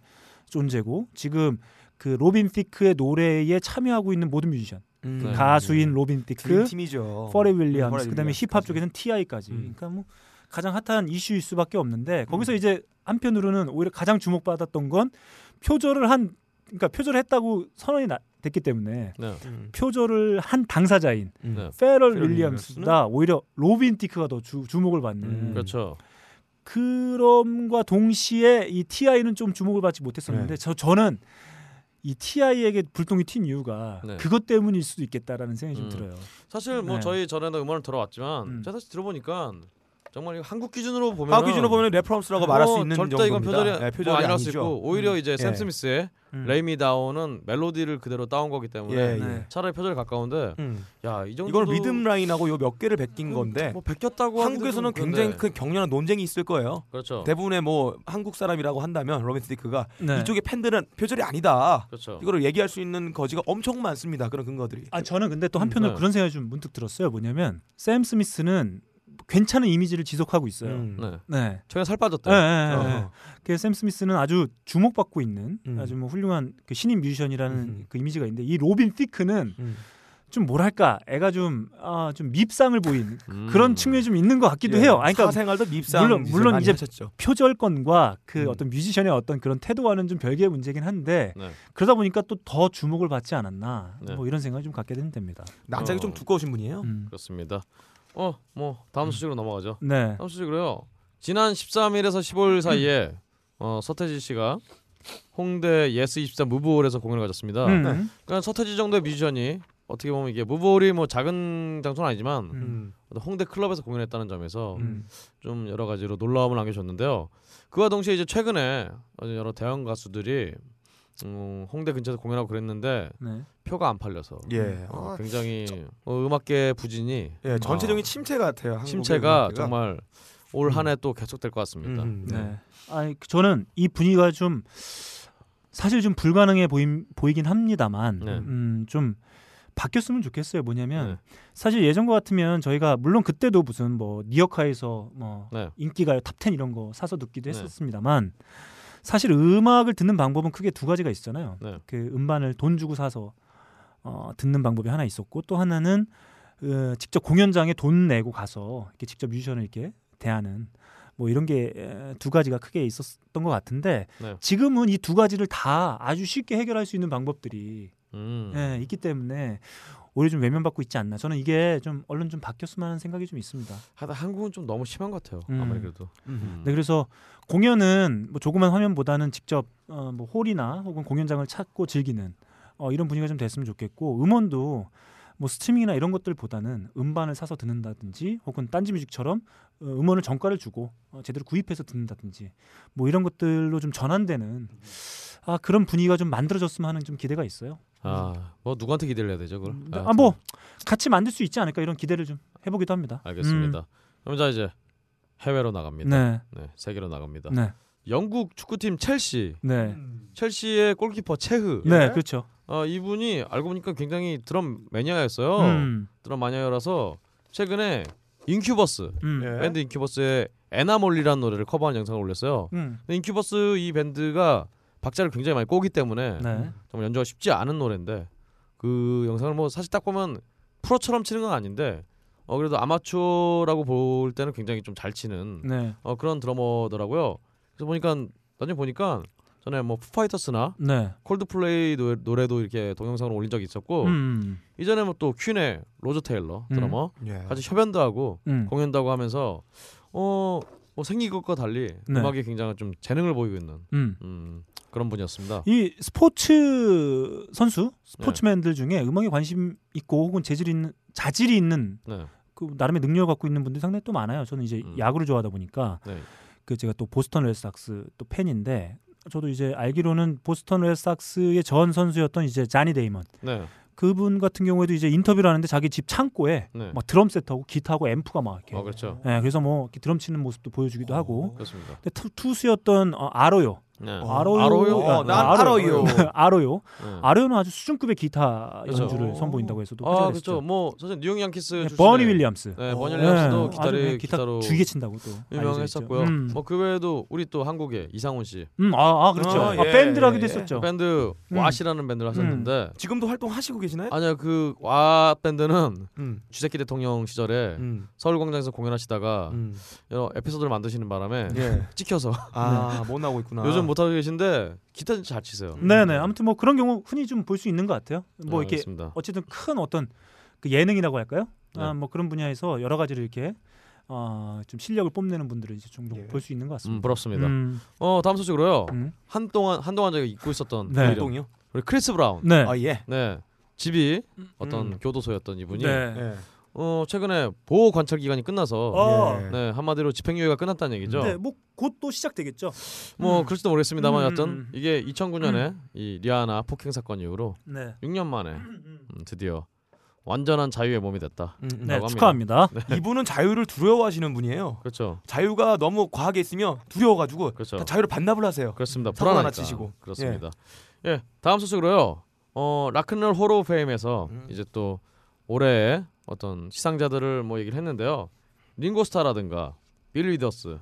S1: 존재고 지금 그 로빈 티크의 노래에 참여하고 있는 모든 뮤지션
S3: 음.
S2: 네.
S1: 그 가수인 로빈 티크,
S3: 드림 팀이죠. 어,
S1: 퍼레 윌리엄스
S3: 그 퍼레
S1: 그 그다음에
S3: 윌리엄스까지.
S1: 힙합 쪽에는 TI까지
S3: 음.
S1: 그러니까 뭐 가장 핫한 이슈일 수밖에 없는데 거기서 이제 한편으로는 오히려 가장 주목받았던 건 표절을 한 그러니까 표절을 했다고 선언이 나- 됐기 때문에
S2: 네.
S3: 음.
S1: 표절을 한 당사자인
S3: 음.
S2: 네.
S1: 페럴
S3: 페럴
S1: 윌리엄스다 오히려 로빈 티크가 더 주, 주목을 받는
S3: 음.
S2: 그렇죠.
S1: 그럼과 동시에 이 TI는 좀 주목을 받지 못했었는데
S3: 네.
S1: 저 저는 이 TI에게 불똥이 튄 이유가
S2: 네.
S1: 그것 때문일 수도 있겠다라는 생각이
S2: 음.
S1: 좀 들어요.
S2: 사실 뭐
S1: 네.
S2: 저희 전에도 음원을 들어봤지만
S1: 음.
S2: 제가 사실 들어보니까 정말 이거 한국 기준으로 보면
S3: 아 기준으로 보면 레퍼런스라고 말할 수 있는
S2: 뭐 절대
S3: 정도입니다.
S2: 이건 표절이,
S3: 네,
S2: 뭐 아니라고 할수
S3: 아니죠.
S2: 있고 오히려 이제 샘
S3: 예.
S2: 스미스의
S1: 음.
S2: 레이미 다운은 멜로디를 그대로 따온 거기 때문에
S3: 예, 예.
S1: 네.
S2: 차라리 표절 가까운데
S3: 음.
S2: 야 이 정도
S3: 이건 리듬 라인하고 요 몇 개를 베낀 건데
S2: 뭐 베꼈다고 하기도
S3: 한국에서는
S2: 좀
S3: 굉장히
S2: 그런데.
S3: 큰 격렬한 논쟁이 있을 거예요.
S2: 그렇죠
S3: 대부분의 뭐 한국 사람이라고 한다면 로맨티크가
S1: 네.
S3: 이쪽의 팬들은 표절이 아니다.
S2: 그렇죠
S3: 이거를 얘기할 수 있는 거지가 엄청 많습니다. 그런 근거들이.
S1: 아 저는 근데 또 한편으로
S2: 음, 네.
S1: 그런 생각이 좀 문득 들었어요. 뭐냐면 샘 스미스는 괜찮은 이미지를 지속하고 있어요.
S3: 음.
S2: 네
S1: 네.
S2: 최근에
S1: 예,
S2: 살
S1: 예,
S2: 빠졌다
S1: 예.
S3: 어허.
S1: 그샘 스미스는 아주 주목받고 있는
S3: 음.
S1: 아주 뭐 훌륭한 그 신인 뮤지션이라는
S3: 음.
S1: 그 이미지가 있는데 이 로빈 피크는
S3: 음.
S1: 좀 뭐랄까 애가 좀아좀 밉상을 보인
S2: 음.
S1: 그런 측면이 좀 있는 것 같기도
S3: 예.
S1: 해요. 아니, 그러니까
S3: 사생활도 밉상
S1: 물론-
S3: 짓을
S1: 물론
S3: 많이
S1: 이제
S3: 하셨죠.
S1: 표절권과 그
S3: 음.
S1: 어떤 뮤지션의 어떤 그런 태도와는 좀 별개의 문제긴 한데
S2: 네.
S1: 그러다 보니까 또 더 주목을 받지 않았나
S2: 네.
S1: 뭐 이런 생각이 좀 갖게 되는 됩니다.
S3: 낯짝이
S2: 어.
S3: 좀 두꺼우신 분이에요.
S1: 음.
S2: 그렇습니다 어 뭐 다음 소식으로 넘어가죠
S1: 네.
S2: 다음 소식으로요 지난 13일에서 15일 사이에 어, 서태지 씨가 홍대 예스 24 무브홀에서 공연을 가졌습니다
S1: 음.
S2: 그러니까 서태지 정도의 뮤지션이 어떻게 보면 이게 무브홀이 뭐 작은 장소는 아니지만
S3: 음.
S2: 어떤 홍대 클럽에서 공연했다는 점에서
S1: 음.
S2: 좀 여러 가지로 놀라움을 안겨줬는데요. 그와 동시에 이제 최근에 여러 대형 가수들이 음, 홍대 근처에서 공연하고 그랬는데
S1: 네.
S2: 표가 안 팔려서
S3: 예.
S2: 어,
S3: 아,
S2: 굉장히 어, 음악계 부진이
S3: 예, 전체적인 침체 같아요. 한국의
S2: 침체가
S3: 음악계가.
S2: 정말 올 한 해 또 계속될 것 같습니다.
S3: 음, 음,
S1: 네.
S3: 네.
S1: 아니 그 저는 이 분위기가 좀 사실 좀 불가능해 보임, 보이긴 합니다만
S2: 네.
S1: 음, 좀 바뀌었으면 좋겠어요. 뭐냐면
S2: 네.
S1: 사실 예전과 같으면 저희가 물론 그때도 무슨 뭐 니어카에서 뭐
S2: 네.
S1: 인기가요 탑10 이런 거 사서 듣기도
S2: 네.
S1: 했었습니다만 사실 음악을 듣는 방법은 크게 두 가지가 있잖아요.
S2: 네.
S1: 그 음반을 돈 주고 사서 어, 듣는 방법이 하나 있었고 또 하나는 어, 직접 공연장에 돈 내고 가서 이렇게 직접 뮤지션을 이렇게 대하는 뭐 이런 게 두 가지가 크게 있었던 것 같은데
S2: 네.
S1: 지금은 이 두 가지를 다 아주 쉽게 해결할 수 있는 방법들이
S2: 음.
S1: 예, 있기 때문에 오히려 좀 외면받고 있지 않나 저는 이게 좀 얼른 좀 바뀌었으면 하는 생각이 좀 있습니다.
S2: 하다 한국은 좀 너무 심한 것 같아요.
S1: 음.
S2: 아무래도. 음.
S1: 네, 그래서 공연은 뭐 조그만 화면보다는 직접 어, 뭐 홀이나 혹은 공연장을 찾고 즐기는 어, 이런 분위기가 좀 됐으면 좋겠고 음원도 뭐 스트리밍이나 이런 것들보다는 음반을 사서 듣는다든지 혹은 딴지뮤직처럼 어, 음원을 정가를 주고 어, 제대로 구입해서 듣는다든지 뭐 이런 것들로 좀 전환되는 아 그런 분위기가 좀 만들어졌으면 하는 좀 기대가 있어요.
S2: 아, 뭐 누구한테 기대를 해야 되죠, 그걸? 하여튼.
S1: 음. 아 뭐 같이 만들 수 있지 않을까 이런 기대를 좀 해보기도 합니다.
S2: 알겠습니다. 그럼 자 이제 해외로 나갑니다.
S1: 음,
S2: 네.
S1: 네,
S2: 세계로 나갑니다.
S1: 네,
S2: 영국 축구팀 첼시.
S1: 네,
S2: 첼시의 골키퍼 체흐.
S1: 네, 그렇죠.
S2: 어, 이분이 알고 보니까 굉장히 드럼 매니아였어요.
S1: 음,
S2: 드럼 마니아라서 최근에 인큐버스
S1: 음,
S3: 예.
S2: 밴드 인큐버스의 에나몰리라는 노래를 커버한 영상을 올렸어요.
S1: 음,
S2: 근데 인큐버스 이 밴드가 박자를 굉장히 많이 꼬기 때문에
S1: 네.
S2: 정말 연주가 쉽지 않은 노래인데 그 영상을 뭐 사실 딱 보면 프로처럼 치는 건 아닌데 어 그래도 아마추어라고 볼 때는 굉장히 좀 잘 치는
S1: 네.
S2: 어 그런 드러머더라고요. 그래서 보니까 나중에 보니까 전에 뭐 푸파이터스나
S1: 네.
S2: 콜드플레이 노- 노래도 이렇게 동영상으로 올린 적이 있었고
S1: 음.
S2: 이전에 뭐 또 퀸의 로저 테일러
S1: 음.
S2: 드러머
S3: 예.
S2: 같이 협연도 하고
S1: 음.
S2: 공연도 하고 하면서 어, 뭐 생긴 것과 달리
S1: 네.
S2: 음악에 굉장히 좀 재능을 보이고 있는
S1: 음.
S2: 음, 그런 분이었습니다.
S1: 이 스포츠 선수,
S2: 네.
S1: 스포츠맨들 중에 음악에 관심 있고 혹은 재질 있는 자질이 있는
S2: 네.
S1: 그 나름의 능력을 갖고 있는 분들이 상당히 또 많아요. 저는 이제
S2: 음.
S1: 야구를 좋아하다 보니까
S2: 네.
S1: 그 제가 또 보스턴 레드삭스 또 팬인데 저도 이제 알기로는 보스턴 레드삭스의 전 선수였던 이제 자니 데이먼
S2: 네.
S1: 그분 같은 경우에도 이제 인터뷰를 하는데 자기 집 창고에
S2: 네.
S1: 막 드럼 세트하고 기타하고 앰프가 막 이렇게
S2: 어, 그렇죠.
S1: 예, 그래서 뭐 이렇게 드럼 치는 모습도 보여주기도 하고
S2: 그렇습니다.
S1: 근데 투- 투수였던 어, 아로요
S2: 네.
S1: 아로요.
S2: 아로요?
S1: 어,
S2: 네.
S1: 난
S3: 알아요. 예.
S1: 아로요.
S2: 네.
S1: 아로요는 아주 수준급의 기타
S2: 그렇죠.
S1: 연주를 선보인다고 해서도
S2: 아,
S1: 화제가
S2: 그렇죠.
S1: 됐죠.
S2: 뭐 사실 뉴욕 양키스
S1: 네,
S2: 출신의-
S1: 버니 윌리엄스.
S2: 네, 버니
S3: 어.
S2: 윌리엄스도
S1: 네,
S2: 기타를
S1: 아주 그냥 기타
S2: 기타로
S1: 주게 친다고 또 알려져 있죠.
S2: 유명했었고요.
S1: 음,
S2: 뭐 그 외에도 우리 또 한국의 이상훈 씨
S1: 음, 아, 아, 그렇죠.
S3: 어,
S1: 아,
S3: 예,
S1: 밴드를 하기도
S3: 예.
S1: 했었죠.
S2: 밴드
S1: 음. 네?
S2: 와시라는 밴드를 하셨는데
S3: 지금도 활동하시고 계시나요?
S2: 아니요 그 와 밴드는
S3: 음.
S2: 주새끼 대통령 시절에
S3: 음.
S2: 서울광장에서 공연하시다가
S3: 음.
S2: 여러 에피소드를 만드시는 바람에
S1: 네.
S3: 예.
S2: 찍혀서
S3: 아, 못 나오고 있구나.
S2: 요즘 못 하고 계신데 기타 진짜 잘 치세요.
S1: 네, 네. 아무튼 뭐 그런 경우 흔히 좀 볼 수 있는 것 같아요. 뭐
S2: 아,
S1: 이렇게
S2: 알겠습니다.
S1: 어쨌든 큰 어떤 그 예능이라고 할까요? 아,
S2: 네.
S1: 뭐 그런 분야에서 여러 가지를 이렇게 어, 좀 실력을 뽐내는 분들을 이제 종종
S3: 예.
S1: 볼 수 있는 것
S2: 음,
S1: 같습니다.
S2: 부럽습니다.
S1: 음,
S2: 어 다음 소식으로요.
S1: 음.
S2: 한동안 한동안 제가 잊고 있었던
S1: 네.
S2: 이름.
S3: 활동이요?
S2: 우리 크리스 브라운.
S1: 네.
S3: 아, 예.
S2: 네. 집이 어떤
S3: 음.
S2: 교도소였던 이분이
S1: 네.
S3: 예.
S2: 어 최근에 보호 관찰 기간이 끝나서
S1: 어.
S3: 예.
S2: 네 한마디로 집행유예가 끝났다는 얘기죠.
S1: 네, 뭐 곧 또 시작되겠죠.
S2: 뭐
S1: 음.
S2: 그럴지도 모르겠습니다만
S1: 음,
S2: 여튼
S1: 음.
S2: 이게 2009년에 이 리아나 폭행 사건 이후로
S1: 네.
S2: 6년 만에 음, 드디어 완전한 자유의 몸이 됐다.
S3: 음, 음.
S1: 네,
S2: 합니다.
S1: 축하합니다.
S3: 이분은 자유를 두려워하시는 분이에요.
S2: 그렇죠.
S3: 자유가 너무 과하게 있으면 두려워가지고
S1: 그러니까
S2: 그렇죠.
S3: 다 자유를 반납을 하세요.
S2: 그렇습니다.
S3: 사고 하나
S2: 불안하니까.
S3: 치시고.
S2: 그렇습니다. 예. 다음 소식으로요. 어 락큰롤 호로 페임에서
S3: 음.
S2: 이제 또 올해 어떤 시상자들을 뭐 얘기를 했는데요. 링고스타라든가 빌 위더스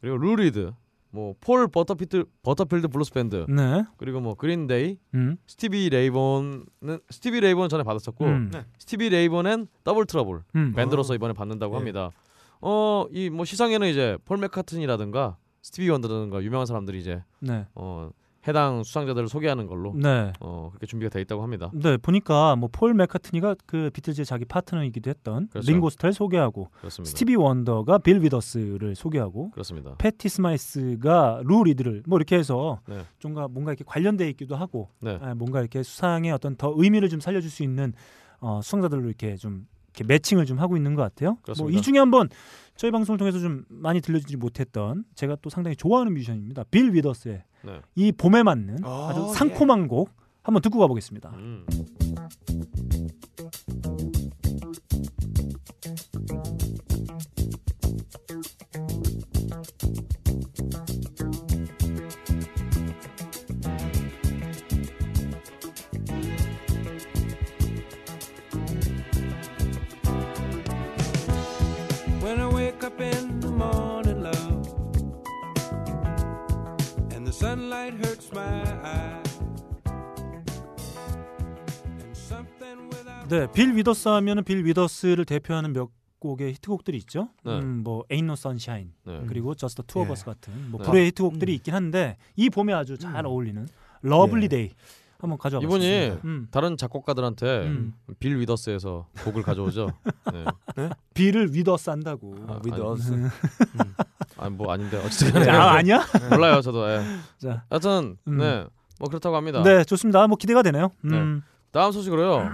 S2: 그리고 루리드 뭐 폴 버터필드 버터필드 블루스 밴드
S1: 네.
S2: 그리고 뭐 그린데이
S1: 음.
S2: 스티비 레이본은 스티비 레이본 전에 받았었고 네.
S1: 음.
S3: 네.
S2: 스티비 레이본은 더블 트러블
S1: 음.
S2: 밴드로서 이번에 받는다고
S3: 예.
S2: 합니다. 어 이 뭐 시상에는 이제 폴 맥카튼이라든가 스티비 원더라든가 유명한 사람들이 이제
S1: 네.
S2: 어, 해당 수상자들을 소개하는 걸로
S1: 네.
S2: 어, 그렇게 준비가 돼 있다고 합니다.
S1: 네, 보니까 뭐 폴 맥카트니가 그 비틀즈의 자기 파트너이기도 했던
S2: 그렇죠.
S1: 링고스타를 소개하고
S2: 그렇습니다.
S1: 스티비 원더가 빌 위더스를 소개하고
S2: 그렇습니다.
S1: 패티 스마이스가 루 리드를 뭐 이렇게 해서
S2: 네.
S1: 좀가 뭔가 이렇게 관련돼 있기도 하고
S2: 네.
S1: 아, 뭔가 이렇게 수상의 어떤 더 의미를 좀 살려줄 수 있는 어, 수상자들로 이렇게 좀 이렇게 매칭을 좀 하고 있는 것 같아요. 뭐
S2: 그렇습니다.
S1: 이 중에 한번 저희 방송을 통해서 좀 많이 들려주지 못했던 제가 또 상당히 좋아하는 뮤지션입니다. 빌 위더스의
S2: 네.
S1: 이 봄에 맞는
S3: 아,
S1: 아주
S3: 예.
S1: 상콤한 곡 한번 듣고 가보겠습니다.
S2: 음.
S8: When I wake up in the morning, love, and the sunlight hurts my eyes, and something without
S1: 네, 빌 위더스 하면은 빌 위더스를 대표하는 몇 곡의 히트곡들이 있죠.
S2: 네.
S1: 음, 뭐 Ain't No Sunshine
S2: 네.
S1: 그리고 Just the Two of
S3: 예. 음.
S1: Us 같은 뭐
S2: 네.
S1: 불의 히트곡들이 있긴 한데 이 봄에 아주 잘 어울리는 Lovely
S3: 예.
S1: Day 한번 가져와
S2: 이분이
S1: 봤습니다. 음.
S2: 다른 작곡가들한테
S1: 음.
S2: 빌 위더스에서 곡을 가져오죠. 네.
S1: 빌을 위더스 한다고.
S2: 아,
S3: 위더스.
S2: 아니 뭐 아닌데 어쨌든
S1: 네, 아, 아니야?
S2: 몰라요 저도. 예.
S1: 자.
S2: 하여튼
S1: 음.
S2: 네. 뭐 그렇다고 합니다.
S1: 네, 좋습니다. 뭐 기대가 되네요. 음.
S2: 다음 소식으로요.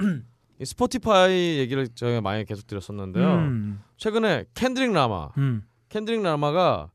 S2: 이 스포티파이 얘기를 저희가 많이 계속 드렸었는데요.
S1: 음.
S2: 최근에 캔드릭 라마,
S1: 음.
S2: 캔드릭 라마가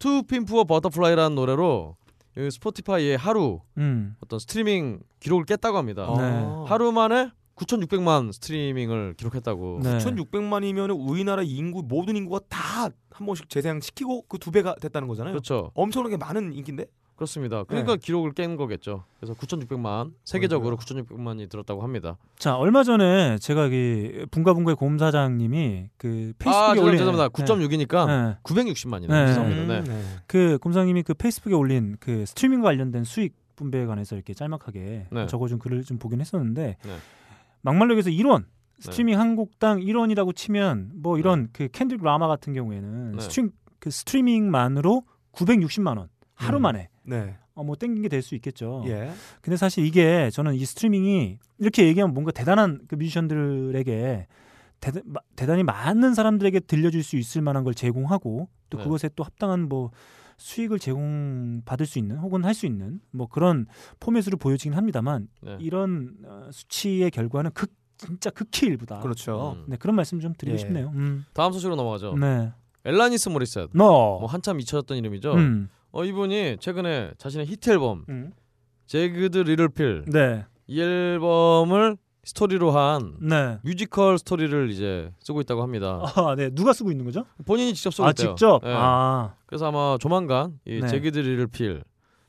S2: 투 핀프와 버터플라이라는 노래로 이 스포티파이의 하루
S1: 음.
S2: 어떤 스트리밍 기록을 깼다고 합니다. 아.
S1: 어.
S2: 하루 만에 9,600만 스트리밍을 기록했다고.
S1: 네.
S3: 1,600만이면 우리나라 인구 모든 인구가 다 한 번씩 재생시키고 그 두 배가 됐다는 거잖아요.
S2: 그렇죠.
S3: 엄청나게 많은 인기인데.
S1: 네.
S2: 그렇습니다. 그러니까 기록을 깬 거겠죠. 그래서 9,600만 세계적으로 9,600만이 들었다고 합니다.
S1: 자, 얼마 전에 제가 이 분가분가의 곰사장님이 그
S2: 아,
S1: 페이스북에
S2: 죄송-
S1: 올린
S2: 죄송합니다. 9.6이니까
S1: 네.
S2: 960만이네요.
S1: 네.
S2: 죄송합니다. 네.
S1: 그 곰사장님이 그 페이스북에 올린 그 스트리밍과 관련된 수익 분배에 관해서 이렇게 짤막하게
S2: 네.
S1: 적어준 글을 좀 보긴 했었는데
S2: 네.
S1: 막말로 여기서 1원 스트리밍 한 곡당 1원이라고 치면 뭐 이런 그 캔들 라마 같은 경우에는
S2: 네.
S1: 스트림 그 스트리밍만으로 960만 원 하루
S3: 음.
S1: 만에
S3: 네.
S1: 어, 뭐 땡긴 게 될 수 있겠죠.
S3: 예.
S1: 근데 사실 이게 저는 이 스트리밍이 이렇게 얘기하면 뭔가 대단한 그 뮤지션들에게 대, 단히 많은 사람들에게 들려줄 수 있을 만한 걸 제공하고 또
S2: 네.
S1: 그것에 또 합당한 뭐 수익을 제공받을 수 있는 혹은 할 수 있는 뭐 그런 포맷으로 보여지긴 합니다만
S2: 네.
S1: 이런 어, 수치의 결과는 극 진짜 극히 일부다.
S3: 그렇죠.
S2: 음.
S1: 네 그런 말씀 좀 드리고
S3: 예.
S1: 싶네요. 음.
S2: 다음 소식으로 넘어가죠.
S1: 네.
S2: 엘라니스 모리셋. 그렇죠. 뭐
S1: 너.
S2: 한참 잊혀졌던 이름이죠.
S1: 음.
S2: 어 이분이 최근에 자신의 히트 앨범
S1: 음.
S2: 제그드 리틀필
S1: 네.
S2: 이 앨범을 스토리로 한
S1: 네.
S2: 뮤지컬 스토리를 이제 쓰고 있다고 합니다.
S1: 아, 네. 누가 쓰고 있는 거죠?
S2: 본인이 직접 쓰고
S1: 아,
S2: 어. 있대요.
S1: 직접.
S2: 예.
S1: 아.
S2: 그래서 아마 조만간 이
S1: 네.
S2: 제그드 리틀필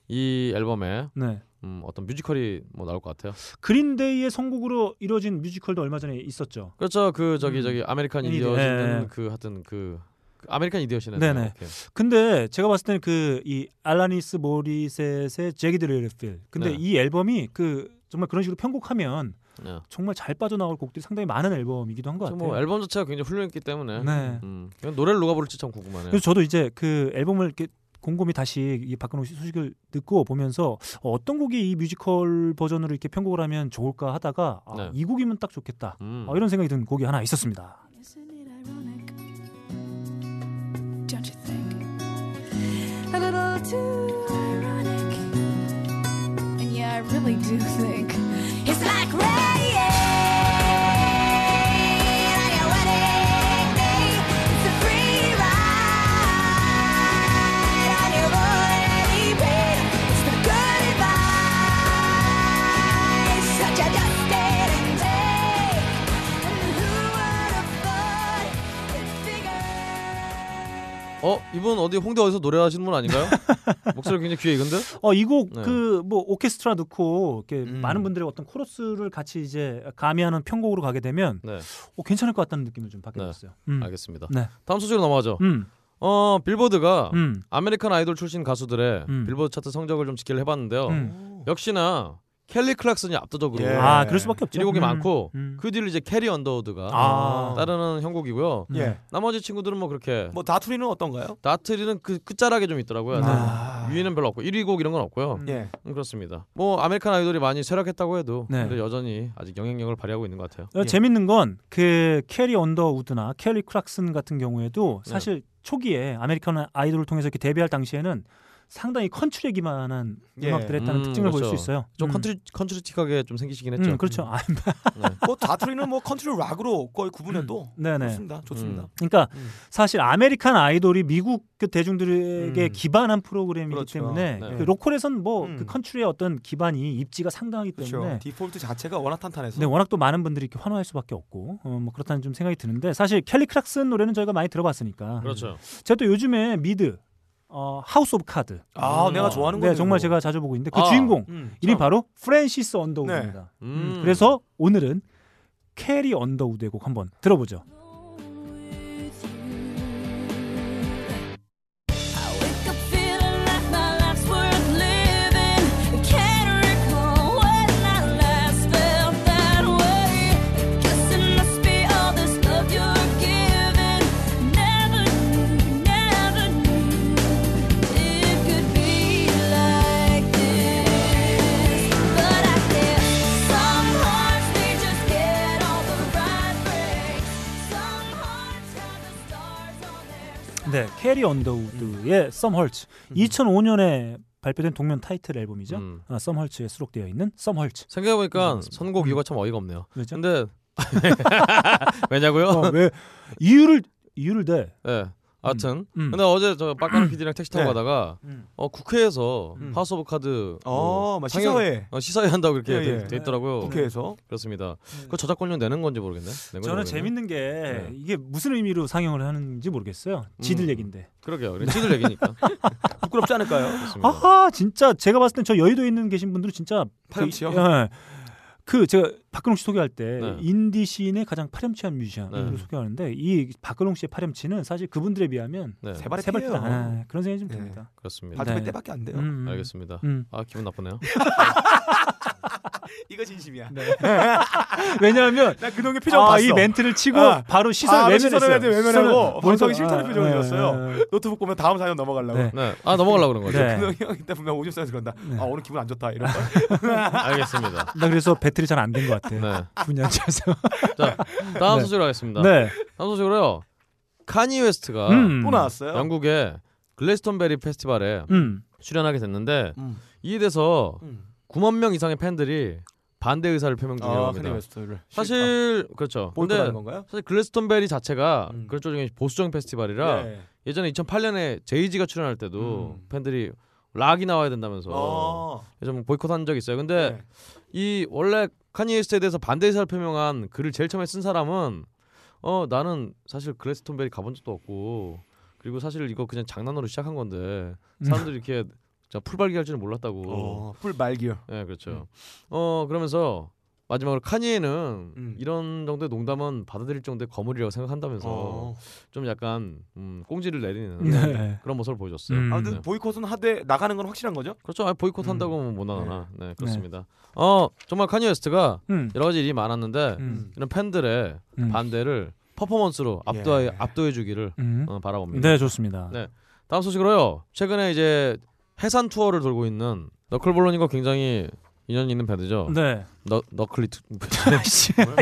S2: 이 앨범에
S1: 네.
S2: 음, 어떤 뮤지컬이 뭐 나올 것 같아요.
S1: 그린데이의 선곡으로 이루어진 뮤지컬도 얼마 전에 있었죠.
S2: 그렇죠. 그 저기
S1: 음.
S2: 저기 아메리칸
S1: 이디-
S2: 이디어시는
S1: 예.
S2: 그 하여튼 그, 그 아메리칸 이디어시는
S1: 네네. 근데 제가 봤을 때는 그 이 알라니스 모리셋의 제기드 레르필. 근데
S2: 네.
S1: 이 앨범이 그 정말 그런 식으로 편곡하면
S2: 네.
S1: 정말 잘 빠져나올 곡들이 상당히 많은 앨범이기도 한 것
S2: 그래서
S1: 같아요.
S2: 뭐 앨범 자체가 굉장히 훌륭했기 때문에
S1: 네.
S2: 음, 그냥 노래를 누가 부를지 참 궁금하네요.
S1: 그래서 저도 이제 그 앨범을 이렇게 곰곰이 다시 이 박근홍 씨 소식을 듣고 보면서 어떤 곡이 이 뮤지컬 버전으로 이렇게 편곡을 하면 좋을까 하다가 아,
S2: 네.
S1: 이 곡이면 딱 좋겠다.
S2: 음.
S1: 아, 이런 생각이 든 곡이 하나 있었습니다.
S6: Isn't it ironic? Don't you think? A little too ironic. And yeah, I really do think it's like rain. on your wedding day. It's a free ride on your lonely bed. It's the goodbye. It's such a dust and take. And who would have thought it figured?
S2: 어 이분 어디 홍대 어디서 노래하시는 분 아닌가요? 목소리 굉장히 귀에 익은데?
S1: 어, 이 곡
S2: 네.
S1: 그 뭐 오케스트라 넣고 이렇게
S3: 음.
S1: 많은 분들의 어떤 코러스를 같이 이제 가미하는 편곡으로 가게 되면
S2: 네,
S1: 어, 괜찮을 것 같다는 느낌을 좀 받게
S2: 네.
S1: 됐어요. 음.
S2: 알겠습니다.
S1: 네.
S2: 다음 소식으로 넘어가죠.
S1: 음.
S2: 어 빌보드가
S1: 음.
S2: 아메리칸 아이돌 출신 가수들의
S1: 음.
S2: 빌보드 차트 성적을 좀 지켜를 해봤는데요.
S1: 음.
S2: 역시나 켈리 클락슨이 압도적으로
S3: 예.
S1: 아, 그럴 수밖에 없죠.
S2: 1곡이
S1: 음.
S2: 많고
S1: 음.
S2: 그 뒤를 이제 캐리 언더우드가
S1: 아.
S2: 따르는 형곡이고요.
S1: 음.
S3: 예.
S2: 나머지 친구들은 뭐 그렇게
S3: 뭐 다투리는 어떤가요?
S2: 나트리는 그 끝자락에 좀 있더라고요.
S1: 네.
S2: 네.
S3: 아.
S2: 위에는 별로 없고 1위 곡 이런 건 없고요.
S1: 음.
S3: 예.
S2: 음, 그렇습니다. 뭐 아메리칸 아이돌이 많이 쇠락했다고 해도
S1: 네.
S2: 근데 여전히 아직 영향력을 발휘하고 있는 것 같아요.
S1: 어,
S3: 예.
S1: 재밌는 건 그 캐리 언더우드나
S2: 네.
S1: 캐리 크락슨 같은 경우에도 사실 초기에 아메리칸 아이돌을 통해서 이렇게 데뷔할 당시에는 상당히 컨츄리기만한
S3: 예.
S1: 음악들 했다는
S2: 음,
S1: 특징을 볼
S2: 그렇죠.
S1: 수 있어요.
S2: 좀
S1: 음.
S2: 컨트리 컨트리틱하게 좀 생기시긴 했죠.
S1: 음, 그렇죠. 아,
S3: 뭐 다트리는 뭐 컨트롤 락으로 거의 구분해도
S1: 음. 네네.
S3: 좋습니다. 좋습니다.
S1: 그러니까
S3: 음.
S1: 사실 아메리칸 아이돌이 미국 그 대중들에게
S3: 음.
S1: 기반한 프로그램이기
S3: 그렇죠.
S1: 때문에
S2: 네.
S1: 그 로컬에선 뭐
S3: 음.
S1: 그 컨트리의 어떤 기반이 입지가 상당하기
S3: 그렇죠.
S1: 때문에
S3: 디폴트 자체가 워낙 탄탄해서.
S1: 네, 워낙 또 많은 분들이 이렇게 환호할 수밖에 없고 어, 뭐 그렇다는 좀 생각이 드는데 사실 켈리 크락슨 노래는 저희가 많이 들어봤으니까
S2: 그렇죠.
S1: 제가 또 요즘에 미드 어, 하우스 오브 카드
S3: 아,
S2: 음.
S3: 내가 좋아하는
S1: 네
S3: 거네요.
S1: 정말 제가 자주 보고 있는데 그
S2: 아.
S1: 주인공
S3: 음. 네.
S1: 이름이 바로 프랜시스 언더우드입니다
S2: 음.
S1: 그래서 오늘은 캐리 언더우드의 곡 한번 들어보죠 네 캐리 언더우드의
S2: 음.
S1: 썸 헐츠 2005년에 발표된 동면 타이틀 앨범이죠
S2: 음.
S1: 아, 썸 헐츠에 수록되어 있는 썸 헐츠
S2: 생각해보니까
S1: 음.
S2: 선곡 이유가 참 어이가 없네요.
S1: 그렇죠?
S2: 근데 왜냐고요?
S1: 어, 왜 이유를 이유를 대
S2: 예. 하여튼
S1: 음.
S2: 근데 어제 저 빡가는 PD랑 택시 타고
S3: 네.
S2: 가다가
S1: 음.
S2: 어 국회에서
S3: 음.
S2: 하우스 오브 카드
S3: 어, 막 시사회
S2: 어, 시사회 한다고 이렇게
S3: 예,
S2: 돼,
S3: 예.
S2: 돼
S1: 어.
S2: 있더라고요. 네,
S3: 국회에서
S2: 그렇습니다. 그 저작권료 내는 건지 모르겠네. 낸 건지
S1: 음. 저는
S2: 모르겠네.
S1: 재밌는 게
S2: 네.
S1: 이게 무슨 의미로 상영을 하는지 모르겠어요. 지들
S2: 음.
S1: 얘긴데.
S2: 그러게요. 우리 지들 얘기니까.
S3: 부끄럽지 않을까요?
S2: 그렇습니다.
S1: 아하 진짜 제가 봤을 땐 저 여의도에 있는 계신 분들은 진짜
S3: 파렴치요?
S1: 그, 예. 그 제가 박근홍 씨 소개할 때
S2: 네.
S1: 인디 시인의 가장 파렴치한 뮤지션을
S2: 네.
S1: 소개하는데 이 박근홍 씨의 파렴치는 사실 그분들에 비하면
S2: 네,
S3: 세 발의
S1: 세발이다 아,
S3: 피예요.
S1: 그런 생각이 좀
S3: 네.
S1: 듭니다.
S2: 그렇습니다.
S1: 네.
S3: 바지발 때밖에 안 돼요.
S1: 음, 음.
S2: 알겠습니다.
S1: 음.
S2: 아 기분 나쁘네요.
S3: 이거 진심이야.
S1: 네. 왜냐하면
S3: 나 그동의 표정
S1: 아,
S3: 봤어.
S1: 이 멘트를 치고
S3: 아.
S1: 바로 시선
S3: 아,
S1: 외면했어요.
S3: 시선을 외면하고
S1: 시선을
S3: 본성이
S1: 보니까-
S3: 싫다는
S1: 아,
S3: 표정이었어요.
S1: 예, 예, 예.
S3: 노트북 보면 다음 사연 넘어가려고.
S1: 네.
S2: 네. 아 넘어가려고 그런 거죠.
S1: 네.
S3: 근데 형 이따 분명 오줌 싸서 그런다. 아 오늘 기분 안 좋다 이런 거.
S2: 알겠습니다.
S1: 나 그래서 배틀이 잘 안 된 것 같아.
S2: 네.
S1: 분야 차서.
S2: 자 다음
S1: 네.
S2: 소식으로 하겠습니다.
S1: 네.
S2: 다음 소식으로요. 카니 웨스트가
S1: 음.
S3: 또 나왔어요.
S2: 영국의 글래스턴베리 페스티벌에
S1: 음.
S2: 출연하게 됐는데
S3: 음.
S2: 이에 대해서
S3: 음.
S2: 9만 명 이상의 팬들이 반대 의사를 표명 중이라고
S3: 아
S2: 합니다.
S3: 카니 웨스트를 아,
S2: 사실 그렇죠. 근데
S3: 볼거라는 건가요?
S2: 사실 글래스턴베리 자체가
S3: 음.
S2: 그쪽에 보수적인 페스티벌이라
S3: 예.
S2: 예. 전에 2008년에 제이지가 출연할 때도
S3: 음.
S2: 팬들이 락이 나와야 된다면서
S3: 어.
S2: 좀 보이콧한 적이 있어요. 근데
S3: 네.
S2: 이 원래 카니에스트에 대해서 반대 의사를 표명한 글을 제일 처음에 쓴 사람은 어 나는 사실 글래스톤베리 가본 적도 없고 그리고 사실 이거 그냥 장난으로 시작한 건데 사람들이 이렇게 진짜 풀발기 할 줄은 몰랐다고
S3: 어, 풀 말기요.
S2: 예 그렇죠
S1: 음.
S2: 어 그러면서 마지막으로 카니에는
S3: 음.
S2: 이런 정도의 농담은 받아들일 정도의 거물이라고 생각한다면서
S3: 어.
S2: 좀 약간 음, 꽁지를 내리는
S1: 네.
S2: 그런 모습을 보여줬어요
S1: 음.
S3: 아무튼
S2: 네.
S3: 보이콧은 하되 나가는 건 확실한 거죠?
S2: 그렇죠 아, 보이콧 한다고 못 나가나 네. 그렇습니다 어 정말 카니에스트가
S1: 음.
S2: 여러 가지 일이 많았는데
S1: 음.
S2: 이런 팬들의
S1: 음.
S2: 반대를 퍼포먼스로 압도해 압도해 주기를
S1: 음.
S2: 어, 바라봅니다.
S1: 네, 좋습니다.
S2: 네. 다음 소식으로요. 최근에 이제 해산 투어를 돌고 있는 너클볼런이가 굉장히 인연 있는 밴드죠.
S1: 네.
S2: 너 너클리 투-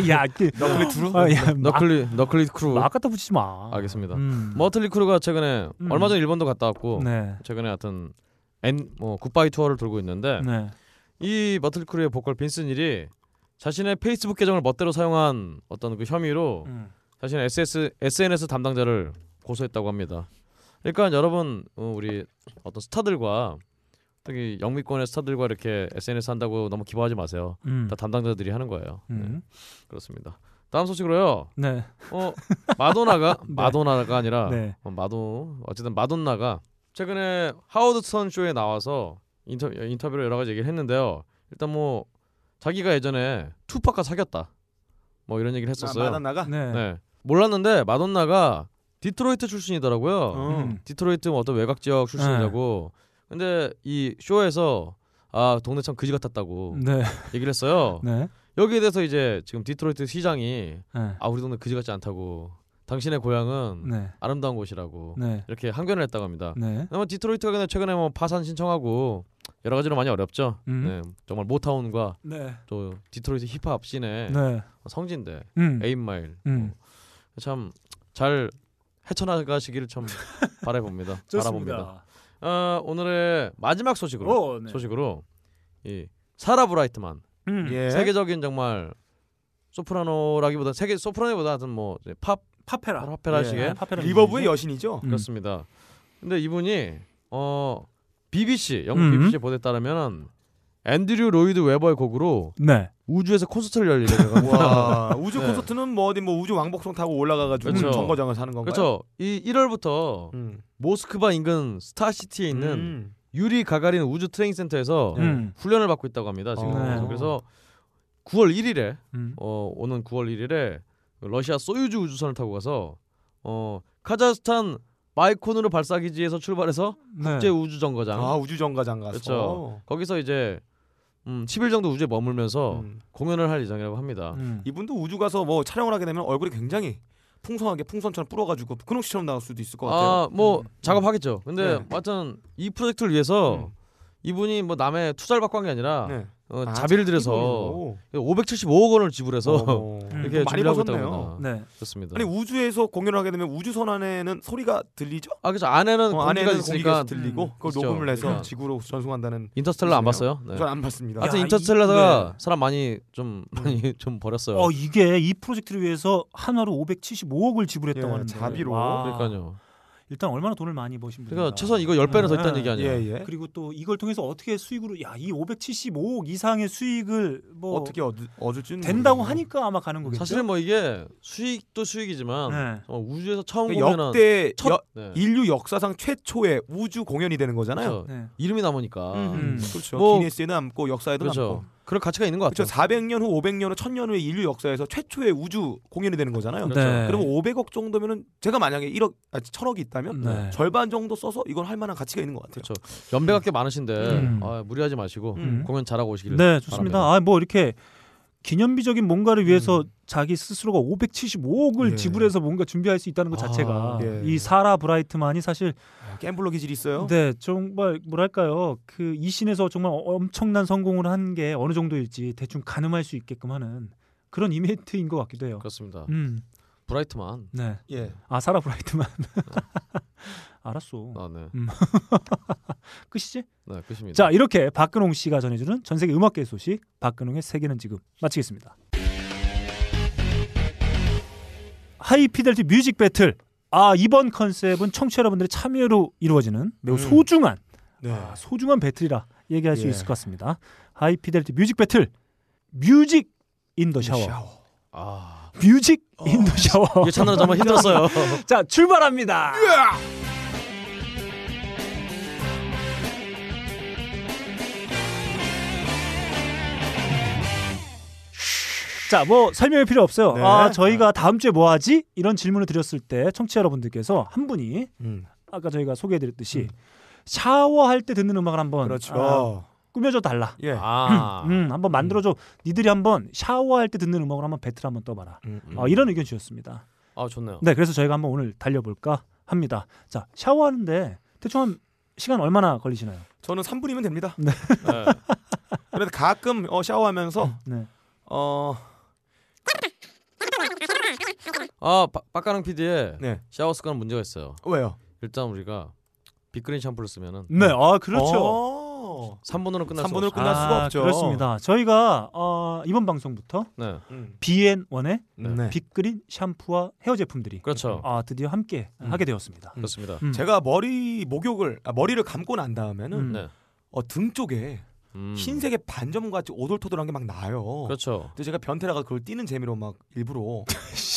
S1: 야, 그,
S3: 너클리
S2: 음.
S3: 두루?
S2: 예.
S1: 아, 야, 마,
S2: 너클리 너클리 크루.
S1: 마 갖다 붙이지 마.
S2: 알겠습니다.
S1: 음.
S2: 머틀리 크루가 최근에
S1: 음.
S2: 얼마 전에 일본도 갔다 왔고
S1: 네.
S2: 최근에 하여튼 엔뭐 굿바이 투어를 돌고 있는데
S1: 네.
S2: 이 머틀리 크루의 보컬 빈슨일이 자신의 페이스북 계정을 멋대로 사용한 어떤 그 혐의로
S1: 음.
S2: 자신의 SS, SNS 담당자를 고소했다고 합니다. 그러니까 여러분 어, 우리 어떤 스타들과 특히 영미권의 스타들과 이렇게 SNS 한다고 너무 기뻐하지 마세요.
S1: 음.
S2: 다 담당자들이 하는 거예요. 네,
S1: 음.
S2: 그렇습니다. 다음 소식으로요.
S1: 네.
S2: 어, 마도나가
S1: 네.
S2: 마도나가 아니라
S1: 네.
S2: 어, 마도 어쨌든 마돈나가 최근에 하워드 선 쇼에 나와서 인터 인터뷰로 여러 가지 얘기를 했는데요. 일단 뭐 자기가 예전에 투팍과 사귀었다. 뭐 이런 얘기를 했었어요.
S3: 아, 나 나가.
S1: 네.
S2: 네. 몰랐는데 마돈나가 디트로이트 출신이더라고요.
S1: 음.
S2: 디트로이트 뭐 어떤 외곽 지역 출신이라고.
S1: 네.
S2: 근데 이 쇼에서 아 동네 참 그지 같았다고
S1: 네.
S2: 얘기를 했어요.
S1: 네.
S2: 여기에 대해서 이제 지금 디트로이트 시장이
S1: 네.
S2: 아 음. 우리 동네 그지 같지 않다고 당신의 고향은
S1: 네.
S2: 아름다운 곳이라고
S1: 네.
S2: 이렇게 항변을 했다고 합니다.
S1: 네.
S2: 아마 디트로이트가 근데 최근에 뭐 파산 신청하고 여러 가지로 많이 어렵죠.
S1: 음.
S2: 네, 정말 모타운과
S1: 네.
S2: 또 디트로이트 힙합 씬의 뭐
S1: 네.
S2: 성지인데
S1: 음.
S2: 에잇마일
S1: 음. 어,
S2: 참 잘 헤쳐나가시기를 참 바라봅니다. 바라봅니다. 어, 오늘의 마지막 소식으로
S1: 오, 네.
S2: 소식으로 이 사라 브라이트만
S1: 음.
S3: 예.
S2: 세계적인 정말 소프라노라기보다 세계 소프라노보다 하여튼 뭐팝
S1: 파페라.
S2: 파페라식의
S1: 예, 파페라
S3: 리버브의
S1: 음.
S3: 여신이죠.
S2: 그렇습니다. 근데 이분이 어 BBC 영국
S1: 음.
S2: BBC에 보에 따르면 앤드류 로이드 웨버의 곡으로
S1: 네.
S2: 우주에서 콘서트를 열 예정이라고.
S3: 와 우주
S2: 음. 네.
S3: 콘서트는 뭐 어디 뭐 우주 왕복선 타고 올라가가지고
S2: 그렇죠.
S3: 정거장을 사는 건가요?
S2: 그렇죠. 이 1월부터
S3: 음.
S2: 모스크바 인근 스타시티에 있는
S3: 음.
S2: 유리 가가린 우주 트레이닝 센터에서
S1: 음.
S2: 훈련을 받고 있다고 합니다. 지금
S1: 네.
S2: 그래서 9월 1일에
S1: 음.
S2: 어, 오는 9월 1일에 러시아 소유주 우주선을 타고 가서 어, 카자흐스탄 마이콘으로 발사기지에서 출발해서
S1: 네.
S2: 국제 우주 정거장
S3: 아 우주 정거장 가서.
S2: 그렇죠. 거기서 이제 음, 10일 정도 우주에 머물면서
S3: 음.
S2: 공연을 할 예정이라고 합니다.
S1: 음.
S3: 이분도 우주 가서 뭐 촬영을 하게 되면 얼굴이 굉장히 풍성하게 풍선처럼 불어가지고 근홍씨처럼 나올 수도 있을 것 같아요. 음,
S2: 아, 뭐 작업하겠죠. 근데
S3: 네. 음.
S2: 하여튼 이 프로젝트를 위해서 이분이 뭐 남의 투자를 받고 한 게 아니라
S3: 네.
S2: 어,
S3: 아,
S2: 자비를 들여서 575억 원을 지불해서
S3: 어머.
S2: 이렇게
S3: 많이
S2: 준비하고
S3: 벗었네요.
S2: 있다고 합니다.
S1: 네.
S2: 그렇습니다.
S3: 아니 우주에서 공연을 하게 되면 우주선 안에는 소리가 들리죠?
S2: 아 그래서 안에는
S3: 어,
S2: 공기가
S3: 안에는
S2: 있으니까
S3: 공기가 들리고
S1: 음,
S3: 그걸
S2: 그렇죠.
S3: 녹음을 해서
S2: 그러니까.
S3: 지구로 전송한다는
S2: 인터스텔라 안
S3: 있으네요.
S2: 봤어요. 네.
S3: 전 안 봤습니다.
S1: 아,
S2: 하여튼
S1: 야,
S2: 인터스텔라가
S1: 이- 네.
S2: 사람 많이 좀
S3: 음.
S2: 많이 좀 버렸어요.
S1: 어 이게 이 프로젝트를 위해서 한화로 575억을 지불했다고
S3: 예,
S1: 하는데
S3: 자비로.
S1: 와.
S2: 그러니까요.
S1: 일단 얼마나 돈을 많이 버신 분이야.
S2: 그러니까 최소한 이거 10배는 더 있다는
S1: 네.
S2: 얘기 아니에요.
S3: 예예.
S1: 그리고 또 이걸 통해서 어떻게 수익으로 야 이 575억 이상의 수익을 뭐
S3: 어떻게 얻, 얻을지는
S1: 된다고
S3: 모르겠네요.
S1: 하니까 아마 가는 거겠죠.
S2: 사실은 뭐 이게 수익도 수익이지만
S1: 네.
S2: 어, 우주에서 처음
S3: 그러니까
S2: 공연한
S3: 역대
S2: 첫
S3: 여-
S2: 네.
S3: 인류 역사상 최초의 우주 공연이 되는 거잖아요.
S2: 그렇죠.
S1: 네.
S2: 이름이 남으니까
S1: 음.
S3: 그렇죠.
S2: 뭐-
S3: 기네스에는 남고 역사에도
S2: 그렇죠.
S3: 남고.
S2: 그런 가치가 있는 것
S3: 그렇죠.
S2: 같아요.
S3: 400년 후, 500년 후, 1000년 후에 인류 역사에서 최초의 우주 공연이 되는 거잖아요.
S2: 그렇죠.
S1: 네.
S3: 그러면 500억 정도면은 제가 만약에 1억, 아, 1000억이 있다면
S1: 네.
S3: 절반 정도 써서 이건 할 만한 가치가 있는 것 같아요.
S2: 그렇죠. 연배가 꽤 많으신데
S1: 음.
S2: 아, 무리하지 마시고
S1: 음.
S2: 공연 잘하고 오시기를.
S1: 네, 좋습니다.
S2: 바랍니다.
S1: 아, 뭐 이렇게 기념비적인 뭔가를 위해서
S2: 음.
S1: 자기 스스로가 575억을
S3: 예.
S1: 지불해서 뭔가 준비할 수 있다는 것
S2: 아,
S1: 자체가
S3: 예.
S1: 이 사라 브라이트만이 사실
S3: 아, 갬블러 기질이 있어요.
S1: 네, 정말 뭐랄까요? 그 이 신에서 정말 엄청난 성공을 한 게 어느 정도일지 대충 가늠할 수 있게끔 하는 그런 이벤트인 것 같기도 해요.
S2: 그렇습니다.
S1: 음.
S2: 브라이트만.
S1: 네.
S3: 예.
S1: 아, 사라 브라이트만. 알았어.
S2: 아, 네.
S1: 끝이지?
S2: 네, 끝입니다.
S1: 자, 이렇게 박근홍 씨가 전해 주는 전 세계 음악계 소식, 박근홍의 세계는 지금 마치겠습니다. 하이피델티 뮤직 배틀. 아, 이번 컨셉은 청취자 여러분들의 참여로 이루어지는 매우 소중한
S3: 네.
S1: 아, 소중한 배틀이라 얘기할 수
S3: 예.
S1: 있을 것 같습니다. 하이피델티 뮤직 배틀 뮤직 인 더 샤워. 어. 예,
S3: 샤워.
S2: 아.
S1: 뮤직 인 더 샤워.
S2: 이게 찾느라 정말 힘들었어요.
S3: 음.
S1: 자 출발합니다. 자 뭐 설명이 필요 없어요.
S3: 네.
S1: 아 저희가 다음 주에 뭐 하지? 이런 질문을 드렸을 때 청취자 여러분들께서 한 분이
S3: 음.
S1: 아까 저희가 소개해드렸듯이 샤워할 때 듣는 음악을 한번 아,
S3: 그렇죠.
S1: 꾸며줘 달라.
S3: 예.
S2: 아.
S1: 음, 한번 만들어줘. 니들이 한번 샤워할 때 듣는 음악으로 한번 배틀 한번 떠봐라.
S3: 음, 음. 어.
S1: 어, 이런 의견 주셨습니다.
S2: 아, 좋네요.
S1: 네, 그래서 저희가 한번 오늘 달려볼까 합니다. 자, 샤워하는데 대충 한 시간 얼마나 걸리시나요?
S3: 저는 3분이면 됩니다.
S2: 네.
S3: 그래도 가끔 어, 샤워하면서
S1: 네.
S3: 어,
S2: 아, 바- 빡가능 PD의
S3: 네.
S2: 샤워 습관 문제가 있어요.
S3: 왜요?
S2: 일단 우리가 빅그린 샴푸를 쓰면은
S1: 네, 아 그렇죠.
S3: 어.
S2: 3분으로 끝날 수
S3: 음. 3분으로
S2: 없어요.
S3: 끝날 수가
S1: 아,
S3: 없죠.
S1: 그렇습니다. 저희가 어, 이번 방송부터
S2: 네.
S3: 음.
S1: BN1의
S3: 네.
S1: 빅그린 샴푸와 헤어 제품들이
S3: 음.
S2: 그렇죠.
S1: 아 드디어 함께 하게 되었습니다.
S2: 그렇습니다.
S1: 음.
S3: 제가 머리 목욕을 아, 머리를 감고 난 다음에는
S1: 음.
S2: 네.
S3: 어, 등 쪽에
S2: 음.
S3: 흰색의 반점 같이 오돌토돌한 게 막 나요.
S2: 그렇죠.
S3: 근데 제가 변태라서 그걸 뛰는 재미로 막 일부러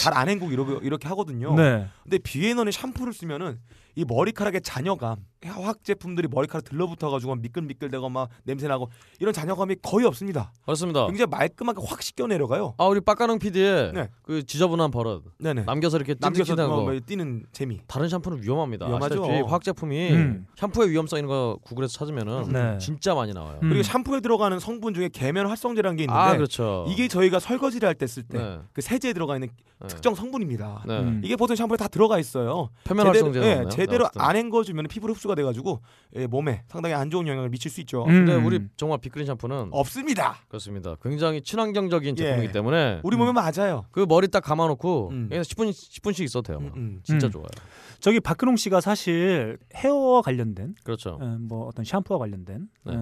S3: 잘 안 헹구고 이렇게, 이렇게 하거든요.
S1: 네.
S3: 근데 비에너니 샴푸를 쓰면은 이 머리카락의 잔여감, 화학 제품들이 머리카락 들러붙어가지고 막 미끌미끌대고 막 냄새나고 이런 잔여감이 거의 없습니다.
S2: 그렇습니다.
S3: 굉장히 말끔하게 확 씻겨 내려가요.
S2: 아, 우리 빡가능 PD의
S3: 네.
S2: 그 지저분한 버릇
S3: 네네.
S2: 남겨서 이렇게
S3: 남겨서
S2: 찜찍히다는 거. 음.
S3: 뭐 뛰는 재미.
S2: 다른 샴푸는 위험합니다.
S3: 위험하죠.
S2: 아시다시피 화학 제품이
S1: 음.
S2: 샴푸의 위험성 이런 거 구글에서 찾으면은
S1: 네.
S2: 진짜 많이 나와요.
S1: 음.
S3: 어, 그리고 샴푸에 들어가는 성분 중에 계면 활성제라는 게 있는데
S2: 아, 그렇죠.
S3: 이게 저희가 설거지를 할 때 쓸 때 그
S2: 네.
S3: 세제에 들어가 있는
S2: 네.
S3: 특정 성분입니다.
S2: 네.
S1: 음.
S3: 이게 보통 샴푸에 다 들어가 있어요.
S2: 표면 활성제
S3: 제대로, 예,
S2: 나오나요?
S3: 제대로
S2: 어쨌든.
S3: 안 헹궈주면 피부로 흡수가 돼가지고 예, 몸에 상당히 안 좋은 영향을 미칠 수 있죠.
S2: 근데
S1: 음.
S2: 우리 정말 빅그린 샴푸는
S3: 없습니다.
S2: 그렇습니다. 굉장히 친환경적인
S3: 어. 예.
S2: 제품이기 때문에
S3: 우리 몸에 맞아요.
S2: 그 머리 딱 감아놓고
S3: 음.
S2: 그냥 10분 10분씩 있어도 돼요.
S3: 음, 음.
S2: 진짜
S1: 음.
S2: 좋아요.
S1: 저기 박근홍 씨가 사실 헤어와 관련된
S2: 그렇죠.
S1: 에, 뭐 어떤 샴푸와 관련된
S2: 네.
S1: 에,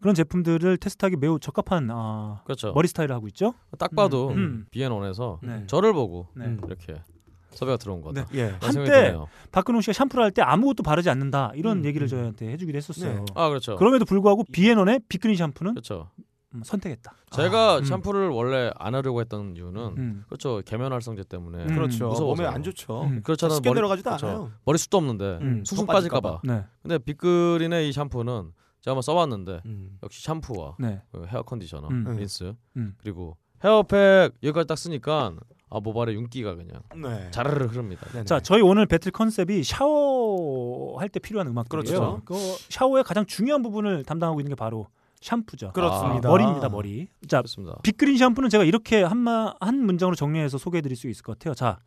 S1: 그런 제품들을 테스트하기 매우 적합한 아,
S2: 그렇죠.
S1: 머리 스타일을 하고 있죠.
S2: 딱 봐도
S1: 음, 음.
S2: 비앤원에서
S1: 네.
S2: 저를 보고
S1: 네.
S3: 음.
S2: 이렇게 섭외가 들어온 것 같다.
S3: 예.
S2: 그런 생각이
S1: 한때
S2: 드네요.
S1: 박근홍 씨가 샴푸를 할 때 아무것도 바르지 않는다 이런
S3: 음,
S1: 얘기를
S3: 음.
S1: 저희한테 해주기도 했었어요.
S3: 네.
S2: 아 그렇죠.
S1: 그럼에도 불구하고 비앤원의 비그린 샴푸는
S2: 그렇죠.
S1: 음, 선택했다.
S3: 아,
S2: 제가
S1: 음.
S2: 샴푸를 원래 안 하려고 했던 이유는
S1: 음.
S2: 그렇죠. 계면활성제 때문에
S1: 음.
S3: 그렇죠.
S2: 무서워서.
S3: 몸에 안 좋죠.
S1: 음.
S2: 그렇잖아요.
S3: 스캔
S2: 머리
S3: 내려가지도
S2: 그렇죠.
S3: 않아요.
S2: 머리 숱도 없는데
S1: 음.
S2: 숭숭
S3: 더
S2: 빠질까
S3: 빠질까
S2: 봐.
S1: 네,
S2: 근데 빅그린의 이 샴푸는 제가 한번 써봤는데
S3: 음.
S2: 역시 샴푸와
S1: 네.
S2: 그 헤어 컨디셔너,
S1: 음.
S2: 린스
S1: 음.
S2: 그리고 헤어팩 여기까지 딱 쓰니까 아 모발에 윤기가 그냥
S3: 네.
S2: 자르르 흐릅니다.
S3: 네네.
S1: 자, 저희 오늘 배틀 컨셉이 샤워할 때 필요한 음악들이에요.
S3: 그렇죠.
S1: 그
S2: 아,
S1: 샤워의 가장 중요한 부분을 담당하고 있는 게 바로 샴푸죠.
S3: 그렇습니다.
S1: 아, 머리입니다, 머리. 자,
S2: 그렇습니다.
S1: 빅그린 샴푸는 제가 이렇게 한마 한 문장으로 정리해서 소개해드릴 수 있을 것 같아요. 자,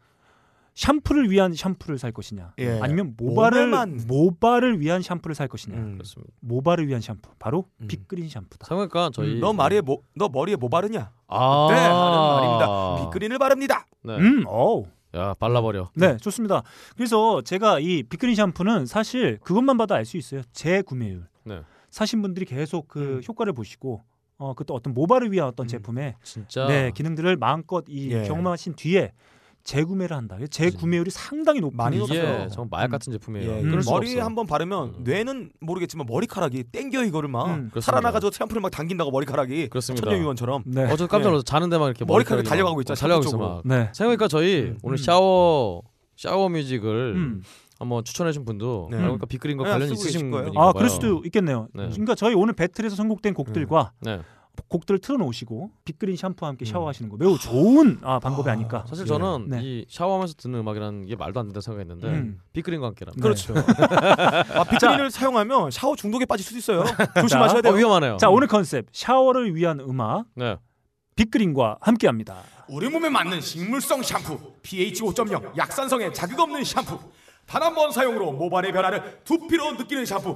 S1: 샴푸를 위한 샴푸를 살 것이냐,
S3: 예.
S1: 아니면 모발을
S3: 몸에만.
S1: 모발을 위한 샴푸를 살 것이냐.
S3: 음.
S2: 네, 그렇습니다.
S1: 모발을 위한 샴푸, 바로
S3: 음.
S1: 빅그린 샴푸다.
S2: 상관과 저희 음.
S3: 너 말에 뭐, 너 머리에 뭐 바르냐?
S2: 아~
S3: 네, 하는 말입니다. 빅그린을 바릅니다.
S2: 네.
S1: 음, 어
S2: 야 발라버려.
S1: 네, 좋습니다. 그래서 제가 이 빅그린 샴푸는 사실 그것만 봐도 알 수 있어요. 재구매율.
S2: 네.
S1: 사신 분들이 계속 그
S3: 음.
S1: 효과를 보시고 어, 그 또 어떤 모발을 위한 어떤
S3: 음.
S1: 제품의
S2: 진짜
S1: 네, 기능들을 마음껏 이
S3: 예.
S1: 경험하신 뒤에 재구매를 한다. 재구매율이 상당히 높은
S3: 많이
S2: 이게 예,
S3: 높았어요.
S2: 정말 마약
S1: 음.
S2: 같은 제품이에요.
S3: 예,
S1: 음.
S2: 그럴 수
S3: 머리에
S2: 없어.
S3: 한번 바르면
S2: 네. 음.
S3: 뇌는 모르겠지만 머리카락이 땡겨 이거를 막
S1: 음,
S2: 그렇습니다.
S3: 살아나가지고 샴푸를 막 당긴다고 머리카락이
S2: 그렇습니다.
S3: 천정위원처럼
S1: 네.
S2: 어저 깜짝 놀라서 자는데 막 이렇게
S3: 머리카락이
S2: 머리카락이
S3: 달려가고
S2: 막
S3: 있잖아,
S2: 달려가고 있어
S3: 샴푸
S2: 막.
S1: 네.
S2: 생각해보니까 저희
S3: 음.
S1: 음.
S2: 오늘 샤워 샤워 뮤직을
S1: 음.
S2: 한번 추천해주신 분도
S3: 네.
S2: 그러니까 빅그린과
S3: 네,
S2: 관련이
S3: 쓰고
S2: 있으신
S3: 계실 거예요.
S2: 분이가
S1: 아,
S2: 봐요.
S1: 그럴 수도 있겠네요.
S2: 네.
S1: 그러니까 저희 오늘 배틀에서 선곡된 곡들과
S2: 네.
S1: 곡들을 틀어놓으시고 빅그린 샴푸와 함께 샤워하시는 거 매우 좋은 아, 방법이
S3: 아,
S1: 아닐까.
S2: 음. 사실
S3: 예.
S2: 저는
S1: 네.
S2: 이 샤워하면서 듣는 음악이라는 게 말도 안 된다 생각했는데
S1: 음.
S2: 빅그린과 네. 함께라면
S3: 그렇죠. 아, 빅그린을 사용하면 샤워 중독에 빠질 수도 있어요. 조심하셔야
S2: 어,
S3: 돼요.
S2: 위험하네요.
S1: 자, 오늘 컨셉 샤워를 위한 음악
S2: 네.
S1: 빅그린과 함께합니다.
S3: 어, 우리 몸에 맞는 식물성 샴푸 pH 5.0 약산성에 자극 없는 샴푸 단 한 번 사용으로 모발의 변화를 두피로 느끼는 샴푸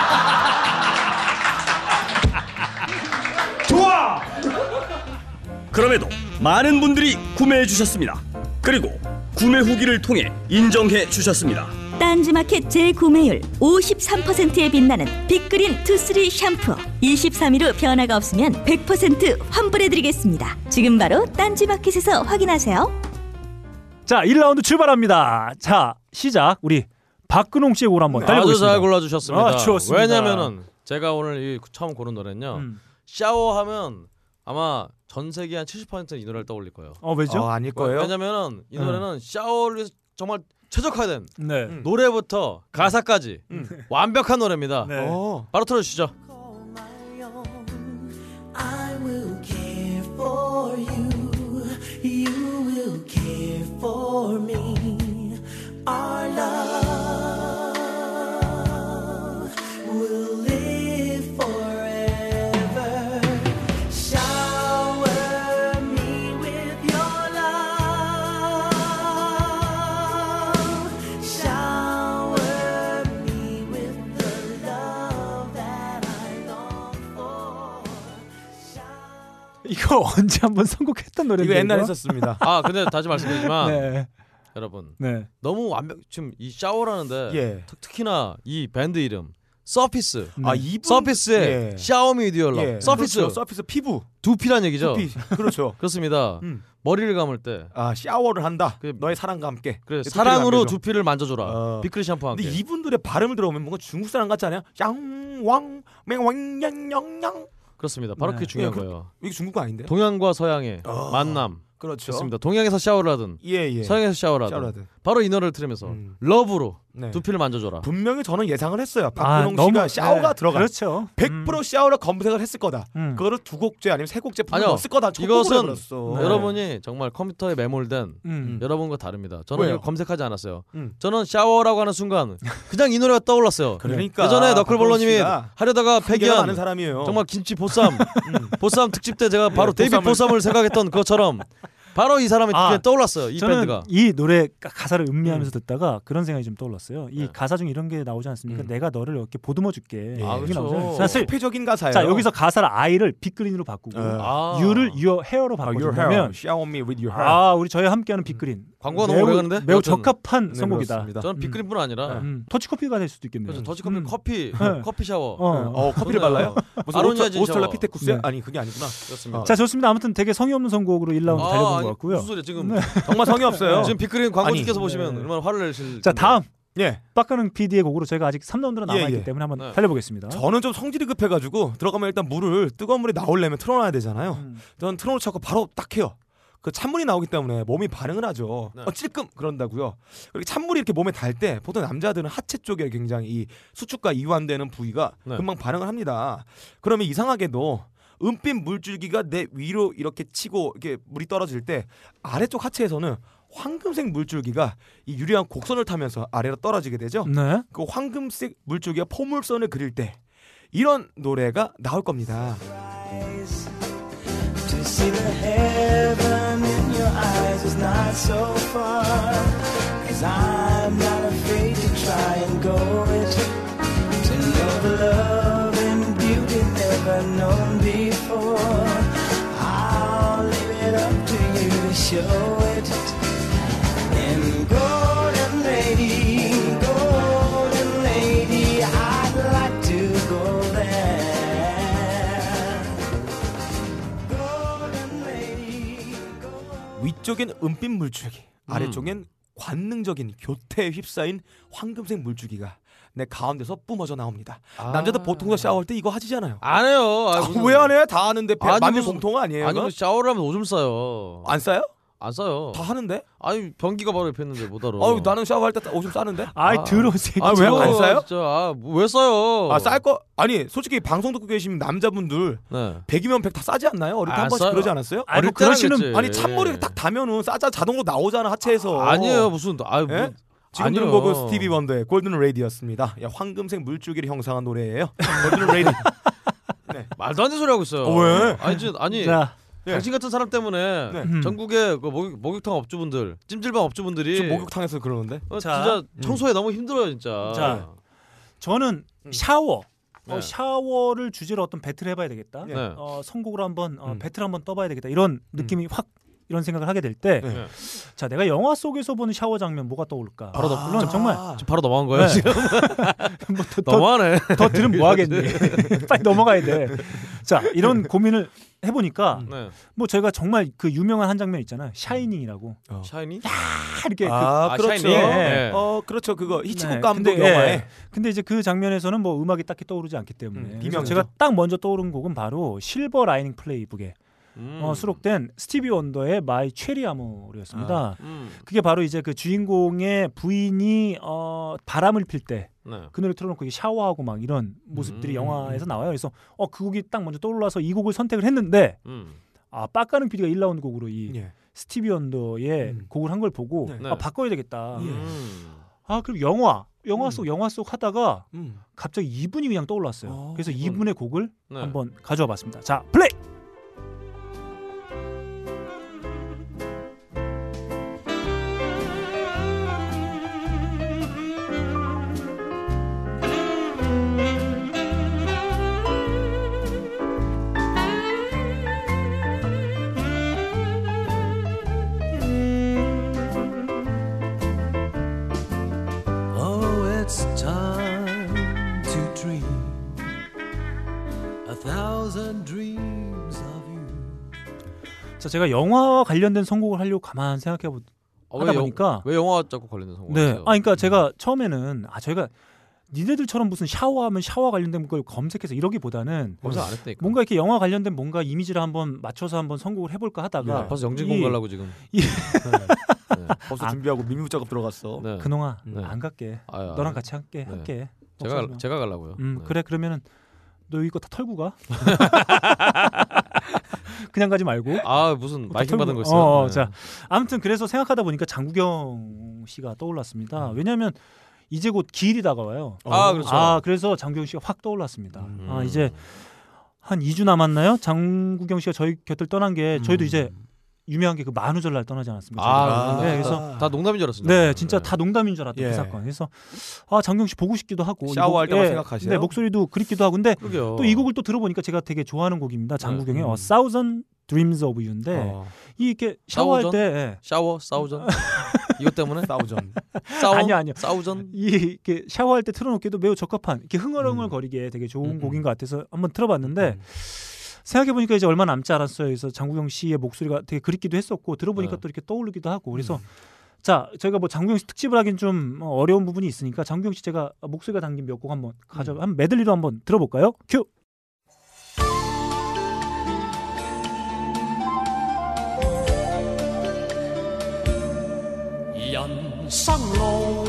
S9: 그럼에도 많은 분들이 구매해 주셨습니다. 그리고 구매 후기를 통해 인정해 주셨습니다.
S10: 딴지마켓 재구매율 53%에 빛나는 빅그린 투쓰리 샴푸 23일 후 변화가 없으면 100% 환불해드리겠습니다 지금 바로 딴지마켓에서 확인하세요
S1: 자, 1라운드 출발합니다. 자, 시작. 우리 박근홍 씨의 곡을 한번 달려보겠습니다.
S2: 네. 아주 잘 골라주셨습니다.
S1: 아, 좋습니다.
S2: 왜냐면은 제가 오늘 이 처음 고른 노래는요.
S1: 음.
S2: 샤워하면 아마 전 세계 한 70%는 이 노래를 떠올릴 거예요.
S1: 어, 왜죠?
S3: 어, 아닐 거예요.
S2: 왜냐면은 이
S1: 음.
S2: 노래는 샤워를 위해서 정말 최적화된
S1: 네.
S3: 음.
S2: 노래부터 가사까지 완벽한 노래입니다.
S1: 네.
S3: 어.
S2: 바로 틀어주시죠.
S7: I will care for you. You will care for me. Our love will live forever. Shower me with your love. Shower me with the love that I long for.
S1: 이거 언제 한번 선곡했던 노래인데
S3: 이거 옛날에 했었습니다.
S2: 아 근데 다시 말씀드리지만
S1: 네.
S2: 여러분
S1: 네.
S2: 너무 완벽 지금 이 샤워라는데
S3: 예.
S2: 특- 특히나 이 밴드 이름 서피스
S3: 아 이분
S2: 서피스의
S3: 예.
S2: 샤오미 듀얼러
S3: 예.
S2: 서피스
S3: 그렇죠. 서피스 피부
S2: 두피란 얘기죠.
S3: 두피 그렇죠.
S2: 그렇습니다.
S3: 음.
S2: 머리를 감을 때
S3: 아 샤워를 한다.
S2: 그-
S3: 너의 사랑과 함께.
S2: 그래
S3: 예, 두피를
S2: 사랑으로
S3: 감겨줘.
S2: 두피를 만져줘라.
S3: 어.
S2: 비크리 샴푸 함께.
S3: 근데 이분들의 발음을 들어보면 뭔가 중국 사람 같지 않아요? 양왕 맹왕양양양
S2: 그렇습니다. 바로
S1: 네.
S2: 그게 중요한
S3: 예, 그-
S2: 거예요.
S3: 이게 중국 거 아닌데?
S2: 동양과 서양의
S3: 어.
S2: 만남.
S3: 그렇죠.
S2: 그렇습니다. 동양에서 샤워를 하든
S3: 예예. 음.
S2: 서양에서 샤워를 하든
S3: 샤라드.
S2: 바로 이 노래를 들으면서 러브로
S3: 네.
S2: 두피를 만져줘라.
S3: 분명히 저는 예상을 했어요.
S2: 아,
S3: 박근홍
S2: 너무-
S3: 씨가 샤워가
S2: 네.
S3: 들어가.
S2: 그렇죠.
S3: 100% 샤워를 검색을 했을 거다. 그거를 두 곡째 아니면 세 곡째 분명 없을 거다.
S2: 음. 이것은 네.
S3: 어
S2: 여러분이 정말 컴퓨터에 매몰된
S1: 네. 음.
S2: 여러분과 다릅니다. 저는
S3: 왜요?
S2: 이걸 검색하지 않았어요.
S3: 음.
S2: 저는 샤워라고 하는 순간 그냥 이 노래가 떠올랐어요.
S3: 그러니까
S1: 아,
S2: 예전에
S3: 박근홍
S2: 너클볼러님이
S3: 씨가
S2: 하려다가
S3: 한계가
S2: 폐기한
S3: 많은 사람이에요.
S2: 정말 김치 보쌈 보쌈 특집 때 제가 바로 데이비
S1: 음. 네, 보쌈을.
S2: 보쌈을 생각했던 그것처럼 바로 이 사람이
S1: 아,
S2: 그냥 떠올랐어요. 이
S1: 저는
S2: 밴드가.
S1: 이 노래 가- 가사를 음미하면서 듣다가 그런 생각이 좀 떠올랐어요.
S2: 네.
S1: 이 가사 중에 이런 게 나오지
S2: 음.
S1: 않습니까? 내가 너를 이렇게 보듬어
S2: 예.
S1: 줄게.
S3: 아,
S1: 이게
S3: 그렇죠.
S2: 어,
S1: 나오잖아요.
S3: 폐적인 가사예요.
S1: 자, 여기서 가사를 I를 빅그린으로 바꾸고
S3: 네.
S2: 예.
S3: 아.
S1: U를 your hair로
S3: 아,
S1: 바꿔
S3: your
S1: 주면
S3: hair. Shower me with your hair.
S1: 아, 우리 저희와 함께하는 빅그린.
S2: 예. 음. 광고가 너무 오래 가는데?
S1: 매우
S2: 여튼.
S1: 적합한
S2: 네,
S1: 선곡이다.
S2: 그렇습니다. 저는 빅그린뿐 아니라
S1: 음. 터치커피가 될 수도 있겠네요.
S2: 그렇죠. 더치커피 커피
S1: 네.
S2: 커피 샤워.
S1: 어. 어, 커피를
S2: 좋네요.
S1: 발라요? 무슨
S2: 아로니아
S1: 오스트-
S2: 진
S1: 오스트랄라
S2: 샤워.
S1: 피테쿠스야? 네.
S3: 아니 그게 아니구나.
S2: 그렇습니다.
S1: 자, 좋습니다. 아무튼 되게 성의 없는 선곡으로 1라운드
S2: 아,
S1: 달려본
S2: 아니,
S1: 것 같고요. 네.
S2: 무슨 소리야, 지금.
S3: 정말 성의 없어요.
S2: 지금 빅그린 광고주께서
S1: 아니,
S2: 보시면 얼마나 화를 내실
S1: 자, 다음.
S3: 예.
S1: 빡가는 PD의 곡으로 저희가 아직 3라운드로 남아 있기
S3: 예, 예.
S1: 때문에 한번
S3: 네.
S1: 달려보겠습니다.
S3: 저는 좀 성질이 급해가지고 들어가면 일단 물을 뜨거운 물이 나오려면 틀어놔야 되잖아요.
S1: 음.
S3: 저는 틀어놓지 않고 바로 딱 해요. 그 찬물이 나오기 때문에 몸이 반응을 하죠. 어, 찔끔 그런다고요. 그리고 찬물이 이렇게 몸에 닿을 때 보통 남자들은 하체 쪽에 굉장히 이 수축과 이완되는 부위가
S2: 네.
S3: 금방 반응을 합니다. 그러면 이상하게도 은빛 물줄기가 내 위로 이렇게 치고 이렇게 물이 떨어질 때 아래쪽 하체에서는 황금색 물줄기가 이 유리한 곡선을 타면서 아래로 떨어지게 되죠.
S1: 네.
S3: 그 황금색 물줄기가 포물선을 그릴 때 이런 노래가 나올 겁니다.
S7: To see the heaven in your eyes is not so far. Cause I'm not afraid to try and go it. To know the love and beauty never known before. I'll leave it up to you to show it. And golden lady, golden lady, I'd like to go there.
S3: 위쪽엔 은빛 물줄기,
S2: 음.
S3: 아래쪽엔 관능적인 교태에 휩싸인 황금색 물줄기가 내 가운데서 뿜어져 나옵니다.
S2: 아.
S3: 남자들 보통 다 샤워할 때 이거 하시잖아요.
S2: 안 해요.
S3: 아, 왜 안 해? 다 하는데 배- 마음이
S2: 무슨- 어.
S3: 공통 아니에요?
S2: 아니
S3: 이거?
S2: 뭐 샤워를 하면 오줌 싸요.
S3: 안 싸요?
S2: 안 싸요.
S3: 다 하는데?
S2: 아니 변기가 바로 옆에 있는데 못 알아.
S3: 아유 나는 샤워할 때 오줌 싸는데?
S2: 어. 아이, 더러워, 새끼. 아,
S3: 왜 안
S2: 더러워,
S3: 싸요?
S2: 진짜. 아, 왜 싸요?
S3: 아쌀 거? 아니 솔직히 방송 듣고 계신 남자분들
S2: 네.
S3: 100이면 100 다 싸지 않나요? 어릴 때
S2: 아,
S3: 한 번씩
S2: 싸요.
S3: 그러지 않았어요?
S2: 아니, 어릴 때는 그러시는- 그랬지. 예.
S3: 아니 찬물이 딱 닿으면은 싸자 자동으로 나오잖아 하체에서.
S2: 아니에요 무슨 아유
S3: 어. 예?
S2: 무슨-
S3: 지금 들은
S2: 아니요.
S3: 곡은 스티비 원더의 골든 레이디였습니다. 야, 황금색 물줄기를 형상한 노래예요. 골든 레이디.
S2: 말도 안 되는 소리 하고 있어요.
S3: 어, 왜?
S2: 아니 진- 아니
S3: 자.
S2: 당신 같은 사람 때문에
S3: 네. 음.
S2: 전국의 그 목욕, 탕 업주분들 찜질방 업주분들이
S3: 지금 목욕탕에서 그러는데.
S2: 어,
S1: 자.
S2: 진짜 청소에 너무 힘들어요 진짜.
S1: 자, 저는 샤워. 어,
S2: 음. 네.
S1: 샤워를 주제로 어떤 배틀을 해봐야 되겠다.
S2: 네.
S1: 어, 선곡으로 한번
S3: 음.
S1: 어, 배틀 한번 떠봐야 되겠다. 이런 느낌이 확 이런 생각을 하게 될 때,
S2: 네.
S1: 자 내가 영화 속에서 보는 샤워 장면 뭐가 떠올까?
S2: 바로
S1: 아, 물론 정말
S2: 지금 바로 넘어간
S1: 네.
S2: 거예요 지금.
S1: 뭐 더, 더-
S2: 너무하네.
S1: 더 들으면 뭐 하겠니? 빨리 넘어가야 돼. 자 이런 고민을 해보니까
S2: 네.
S1: 뭐 저희가 정말 그 유명한 한 장면 있잖아요. 샤이닝이라고.
S2: 음. 샤이니?
S1: 다 이렇게
S3: 아,
S1: 그,
S3: 그렇죠.
S1: 예.
S3: 어, 그렇죠. 그거 히치콕
S1: 네,
S3: 감독
S1: 근데,
S3: 영화에
S1: 예. 근데 이제 그 장면에서는 뭐 음악이 딱히 떠오르지 않기 때문에 그래서
S3: 비명이죠.
S1: 제가 딱 먼저 떠오른 곡은 바로 실버 라이닝 플레이북에
S3: 음.
S2: 음.
S1: 어, 수록된 스티비 원더의 마이 체리 아모르였습니다.
S2: 음.
S1: 그게 바로 이제 그 주인공의 부인이 어, 바람을 필 때 그
S2: 네.
S1: 노래 틀어놓고 이게 샤워하고 막 이런 모습들이
S2: 음.
S1: 영화에서 나와요. 그래서 어, 그 곡이 딱 먼저 떠올라서 이 곡을 선택을 했는데
S2: 음.
S1: 아 빡가는 PD가 1라운드 곡으로 이
S3: 예. 음.
S1: 스티비 원더의 곡을 한 걸 보고
S3: 네. 예.
S1: 아, 바꿔야 되겠다.
S2: 음.
S1: 아 그럼 영화 영화 속 영화 속 하다가
S3: 음.
S1: 갑자기 이분이 그냥 떠올랐어요. 그래서 아, 이분의 곡을
S2: 네.
S1: 한번 가져와 봤습니다. 자 플레이.
S11: Oh, it's time to dream a thousand dreams of you.
S1: 자 제가 영화와 관련된 선곡을 하려고 가만 생각해 보.
S2: 아,
S1: 하다
S2: 왜, 영-
S1: 보니까
S2: 왜 영화 자꾸 걸리는 성공?
S1: 네. 아
S2: 음.
S1: 그러니까 제가 처음에는 아 저희가 니네들처럼 무슨 샤워하면 샤워 관련된 걸 검색해서 이러기보다는
S2: 검색 안 했다니까.
S1: 뭔가 이렇게 영화 관련된
S2: 네.
S1: 뭔가 이미지를 한번 맞춰서 한번 선곡을 해볼까 하다가
S2: 아파서 영진공
S1: 이-
S2: 가려고 지금.
S1: 이-
S2: 네.
S3: 벌써 준비하고 밀무 작업 들어갔어.
S1: 근홍아 안 갈게.
S3: 아유, 아유.
S1: 너랑 같이 할게. 할게.
S2: 네. 제가
S1: 걱정하지 마.
S2: 갈- 제가 가려고요.
S1: 음,
S2: 네.
S1: 그래 그러면은 너 이거 다 털고 가. 그냥 가지 말고.
S2: 아, 무슨
S1: 다 털고-
S2: 마이킹 받은 거 있어요?
S1: 어, 어,
S2: 네.
S1: 자 아무튼 그래서 생각하다 보니까 장국영 씨가 떠올랐습니다. 왜냐하면 이제 곧 기일이 다가와요.
S3: 어.
S2: 아, 그렇죠.
S1: 래서 장국영 씨가 확 떠올랐습니다. 아 이제 한 2주 남았나요? 장국영 씨가 저희 곁을 떠난 게 저희도 이제 유명한 게 그 만우절 날 떠나지 않았습니까?
S2: 아,
S1: 저희가.
S2: 네, 다, 다 농담인 줄 알았습니다.
S1: 네, 진짜 다 농담인 줄 알았던
S2: 예.
S1: 그 사건. 그래서 아 장경 씨 보고 싶기도 하고
S3: 샤워할
S1: 이 곡-
S3: 때만 생각하시죠?
S1: 네, 목소리도 그립기도 하고 근데
S2: 그러게요.
S1: 또 이 곡을 또 들어보니까 제가 되게 좋아하는 곡입니다. 장국영의
S2: 음.
S1: A Thousand Dreams of You인데
S2: 어.
S1: 이 이렇게 샤워할
S2: 싸우전?
S1: 때 예.
S2: 샤워 싸우전 이것 때문에
S3: 싸우전
S2: 싸워?
S1: 아니 아니요
S2: 싸우전
S1: 이 이렇게 샤워할 때 틀어놓기도 매우 적합한 이렇게 흥얼흥얼거리기에 되게 좋은 곡인 것 같아서 한번 들어봤는데 생각해 보니까 이제 얼마 남지 않았어요. 그래서 장국영 씨의 목소리가 되게 그립기도 했었고 들어보니까 또 이렇게 떠오르기도 하고 그래서 자 저희가 뭐 장국영 씨 특집을 하긴 좀 어, 어려운 부분이 있으니까 장국영 씨 제가 목소리가 담긴 몇 곡 한번 가져 한 메들리로 한번 들어볼까요? 큐.
S7: 人生路，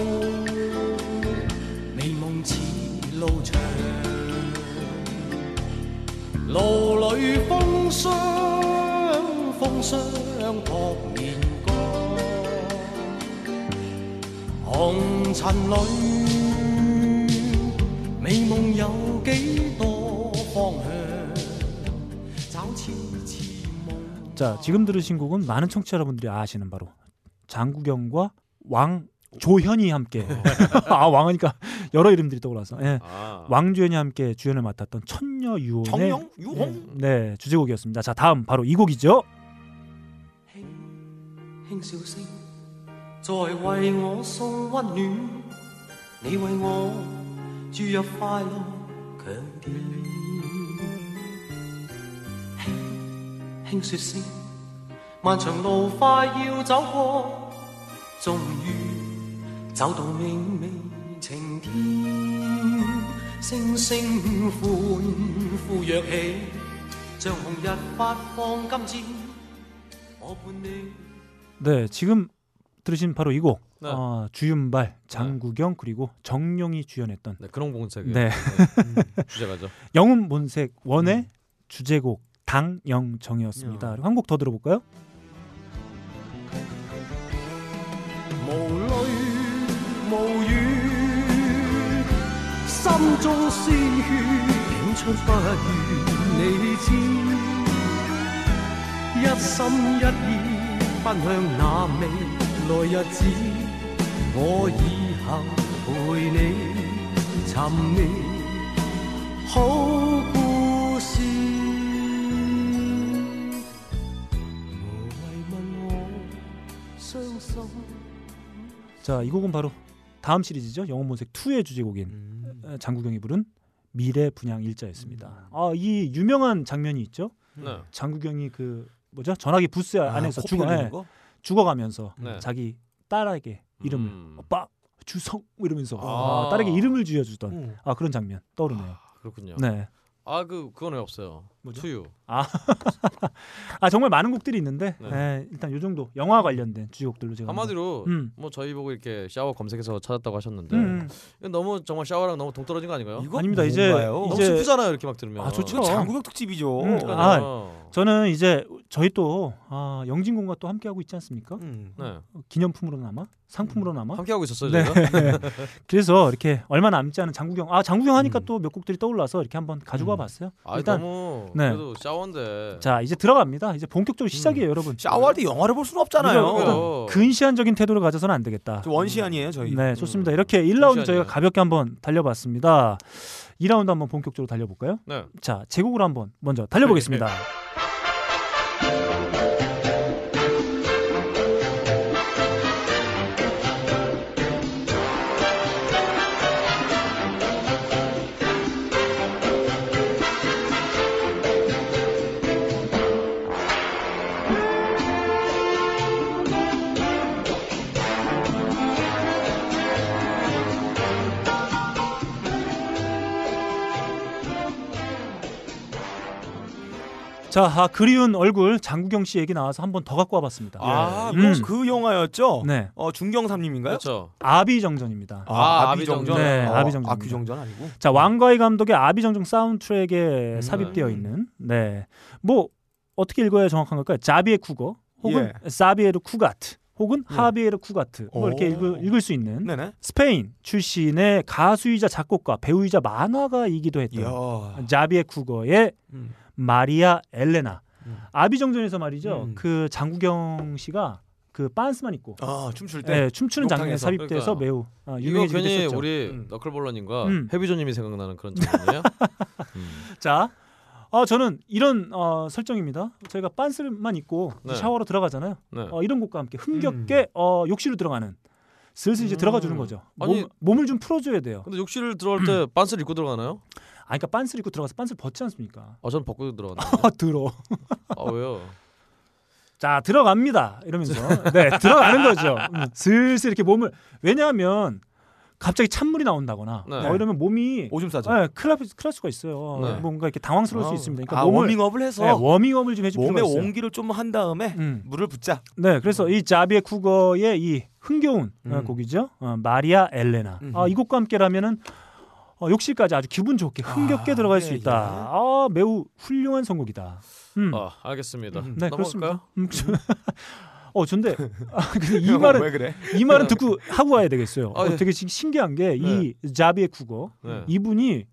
S7: 美梦似路长，路里风霜，风霜扑面光，红尘里，美梦有几多方向，找千次。
S1: 자 지금 들으신 곡은 많은 청취자 여러분들이 아시는 바로 장국영과 왕 조현이 함께 아 왕하니까 여러 이름들이 떠올라서 예. 왕조현이 함께 주연을 맡았던 천녀 유혼의
S3: 정영? 유홍?
S1: 네, 주제곡이었습니다. 자 다음 바로 이 곡이죠.
S7: 轻笑声，在为我送温暖，你为我注入快乐强电。轻轻说声，漫长路快要走过，终于走到明媚晴天，星星欢呼跃起，像红日发放金箭，我伴你。
S1: 네 지금 들으신 바로 이곡
S2: 네.
S1: 아, 주윤발, 장국영 그리고 정용이 주연했던
S2: 네, 근홍본색
S1: 네.
S2: 주제가죠.
S1: 영웅 본색 원의 주제곡 당영정이었습니다. 한 곡 더 들어볼까요?
S7: 无泪无语，心中鮮血涌出，不願你知。一心一意奔向那未來日子，我以後陪你尋觅好故事。無謂問我傷心。
S1: 자, 이 곡은 바로 다음 시리즈죠. 영웅 본색 2의 주제곡인
S3: 음.
S1: 어, 장국영이 부른 미래 분양 일자였습니다. 아, 이 유명한 장면이 있죠.
S2: 네.
S1: 장국영이 그 뭐죠? 전화기 부스
S3: 아,
S1: 안에서
S3: 커피
S1: 죽어
S3: 흘리는
S1: 예.
S3: 거?
S1: 죽어가면서
S3: 네.
S1: 자기 딸에게 이름을
S2: 음.
S1: 오빠 주성 이러면서
S2: 아.
S1: 아, 딸에게 이름을 지어주던
S2: 음.
S1: 아 그런 장면 떠오르네요.
S2: 그렇군요.
S1: 네.
S2: 아 그 그건 왜 없어요? 투유.
S1: 아, 아 정말 많은 곡들이 있는데
S2: 네.
S1: 예, 일단 요 정도 영화 관련된 주제곡들로 제가 한번-
S2: 한마디로
S1: 음.
S2: 뭐 저희 보고 이렇게 샤워 검색해서 찾았다고 하셨는데
S1: 음.
S2: 이건 너무 정말 샤워랑 너무 동떨어진 거 아닌가요?
S1: 이거 아닙니다. 이제- 뭔가요?
S2: 너무
S1: 이제-
S2: 슬프잖아요 이렇게 막 들으면.
S1: 아 좋죠.
S3: 어, 장국영 특집이죠.
S1: 음,
S2: 그러니까요.
S1: 아, 저는 이제 저희 또 아, 영진공과 또 함께 하고 있지 않습니까?
S3: 음.
S2: 네.
S1: 어, 기념품으로 남아 상품으로 남아
S2: 함께 하고 있었어요,
S1: 네.
S2: 저희가?
S1: 그래서 이렇게 얼마 남지 않은 장국영 아 장국영 하니까
S3: 음.
S1: 또 몇 곡들이 떠올라서 이렇게 한번 가져와 봤어요.
S2: 아 너무 그래도 샤워인데.
S1: 네. 자 이제 들어갑니다. 이제 본격적으로 시작이에요, 여러분.
S3: 네. 음. 샤워할 때 영화를 볼 수는 없잖아요.
S1: 이거 어떤 근시안적인 태도를 가져서는 안 되겠다.
S3: 저 원시안이에요, 음. 저희.
S1: 네, 좋습니다. 이렇게 1라운드
S3: 잠시만요.
S1: 저희가 가볍게 한번 달려봤습니다. 2라운드 한번 본격적으로 달려볼까요?
S2: 네.
S1: 자, 제곡으로 한번 먼저 달려보겠습니다.
S3: 네,
S1: 자, 아, 그리운 얼굴 장국영 씨 얘기 나와서 한 번 더 갖고 와봤습니다.
S3: 아,
S1: 예.
S3: 그럼
S1: 음.
S3: 그 영화였죠?
S1: 네.
S3: 어, 중경삼림인가요?
S1: 어,
S2: 그렇죠.
S1: 아비정전입니다.
S3: 아, 아비정전?
S1: 네, 음?
S3: 어,
S1: 아비정전.
S3: 아귀정전 아니고?
S1: 자, 왕가희 감독의 아비정전 사운드트랙에
S2: 음.
S1: 삽입되어 있는 네. 뭐 어떻게 읽어야 정확한 걸까요? 자비의 쿠거 혹은
S2: 예.
S1: 사비에르 쿠가트 혹은 하비에르 쿠가트 뭐 이렇게 읽을, 읽을 수 있는
S2: 네.
S1: 스페인 출신의 가수이자 작곡가 배우이자 만화가이기도 했던 자비의 쿠거의
S2: 음.
S1: 마리아 엘레나 아비정전에서 말이죠
S2: 음.
S1: 그 장국영 씨가 그 빤스만 입고
S3: 아, 춤출 때?
S1: 예, 춤추는 장면에
S3: 목탕에서?
S1: 삽입돼서
S2: 네. 그러니까
S1: 매우 아,
S2: 이거
S1: 유명해지기도
S2: 괜히
S1: 했었죠.
S2: 우리 너클볼러님과
S1: 음.
S2: 해비조님이 생각나는 그런 장면이에요.
S1: 자, 어, 저는 이런 어, 설정입니다. 저희가 빤스만 입고
S2: 네.
S1: 샤워로 들어가잖아요.
S2: 네.
S1: 어, 이런 곡과 함께 흥겹게 어, 욕실로 들어가는 슬슬 이제 들어가 주는 거죠.
S2: 아니-
S1: 몸, 몸을 좀 풀어줘야 돼요.
S2: 근데 욕실을 들어갈
S1: 음.
S2: 때 반스를 입고 들어가나요?
S1: 아, 그러니까 빤스를 입고 들어가서 빤스를 벗지 않습니까?
S2: 아, 전 벗고 들어갔나.
S1: 아, 들어.
S2: 아 왜요?
S1: 자 들어갑니다 이러면서 네 들어가는 거죠 음, 슬슬 이렇게 몸을 왜냐하면 갑자기 찬물이 나온다거나
S3: 네.
S1: 어, 이러면 몸이 오줌 싸죠 네, 큰일, 날- 큰일 날 수가 있어요
S3: 네.
S1: 뭔가 이렇게 당황스러울 수 있습니다 그러니까
S3: 아,
S1: 몸을-
S3: 워밍업을 해서?
S1: 네, 워밍업을 좀 해줄
S3: 몸에
S1: 필요가 있어요
S3: 온기를 좀 한 다음에 물을 붓자.
S1: 네 그래서
S2: 음.
S1: 이 자비의 국어의 이 흥겨운 어, 곡이죠 어, 마리아 엘레나 아, 이 곡과 함께라면은 어, 욕실까지 아주 기분 좋게 흥겹게 들어갈
S2: 예,
S1: 수 있다 아, 매우 훌륭한 선곡이다 음.
S2: 아 알겠습니다.
S1: 네,
S2: 넘어갈까요?
S1: 그렇습니다. 음, 저- 어, 근데 아, 근데 이
S2: 형,
S1: 말은
S2: 어, 왜 그래?
S1: 이 말은 듣고 하고 와야 되겠어요.
S2: 아,
S1: 어,
S2: 예.
S1: 되게 지- 신기한 게 이 자비의 국어
S2: 네.
S1: 이분이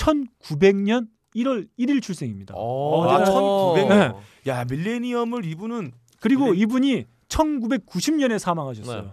S1: 1900년 1월 1일 출생입니다. 어,
S3: 아,
S1: 대단한-
S3: 1900.
S1: 네.
S3: 야, 밀레니엄을 이분은
S1: 그리고 이분이 1990년에 사망하셨어요.
S2: 네.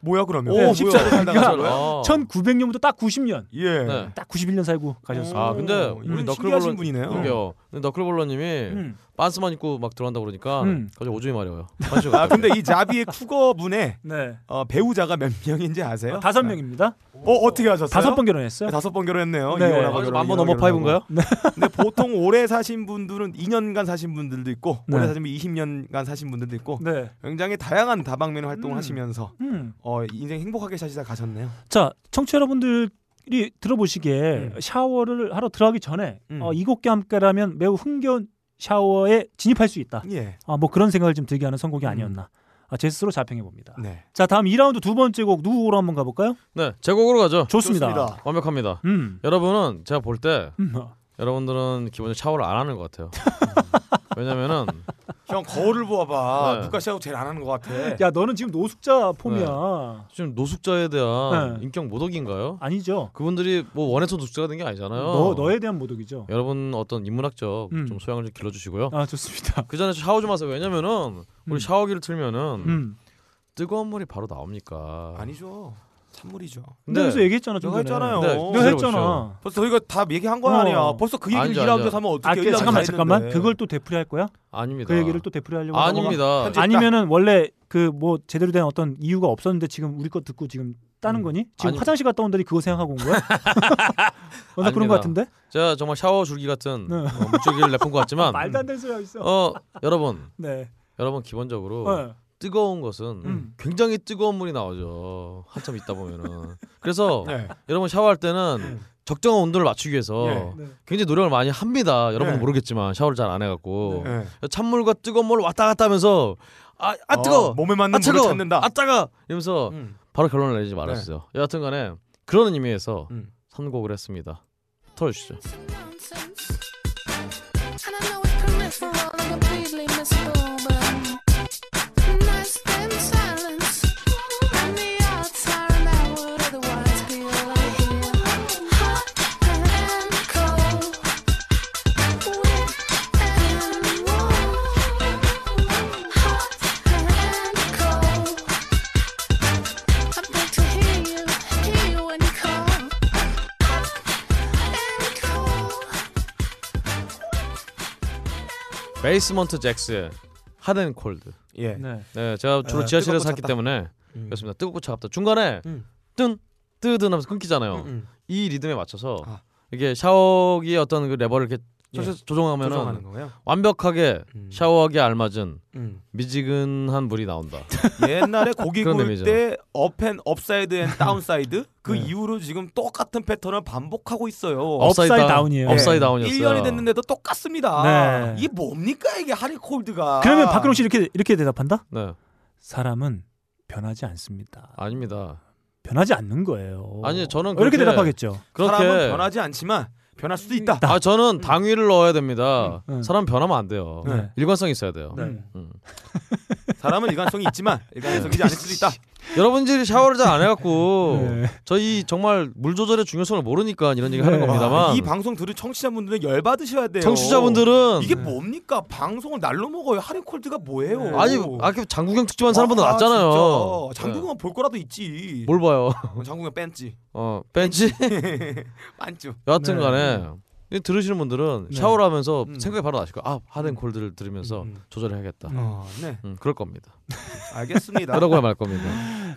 S3: 뭐야 그러면?
S1: 네,
S3: 오,
S1: 쉽지
S3: 뭐야.
S1: 않으니까
S2: 어.
S3: 아.
S1: 1900년부터 딱 90년.
S3: 예.
S2: 네.
S1: 딱 91년 살고 가셨어요.
S2: 아 근데 우리 너클볼러 그러게요. 근데 너클볼러님이
S1: 음.
S2: 반스만 입고 막 들어간다 그러니까
S3: 음.
S2: 갑자기 오줌이 마려요.
S3: 아, 근데 이 자비의 쿠거 분의
S1: 네.
S3: 어, 배우자가 몇 명인지 아세요?
S1: 어, 다섯 명입니다.
S3: 어 어떻게 하셨어요?
S1: 다섯 번 결혼했어요.
S3: 다섯 번 결혼했네요.
S1: 네.
S3: 이혼하고
S1: 아,
S3: 결혼,
S1: 만번
S3: 이혼하고
S1: 넘어 파이브인가요?
S3: 결혼하고. 근데 보통 오래 사신 분들은 2년간 사신 분들도 있고
S1: 네.
S3: 오래 사시면 20년간 사신 분들도 있고
S1: 네.
S3: 굉장히 다양한 다방면 활동을
S1: 음.
S3: 하시면서
S1: 음.
S3: 어, 인생 행복하게 사시다 가셨네요.
S1: 자, 청취 자 여러분들이 들어보시기에 샤워를 하러 들어가기 전에 어, 이 곡과 함께라면 매우 흥겨운 샤워에 진입할 수 있다.
S3: 예.
S1: 아, 뭐 그런 생각을 좀 들게 하는 선곡이 아니었나. 아, 제 스스로 자평해 봅니다.
S3: 네.
S1: 자, 다음 2라운드 두 번째 곡 누구 오로 한번 가볼까요?
S2: 네, 제 곡으로 가죠.
S1: 좋습니다. 좋습니다.
S2: 완벽합니다.
S1: 음.
S2: 여러분은 제가 볼 때
S1: 음.
S2: 여러분들은 기본적으로 샤워를 안 하는 것 같아요. 음. 왜냐면은
S3: 형 거울을 보아봐.
S2: 네.
S3: 누가 시하고 제일 안 하는 것 같아.
S1: 야, 너는 지금 노숙자 폼이야.
S2: 지금 노숙자에 대한
S1: 네. 어.
S2: 인격 모독인가요?
S1: 아니죠.
S2: 그분들이 뭐 원해서 노숙자가 된 게 아니잖아요.
S1: 너 너에 대한 모독이죠.
S2: 여러분 어떤 인문학적
S1: 음.
S2: 좀 소양을 좀 길러주시고요.
S1: 아, 좋습니다.
S2: 그 전에 샤워 좀 하세요. 왜냐면은 우리 샤워기를 틀면은
S1: 음.
S2: 뜨거운 물이 바로 나옵니까?
S3: 아니죠. 찬물이죠.
S1: 근데 여기서 얘기했잖아, 좀
S3: 내가
S1: 전에.
S3: 했잖아요.
S1: 네, 내가 했잖아. 들어보십시오.
S3: 벌써 저희가 다 얘기한 거 아니야.
S1: 어.
S3: 벌써 그 얘기를 2라운드에서 하면 어떻게
S1: 아, 잠깐만 잠깐만. 그걸 또 되풀이할 거야?
S2: 아닙니다.
S1: 그 얘기를 또 되풀이하려고
S2: 아닙니다.
S1: 하는 거야?
S2: 편집다.
S1: 아니면은 원래 그 뭐 제대로 된 어떤 이유가 없었는데 지금 우리 거 듣고 지금 따는 거니? 지금
S2: 음. 아니-
S1: 화장실 갔다 온더니 그거 생각하고 온 거야? 먼저 그런
S2: 아닙니다.
S1: 거 같은데?
S2: 제가 정말 샤워 줄기
S1: 네.
S2: 같은 어, 물줄기를 내뿜 것 같지만
S1: 말도 안 되는 소리 하고 있어.
S2: 어 여러분
S1: 네.
S2: 여러분 기본적으로
S1: 네.
S2: 뜨거운 것은
S5: 음.
S2: 굉장히 뜨거운 물이 나오죠 한참 있다 보면은 그래서
S5: 네.
S2: 여러분 샤워할 때는 적정한 온도를 맞추기 위해서
S5: 예. 네.
S2: 굉장히 노력을 많이 합니다 여러분은
S5: 네.
S2: 모르겠지만 샤워를 잘 안 해갖고
S5: 네.
S2: 찬물과 뜨거운 물 왔다 갔다 하면서 아, 아 뜨거
S5: 어, 몸에 맞는
S2: 아,
S5: 물을
S2: 차가워!
S5: 찾는다. 음. 네.
S2: 아 따가 이러면서
S3: 음.
S2: 바로 결론을 내리지 말아주세요 여하튼간에 그런 의미에서
S5: 음.
S2: 선곡을 했습니다 틀어주시죠
S7: And I know it can miss for all of the pleasely missable, but nice thin silence. And the odds are that would otherwise be like hot and cold, wet and warm, hot and cold. I beg to hear you, hear you when you call, hot and cold.
S2: 베이스먼트 잭스의 핫앤 콜드.
S3: 예.
S1: 네.
S2: 제가 주로
S5: 아,
S2: 지하실에서
S5: 뜨겁고
S2: 샀기
S5: 차갑다.
S2: 때문에 그렇습니다. 뜨겁고 차갑다. 중간에 뜬
S3: 음,
S2: 뜨든 하면서 끊기잖아요. 이 리듬에 맞춰서 이게 샤워기의 어떤 그 레버를 이렇게 청취 조정하면
S3: 조정하는 거예요?
S2: 완벽하게 샤워하기에 알맞은
S3: 음.
S2: 미지근한 물이 나온다.
S3: 옛날에 고기
S2: 그런
S3: 구울
S2: 의미죠. 네.
S3: 때 업앤 업사이드 앤 다운사이드 그 이후로 지금 똑같은 패턴을 반복하고 있어요.
S2: 업사이드 업사이드 다운이에요.
S3: 네.
S2: 업사이드 다운이었어요.
S3: 1년이 됐는데도 똑같습니다.
S1: 네.
S3: 이게 뭡니까 이게 하리콜드가.
S1: 그러면 박근홍 씨 이렇게 이렇게 대답한다?
S2: 네.
S1: 사람은 변하지 않습니다.
S2: 아닙니다.
S1: 변하지 않는 거예요.
S2: 아니 저는
S1: 이렇게
S2: 그렇게,
S1: 대답하겠죠.
S2: 그렇게
S3: 사람은 변하지 음. 않지만 변할 수도 있다.
S2: 아 저는 당위를 넣어야 됩니다. 사람 변하면 안 돼요.
S3: 네.
S2: 일관성이 있어야 돼요.
S3: 네.
S2: 음.
S3: 사람은 일관성이 있지만 일관성이지 않을 수도 있다.
S2: 여러분들이 샤워를 잘 안 해갖고
S1: 네.
S2: 저희 정말 물 조절의 중요성을 모르니까 이런 얘기 하는
S3: 네.
S2: 겁니다만
S3: 이 방송 들을 청취자분들은 열 받으셔야 돼요.
S2: 청취자분들은- 네.
S3: 이게 뭡니까? 방송을 날로 먹어요. 하리콜드가 뭐예요? 아,
S2: 아니 아까 장국영 특집한 사람보다 낫잖아요.
S3: 진짜. 장국영 볼 거라도 있지.
S2: 네. 뭘 봐요?
S3: 장국영 뺀지.
S2: 어 벤치.
S3: 빤쭈.
S2: 여하튼간에 이 들으시는 분들은
S3: 네. 음,
S2: 샤워를 하면서 생각이 바로 나실 거예요. 아 하는 콜드를 들으면서 조절해야겠다.
S3: 어, 네.
S2: 음, 그럴 겁니다.
S3: 알겠습니다.
S2: 그러고야 말 겁니다.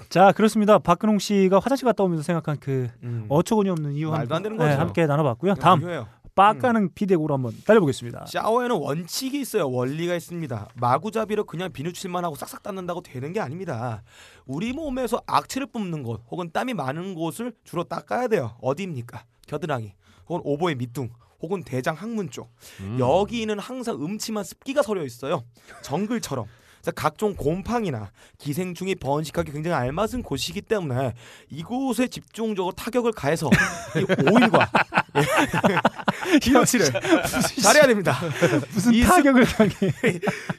S1: 자 그렇습니다. 박근홍 씨가 화장실 갔다 오면서 생각한 그
S3: 음.
S1: 어처구니 없는 이유
S3: 말도 안 되는
S1: 네,
S3: 거죠.
S1: 함께 나눠봤고요. 다음
S3: 의외예요.
S1: 빠까는 비대고로 한번 달려보겠습니다.
S3: 샤워에는 원칙이 있어요. 원리가 있습니다. 마구잡이로 그냥 비누칠만 하고 싹싹 닦는다고 되는 게 아닙니다. 우리 몸에서 악취를 뿜는 곳 혹은 땀이 많은 곳을 주로 닦아야 돼요. 어디입니까? 겨드랑이 혹은 오보의 밑둥 혹은 대장 항문 쪽. 여기는 항상 음침한 습기가 서려 있어요. 정글처럼. 그래서 각종 곰팡이나 기생충이 번식하기 굉장히 알맞은 곳이기 때문에 이곳에 집중적으로 타격을 가해서 이 오일과 기억치를 잘해야 됩니다.
S1: 무슨
S3: 이
S1: 타격을 당해?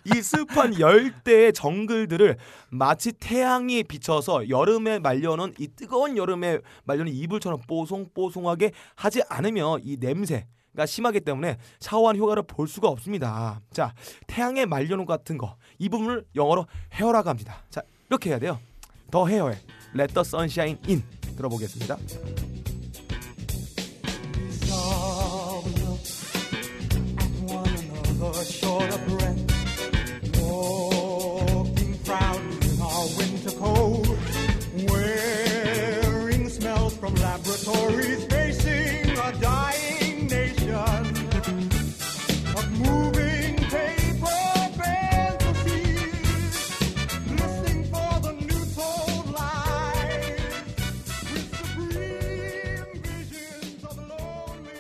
S3: 이 습한 열대의 정글들을 마치 태양이 비춰서 여름에 말려놓은 이 뜨거운 여름에 말려놓은 이불처럼 뽀송뽀송하게 하지 않으면 이 냄새 가 심하기 때문에 샤워한 효과를 볼 수가 없습니다. 자, 태양의 말려놓은 것 같은 거 이 부분을 영어로 헤어라고 합니다. 자, 이렇게 해야 돼요. 더 헤어에 Let the sunshine in 들어보겠습니다.
S8: short of breath, walking proudly in our winter coat, wearing smells from laboratories, facing a dying nation of moving paper fantasies, listening for the new told lies with supreme visions of lonely.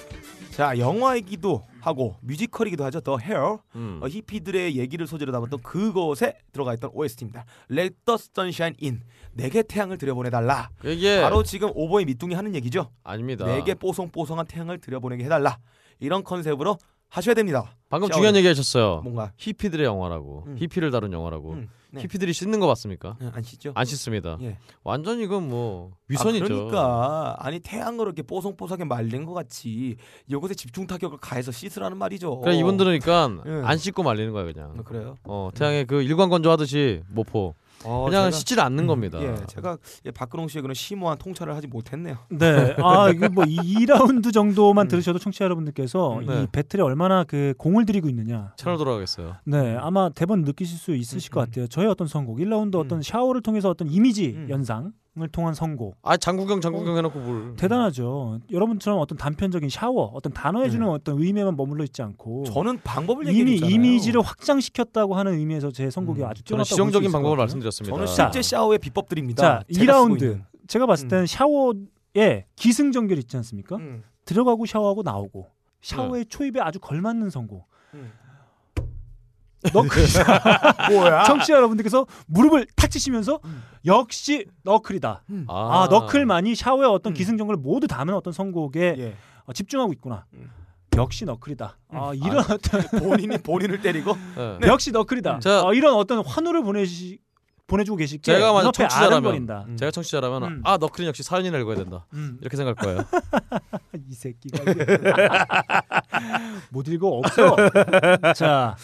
S3: 자 영화이기도 하고 뮤지컬이기도 하죠 더 헤어 어, 히피들의 얘기를 소재로 담았던 그것에 들어가 있던 OST입니다 Let the sunshine in 내게 태양을 들여보내달라
S2: 이게
S3: 바로 네 지금 오버의 밑둥이 하는 얘기죠
S2: 아닙니다.
S3: 내게 뽀송뽀송한 태양을 들여보내게 해달라 이런 컨셉으로 하셔야 됩니다
S2: 방금
S3: 샤워를.
S2: 중요한 얘기 하셨어요.
S3: 뭔가
S2: 히피들의 영화라고 히피를 다룬 영화라고
S3: 네.
S2: 히피들이 씻는 거 맞습니까?
S3: 안 씻죠.
S2: 안 씻습니다.
S3: 예.
S2: 완전 이건 뭐 아, 위선이죠.
S3: 아, 그러니까 아니 태양으로 이렇게 뽀송뽀송하게 말린 것 같이 이것에 집중 타격을 가해서 씻으라는 말이죠
S2: 그래, 이분들은 그러니까
S3: 예.
S2: 안 씻고 말리는 거야 그냥.
S3: 그래요?
S2: 어 태양에 그 일광건조 하듯이 모포.
S3: 어,
S2: 그냥
S3: 제가-
S2: 씻질 않는
S3: 음,
S2: 겁니다.
S3: 예, 제가 예, 박근홍 씨의 그런 심오한 통찰을 하지 못했네요.
S1: 네. 아, 이거 뭐 2라운드 정도만 들으셔도 청취자 여러분들께서
S2: 음,
S1: 이
S2: 네.
S1: 배틀에 얼마나 그 공을 들이고 있느냐.
S2: 차로 돌아가겠어요.
S1: 네, 아마 대번 느끼실 수 있으실 것 같아요. 저의 어떤 선곡, 1라운드 어떤 샤워를 통해서 어떤 이미지 연상을 통한 선곡.
S2: 아 장국영 장국영 해놓고 뭘?
S1: 대단하죠. 여러분처럼 어떤 단편적인 샤워, 어떤 단어에 주는 어떤 의미에만 머물러 있지 않고
S3: 저는 방법을
S1: 이미
S3: 얘기했잖아요.
S1: 이미지를 확장시켰다고 하는 의미에서 제 선곡이 아주 뛰어났다고
S2: 저는
S1: 볼수
S2: 실용적인
S1: 있을 것
S2: 방법을
S1: 같아요.
S2: 말씀드렸습니다.
S3: 저는
S1: 자,
S3: 실제 샤워의 비법들입니다.
S1: 자,
S3: 제가 쓰고 있는.
S1: 2라운드 제가 봤을
S2: 음.
S1: 때는 샤워에 기승전결 있지 않습니까?
S3: 음.
S1: 들어가고 샤워하고 나오고
S2: 네.
S1: 샤워의 초입에 아주 걸맞는 선곡.
S2: 음.
S1: 너클이다.
S3: 뭐야?
S1: 청취자 여러분들께서 무릎을 탁 치시면서 역시 너클이다. 아,
S2: 음. 아. 음.
S1: 너클만이 샤워의 어떤 기승전결을 모두 담은 어떤 선곡에
S3: 예.
S1: 어, 집중하고 있구나.
S2: 음.
S1: 역시 너클이다. 아, 이런
S3: 아,
S1: 어떤
S3: 본인이 본인을 때리고
S2: 네.
S1: 역시 너클이다.
S2: 자.
S1: 어, 이런 어떤 환호를 보내시 보내주고 계실 게
S2: 제가 만약
S1: 눈앞에
S2: 청취자라면
S1: 아른거린다.
S2: 제가 청취자라면
S1: 음.
S2: 아 너클은 역시 사연이나 읽어야 된다
S3: 음.
S2: 이렇게 생각할 거예요.
S1: 이 새끼가 이거. 못 읽어 없어. 자.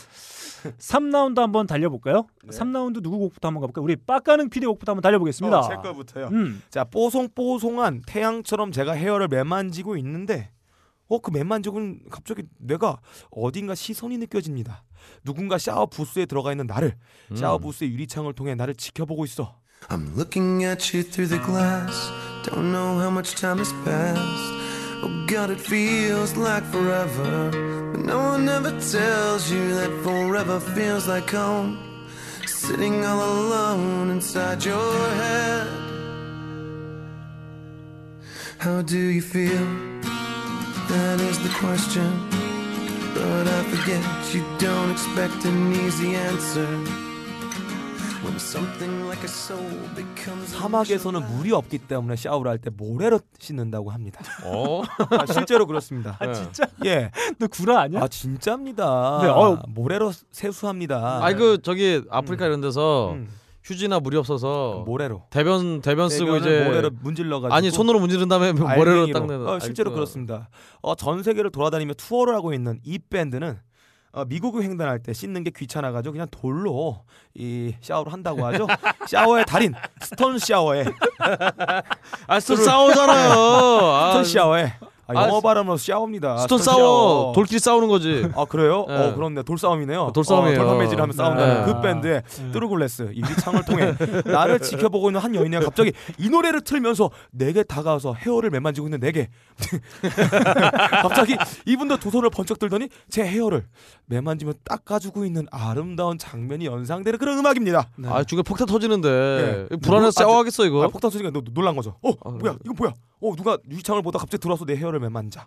S1: 3라운드 한번 달려볼까요?
S3: 네.
S1: 삼 3라운드 누구 곡부터 한번 가볼까요? 우리 빡가는 피디 곡부터 한번 달려보겠습니다.
S3: 어, 제 거부터요.
S1: 음.
S3: 자, 뽀송뽀송한 태양처럼 제가 헤어를 매만지고 있는데 어, 그 맨만족은 갑자기 내가 어딘가 시선이 느껴집니다. 누군가 샤워 부스에 들어가 있는 나를
S2: 음.
S3: 샤워 부스의 유리창을 통해 나를 지켜보고 있어.
S12: I'm looking at you through the glass. Don't know how much time has passed. Oh God, it feels like forever. But no one ever tells you that forever feels like home. Sitting all alone inside your head. How do you feel? That is the question. But I forget you don't expect an easy answer. When something like a soul becomes
S3: 사막에서는 물이 없기 때문에 샤워를 할 때 모래로 씻는다고 합니다.
S2: 어?
S3: 아, 실제로 그렇습니다.
S1: 아, 진짜?
S3: 예.
S1: 너 구라 아니야?
S3: 아 진짜입니다.
S2: 네, 어우.
S3: 모래로 세수합니다.
S2: 아니 그 저기 아프리카 이런 데서
S3: 음. 그
S2: 휴지나 물이 없어서
S3: 모래로
S2: 대변 대변 쓰고
S3: 대변을
S2: 이제
S3: 모래로 문질러가지고
S2: 아니 손으로 문지른 다음에 모래로
S3: 알갱이로.
S2: 닦는
S3: 어, 실제로
S2: 아이고.
S3: 그렇습니다. 어, 전 세계를 돌아다니며 투어를 하고 있는 이 밴드는 어, 미국을 횡단할 때 씻는 게 귀찮아가지고 그냥 돌로 이 샤워를 한다고 하죠. 샤워의 달인 스톤 샤워에
S2: 아 스톤 샤워잖아요. 아,
S3: 스톤 아, 샤워에 아,
S2: 아,
S3: 영어 발음으로 샤워입니다.
S2: 스톤
S3: 어.
S2: 싸워 돌끼리 싸우는 거지.
S3: 아 그래요?
S2: 예.
S3: 어 그렇네 돌싸움이네요.
S2: 돌싸움이에요.
S3: 어, 돌판매질을 하면 싸운다는
S2: 네.
S3: 그 밴드의 뚜르굴레스 유리창을 통해 나를 지켜보고 있는 한 여인이 갑자기 이 노래를 틀면서 내게 다가와서 헤어를 매만지고 있는 내게 갑자기 이분도 두 손을 번쩍 들더니 제 헤어를 매만지며 닦아주고 있는 아름다운 장면이 연상되는 그런 음악입니다.
S2: 아 중에 폭탄 터지는데
S3: 예.
S2: 불안해서
S3: 아,
S2: 싸워하겠어 네. 이거.
S3: 아, 폭탄 소리가 너 놀란 거죠. 어 뭐야 이거 뭐야? 어 누가 유리창을 보다 갑자기 들어와서 내 헤어를 매만져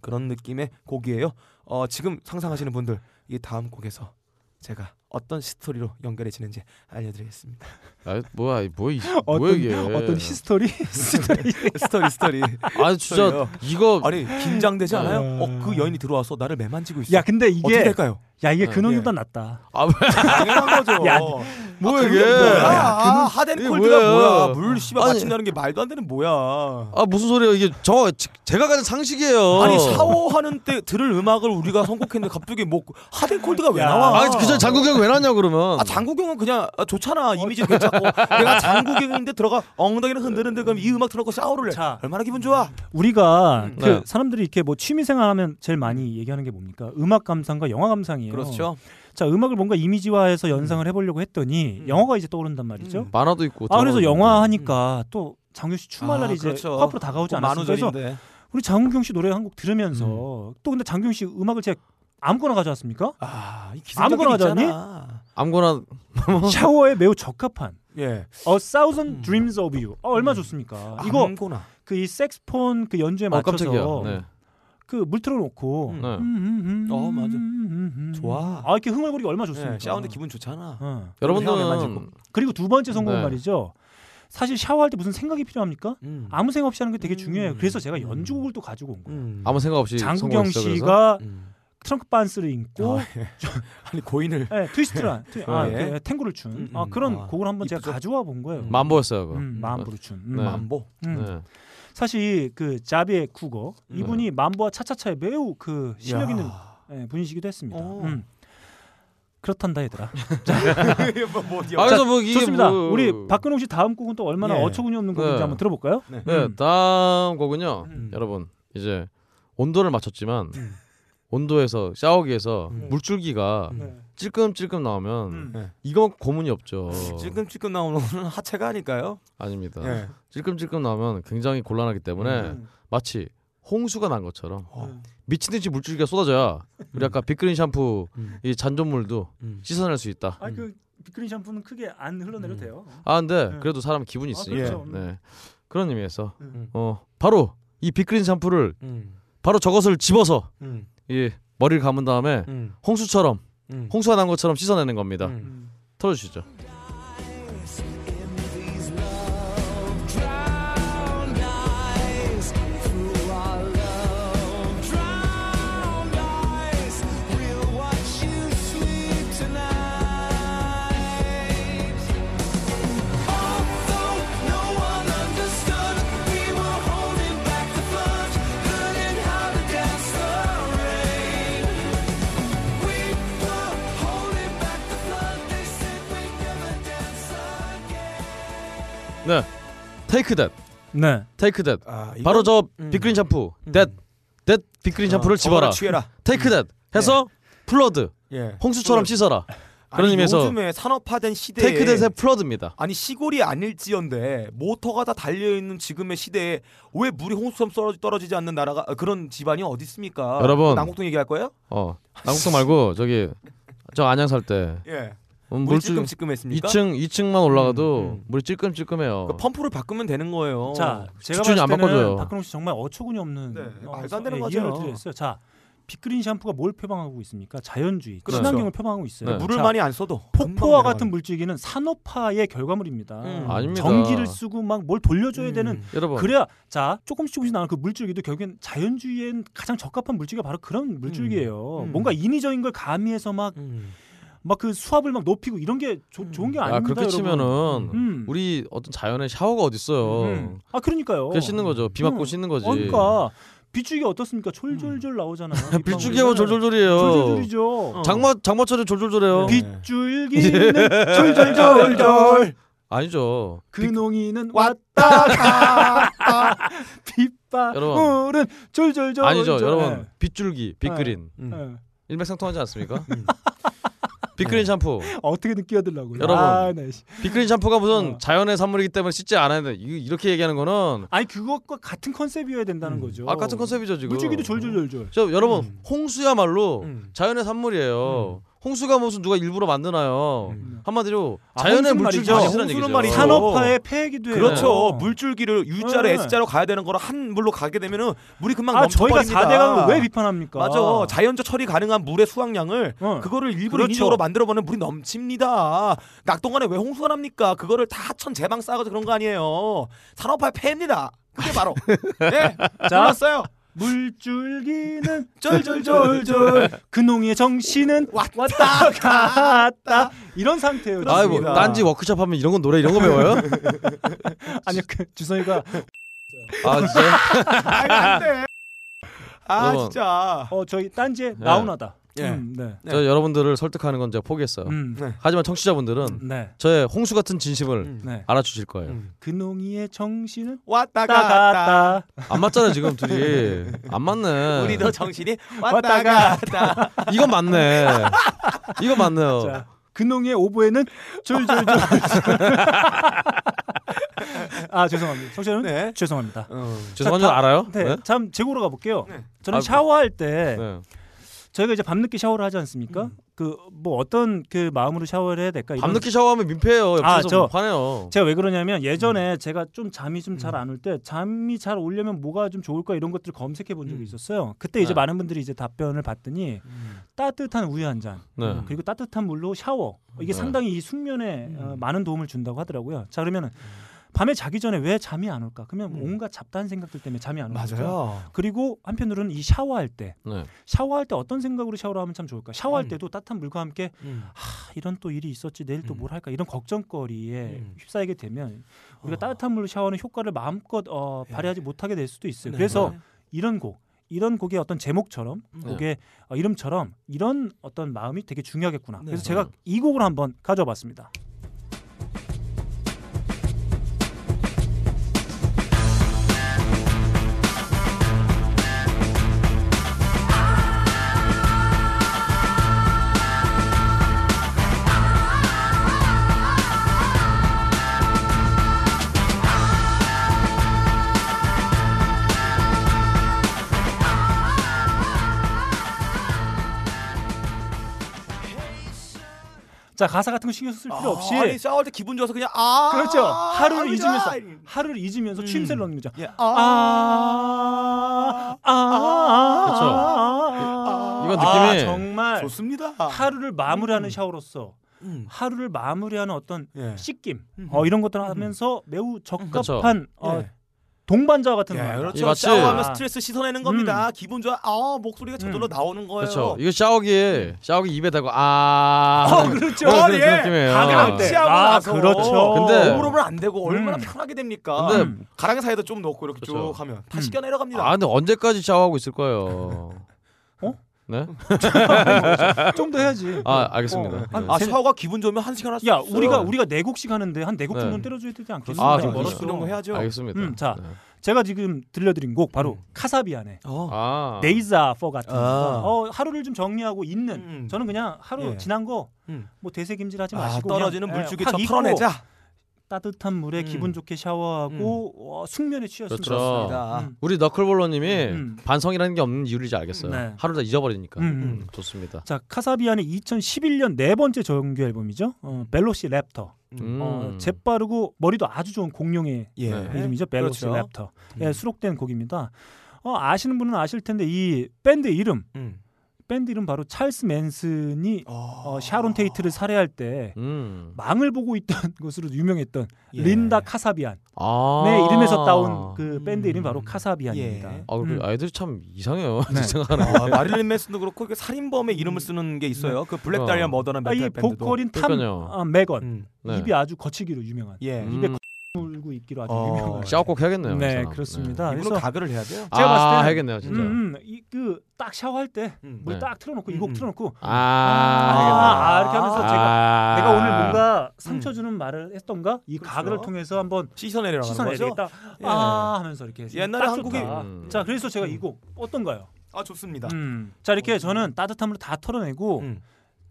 S3: 그런 느낌의 곡이에요. 어 지금 상상하시는 분들 이 다음 곡에서 제가 어떤 스토리로 연결해지는지 알려드리겠습니다.
S2: 아, 뭐야 뭐이 뭐야
S3: 어떤-
S2: 이게.
S3: 어떤
S1: 히스토리 스토리
S3: 스토리 스토리.
S2: 아 진짜
S3: 스토리요.
S2: 이거
S3: 아니 긴장되지 않아요? 어 그 여인이 들어와서 나를 매만지고 있어.
S1: 야 근데 이게
S3: 어떻게 될까요?
S1: 야 아, 예. 이게
S3: 네.
S1: 근원보다 낫다.
S2: 아
S3: 당연한 거죠.
S1: 야,
S2: 뭐야,
S3: 그게
S2: 이게?
S3: 뭐야?
S2: 야,
S3: 아,
S2: 그- 이게
S3: 하덴 콜드가
S2: 뭐야?
S3: 뭐야? 물 씨발
S2: 아니-
S3: 맞춘다는 게 말도 안 되는 뭐야?
S2: 아 무슨 소리예요 이게 저 제- 제가 가진 상식이에요.
S1: 어.
S3: 아니 샤워하는 때 들을 음악을 우리가 선곡했는데 갑자기 뭐 하덴 콜드가 왜
S2: 야.
S3: 나와?
S2: 아, 그전 장국영 왜 나냐 그러면?
S3: 아 장국영은 그냥 아, 좋잖아 이미지 괜찮고 내가 장국영인데 들어가 엉덩이를 흔드는데 그럼 이 음악 틀어놓고 샤워를 해. 얼마나 기분 좋아?
S1: 음. 우리가 그
S3: 네.
S1: 사람들이 이렇게 뭐 취미생활 하면 제일 많이 얘기하는 게 뭡니까? 음악 감상과 영화 감상이에요.
S3: 그렇죠.
S1: 자, 음악을 뭔가 이미지화해서 연상을 해보려고 했더니
S3: 음.
S1: 영화가 이제 떠오른단 말이죠.
S2: 만화도 있고.
S1: 아 그래서
S2: 드라마도
S1: 영화 하니까 또 장규 씨 추말
S3: 뭐 아,
S1: 날이 이제
S3: 그렇죠.
S1: 코앞으로 다가오지
S3: 곧
S1: 않았어요. 그래서
S3: 만우절인데. 음.
S1: 우리 장국영 씨 노래 한 곡 들으면서 또 근데 장국영 씨 음악을 제가 아무거나 가져왔습니까?
S3: 아,
S1: 아무거나
S3: 기승전결이
S1: 가져왔니?
S3: 있잖아.
S2: 아무거나
S3: 뭐.
S1: 샤워에 매우 적합한
S3: 예.
S1: A Thousand Dreams of You. 아, 얼마 나 좋습니까? 이거
S3: 음. 아무거나. 예,
S1: 그 이 색스폰 그 연주에
S2: 어,
S1: 맞춰서
S2: 깜짝이야. 네.
S1: 그 물 틀어놓고
S3: 음.
S1: 음,
S3: 어 맞아. 좋아.
S1: 아 이렇게 흥얼거리기 얼마 나 좋습니까?
S3: 네, 샤워인데 기분 좋잖아.
S1: 어.
S2: 여러분들은-
S3: 헤어 매만지고.
S1: 그리고 두 번째 성공은
S2: 네.
S1: 말이죠. 사실 샤워할 때 무슨 생각이
S3: 음.
S1: 필요합니까? 아무 생각 없이 하는 게 되게 중요해요. 그래서 제가 연주곡을 또 가지고 온 거예요.
S3: 음.
S2: 아무 생각 없이
S1: 장국영
S2: 성공했어, 그래서? 음. 아.
S1: 씨가 트렁크 반스를 입고
S3: 아, 예. 아니 고인을
S1: 어? 네, 트위스트란 트- 아,
S3: 예.
S1: 그 탱고를 춘
S2: 음,
S1: 아, 그런 곡을 한번 제가 가져와 본 거예요.
S2: 만보였어요 그거.
S1: 음, 만보를 춘 음.
S2: 네.
S3: 만보.
S1: 음.
S2: 네.
S1: 사실 그 자비의 쿠거 이분이 만보와 차차차에 매우 그 실력
S3: 야.
S1: 있는 예, 분이시기도 했습니다.
S2: 어.
S1: 음. 그렇단다 얘들아. 자,
S3: 뭐, 뭐,
S2: 아, 그래서 뭐 이게
S1: 좋습니다.
S2: 뭐-
S1: 우리 박근홍 씨 다음 곡은 또 얼마나
S2: 예.
S1: 어처구니 없는 곡인지
S2: 네.
S1: 한번 들어볼까요?
S2: 네,
S1: 음.
S2: 다음 곡은요. 여러분 이제 온도를 맞췄지만 온도에서 샤워기에서 물줄기가
S1: 음. 네.
S2: 찔끔찔끔 나오면 이건 고문이 없죠.
S3: 음. 찔끔찔끔 나오는 거는 하체가 아닐까요?
S2: 아닙니다.
S1: 네.
S3: 예.
S2: 찔끔찔끔 나오면 굉장히 곤란하기 때문에
S1: 음.
S2: 마치 홍수가 난 것처럼
S1: 네.
S2: 미친 듯이 물줄기가 쏟아져야 우리 아까 빅그린 샴푸 이 잔존물도
S3: 음.
S2: 씻어낼 수 있다.
S1: 아, 그 빅그린 샴푸는 크게 안 흘러내려도 돼요.
S2: 아 근데 그래도 사람 기분이 있으니까
S1: 그렇죠.
S2: 네. 그런 의미에서 어 바로 이 빅그린 샴푸를
S3: 음.
S2: 바로 저것을 집어서
S3: 음.
S2: 이 머리를 감은 다음에
S3: 음.
S2: 홍수처럼
S3: 음.
S2: 홍수가 난 것처럼 씻어내는 겁니다. 틀어주시죠. 네, 테이크 댓.
S1: 네,
S2: 테이크 댓.
S3: 아, 이건- 음.
S2: 바로 저 빅그린 샴푸 댓, 댓 빅그린
S3: 어,
S2: 샴푸를
S3: 저거를 음. 네.
S2: 집어라.
S3: 취해라.
S2: 테이크 댓 해서 플러드.
S3: 예.
S2: 홍수처럼 씻어라. 그런 의미에서
S3: 요즘에 산업화된 시대에
S2: 테이크 대세 플러드입니다.
S3: 아니 시골이 아닐지언데 모터가 다 달려 있는 지금의 시대에 왜 물이 홍수처럼 떨어지, 떨어지지 않는 나라가 아, 그런 집안이 어디 있습니까? 그
S2: 여러분.
S3: 남국동 얘기할 거예요?
S2: 어, 남국동 말고 저기 저 안양 살 때.
S3: 예.
S2: 음,
S3: 물이
S2: 물줄-
S3: 찔끔찔끔했습니까? 음, 그
S2: 2층 2층만 올라가도 물이 찔끔찔끔해요.
S3: 펌프를 바꾸면 되는 거예요.
S1: 자, 제가 봤을
S2: 수준이 어, 안
S1: 때는
S2: 바꿔져요.
S1: 박근홍 씨 정말 어처구니 없는 어,
S3: 네, 말도 안 되는
S1: 예,
S3: 거죠.
S1: 이해를 드렸어요. 자, 빅그린 샴푸가 뭘 표방하고 있습니까? 자연주의,
S3: 그렇죠.
S1: 친환경을 표방하고 있어요.
S3: 네. 물을
S1: 자,
S3: 많이 안 써도
S1: 폭포와 같은 물줄기는 산업화의 결과물입니다.
S2: 음. 아닙니다. 음.
S1: 전기를 쓰고 막 뭘 돌려줘야
S3: 음.
S1: 되는
S2: 여러분.
S1: 그래야 자 조금씩 조금씩 나오는 그 물줄기도 결국엔 자연주의엔 가장 적합한 물줄기가 바로 그런 물줄기예요.
S2: 음.
S1: 뭔가 인위적인 걸 가미해서 막
S3: 음,
S1: 막 그 수압을 막 높이고 이런 게 조- 좋은 게 아닙니다.
S2: 아 그렇게
S1: 여러분.
S2: 치면은
S1: 음.
S2: 우리 어떤 자연의 샤워가 어딨어요.
S1: 음. 아 그러니까요.
S2: 그냥 씻는 거죠. 비 맞고
S1: 음.
S2: 씻는 거지. 음.
S1: 아, 그러니까 빗줄기 어떻습니까? 쫄쫄쫄 나오잖아.
S2: 빗줄기하고 졸졸졸이에요. 어. 네.
S1: 졸졸졸이죠. 어. 네.
S2: 장마 장마철에 졸졸졸해요.
S1: 빗줄기는 졸졸졸졸.
S2: 아니죠.
S1: 근홍이는 왔다 갔다. 빗바울은 졸졸졸.
S2: 아니죠,
S1: 졸.
S2: 여러분. 음. 빗줄기, 빗그린.
S1: 네. 음. 네.
S2: 일맥상통하지 않습니까? 빅그린 샴푸.
S1: 어떻게든 끼어들라고.
S2: 여러분,
S1: 아, 네.
S2: 빅그린 샴푸가
S1: 어.
S2: 무슨 자연의 산물이기 때문에 씻지 않아야 돼. 이- 이렇게 얘기하는 거는
S1: 아니 그것과 같은 컨셉이어야 된다는 거죠.
S2: 아 같은 컨셉이죠 지금.
S1: 물줄기도 졸졸졸졸. 음.
S2: 저 여러분 홍수야말로 자연의 산물이에요. 홍수가 무슨 누가 일부러
S3: 음.
S2: 만드나요?
S1: 음.
S2: 한마디로 자연의 물줄기 아니라는 얘기죠.
S1: 산업화의 아, 폐해기도 해요.
S3: 그렇죠.
S2: 네.
S3: 물줄기를 U자로
S1: 네.
S3: S자로 가야 되는 거를 한 물로 가게 되면은 물이 금방
S1: 아,
S3: 넘쳐버립니다.
S1: 저희가 4대강을 왜 비판합니까? 어.
S3: 맞아. 자연적 처리 가능한 물의 수확량을 그거를 일부러
S1: 그렇죠.
S3: 인위적으로 만들어보면 물이 넘칩니다. 낙동강에 왜 홍수가 납니까? 그거를 다 천 재방 싸가지고 그런 거 아니에요. 산업화 폐입니다. 그게 바로. 예.
S1: 자.
S3: 몰랐어요.
S1: 물줄기는
S3: 쫄쫄쫄쫄.
S1: 근홍이의 그 정신은 왔다 갔다 이런 상태예요.
S2: 아이 뭐 딴지 워크숍 하면 이런 건 노래 이런 거 배워요?
S1: 아니 그 주성이가
S2: 아 진짜.
S1: 안돼.
S2: 아, 여러분.
S1: 진짜. 어 저희 딴지에 나훈아다.
S2: 예.
S1: 음, 네.
S2: 저 여러분들을 설득하는 건 제가 포기했어요.
S1: 음. 네.
S2: 하지만 청취자분들은
S1: 네.
S2: 저의 홍수 같은 진심을
S1: 네.
S2: 알아주실 거예요.
S1: 근홍이의 정신은
S3: 왔다
S1: 갔다.
S2: 안 맞잖아요 지금 둘이 안 맞네.
S3: 우리도 정신이
S1: 왔다
S3: 왔다 갔다.
S2: 이건 맞네. 이거 맞네요.
S1: 자, 근홍이의 오보에는 졸졸졸. 아 죄송합니다. 성재는
S3: 네.
S1: 죄송합니다.
S3: 어,
S2: 죄송한 줄 알아요?
S1: 네,
S2: 네?
S1: 참 제고로 가볼게요.
S3: 네.
S1: 저는
S2: 아,
S1: 샤워할 때
S2: 네.
S1: 저희가 이제 밤늦게 샤워를 하지 않습니까?
S3: 음.
S1: 그 뭐 어떤 그 마음으로 샤워를 해야 될까? 이런-
S2: 밤늦게 샤워하면 민폐예요. 옆에서
S1: 아, 저-
S2: 화내요.
S1: 제가 왜 그러냐면 예전에
S3: 음.
S1: 제가 좀 잠이 좀 잘 안 올 때 잠이 잘 오려면 뭐가 좀 좋을까 이런 것들을 검색해 본 적이
S3: 음.
S1: 있었어요. 그때 이제
S2: 네.
S1: 많은 분들이 이제 답변을 봤더니 따뜻한 우유 한 잔,
S3: 음.
S2: 네.
S1: 그리고 따뜻한 물로 샤워. 이게
S2: 네.
S1: 상당히 이 숙면에
S3: 음.
S1: 어, 많은 도움을 준다고 하더라고요. 자 그러면 은 밤에 자기 전에 왜 잠이 안 올까? 그러면 온갖 잡다한 생각들 때문에 잠이 안 오죠.
S3: 음. 맞아요.
S1: 그리고 한편으로는 이 샤워할 때
S2: 네.
S1: 샤워할 때 어떤 생각으로 샤워를 하면 참 좋을까? 샤워할 때도 따뜻한 물과 함께 하, 이런 또 일이 있었지 내일 또 뭘 할까 이런 걱정거리에 휩싸이게 되면 우리가 따뜻한 물로 샤워하는 효과를 마음껏 어, 발휘하지 못하게 될 수도 있어요.
S2: 네.
S1: 그래서
S2: 네.
S1: 이런 곡 이런 곡의 어떤 제목처럼 곡의 어, 이름처럼 이런 어떤 마음이 되게 중요하겠구나. 그래서
S2: 네.
S1: 제가 이 곡을 한번 가져와봤습니다. 자 가사 같은 거 신경 쓸 필요 없이
S3: 아, 아니 싸울 때 기분 좋아서 그냥 아
S1: 그렇죠. 하루를
S3: 아이고,
S1: 잊으면서
S3: 아이.
S1: 하루를 잊으면서 추임새를 넣는 거죠.
S3: 예. 아,
S1: 아, 아,
S2: 그쵸.
S1: 아,
S2: 이건
S1: 아,
S2: 느낌이
S1: 정말
S3: 좋습니다.
S1: 하루를 마무리하는 샤워로서 하루를 마무리하는 어떤
S3: 예. 네.
S1: 씻김 어, 이런 것들 을 하면서 매우 적합한
S3: 그쵸.
S1: 어,
S3: 예.
S1: 동반자 같은
S3: 예,
S1: 거예요.
S3: 그렇죠. 샤워하면 스트레스 씻어내는 겁니다. 기분 좋아. 아, 목소리가 저절로 나오는 거예요.
S2: 그렇죠. 이거 샤워기 샤워기 입에 대고 아.
S3: 어, 그렇죠.
S2: 그런-
S3: 예.
S2: 그런 느낌이에요.
S3: 가강 치하고
S2: 아,
S3: 나서
S2: 그렇죠. 근데-
S3: 오므로면 안 되고 얼마나 편하게 됩니까?
S2: 근데-
S3: 음. 가랑 사이에다 좀 넣고 이렇게 쭉 하면 다 씻겨 내려갑니다.
S2: 아 근데 언제까지 샤워하고 있을 거예요?
S1: 어?
S2: 네?
S1: 좀 더 해야지.
S2: 아 알겠습니다.
S1: 어. 한-
S2: 네.
S3: 아, 샤워가 기분 좋으면 한 시간 할수
S1: 야,
S3: 있어요.
S1: 우리가 우리가 네 곡씩 하는데 한 네 곡
S2: 네.
S1: 정도는 때려줘야 되지
S2: 아,
S1: 않겠습니까?
S3: 그렇죠.
S2: 그렇군요. 이 정도 해야죠. 알겠습니다. 네.
S1: 음, 자, 제가 지금 들려드린 곡 바로 카사비안의
S2: 아.
S1: 어, 데이자 포 같은
S2: 아.
S1: 거. 어, 하루를 좀 정리하고 있는 저는 그냥 하루
S2: 예.
S1: 지난 거 뭐
S3: 음.
S1: 되새김질하지
S3: 아,
S1: 마시고
S3: 떨어지는
S1: 그냥, 예,
S3: 물줄기
S1: 확
S3: 좀
S1: 잊고
S3: 털어내자. 음.
S1: 따뜻한 물에 기분 좋게 샤워하고 어, 숙면에 취했으면
S2: 그렇죠.
S1: 좋겠습니다. 음.
S2: 우리 너클볼러님이 반성이라는 게 없는 이유를 이제 알겠어요.
S1: 네.
S2: 하루 다 잊어버리니까.
S1: 음, 음.
S2: 좋습니다.
S1: 자 카사비안의 2011년 네 번째 정규 앨범이죠. 어, 벨로시 랩터.
S2: 음.
S1: 어, 재빠르고 머리도 아주 좋은 공룡의
S2: 예.
S3: 네?
S1: 이름이죠. 벨로시
S2: 그렇죠.
S1: 랩터.
S3: 음.
S1: 예, 수록된 곡입니다. 어, 아시는 분은 아실 텐데 이 밴드 이름. 밴드 이름 바로 찰스 맨슨이
S3: 아.
S1: 어, 샤론 테이트를 살해할 때
S2: 음.
S1: 망을 보고 있던 것으로 유명했던
S3: 예.
S1: 린다 카사비안.
S2: 아.
S1: 네 이름에서 따온 그
S3: 음.
S1: 밴드 이름이 바로 카사비안입니다.
S3: 예.
S2: 아, 그리고
S1: 음.
S2: 아이들이 참 이상해요.
S1: 네.
S2: 생각하는
S3: 아, 마릴린 맨슨도 그렇고 그 살인범의 이름을 쓰는 게 있어요. 그 블랙 다이아 머더나
S1: 아, 이
S3: 메탈 밴드도.
S1: 보컬인 탐 아, 맥건
S2: 음.
S3: 네.
S1: 입이 아주 거칠기로 유명한.
S3: 예.
S1: 입에
S3: 음.
S1: 물고 있기로 아주
S3: 어,
S1: 유명한.
S2: 네. 샤워꼭 해야겠네요, 이
S1: 네,
S2: 사람.
S1: 그렇습니다.
S2: 네. 이분은
S1: 그래서
S2: 가글을 해야 돼요?
S1: 제가
S2: 아,
S1: 봤을 때는
S2: 해야겠네요, 진짜.
S1: 음, 이그딱 샤워할 때
S3: 음,
S1: 물
S3: 뭐
S2: 네.
S1: 딱 틀어놓고 이 곡 틀어놓고
S2: 아,
S1: 아, 아, 이렇게 하면서 제가
S2: 아.
S1: 내가 오늘 뭔가
S3: 음.
S1: 상처 주는 말을 했던가 이 가글을 통해서 한번
S3: 그렇죠. 씻어내려고 하는 거죠?
S1: 씻어내겠다.
S3: 예.
S1: 아 하면서 이렇게 해서
S3: 옛날에
S1: 딱 좋다.
S2: 음.
S3: 한국이- 음.
S1: 자 그래서 제가 이 곡 어떤가요?
S3: 아 좋습니다.
S1: 음. 자 이렇게 저는 따뜻함으로 다 털어내고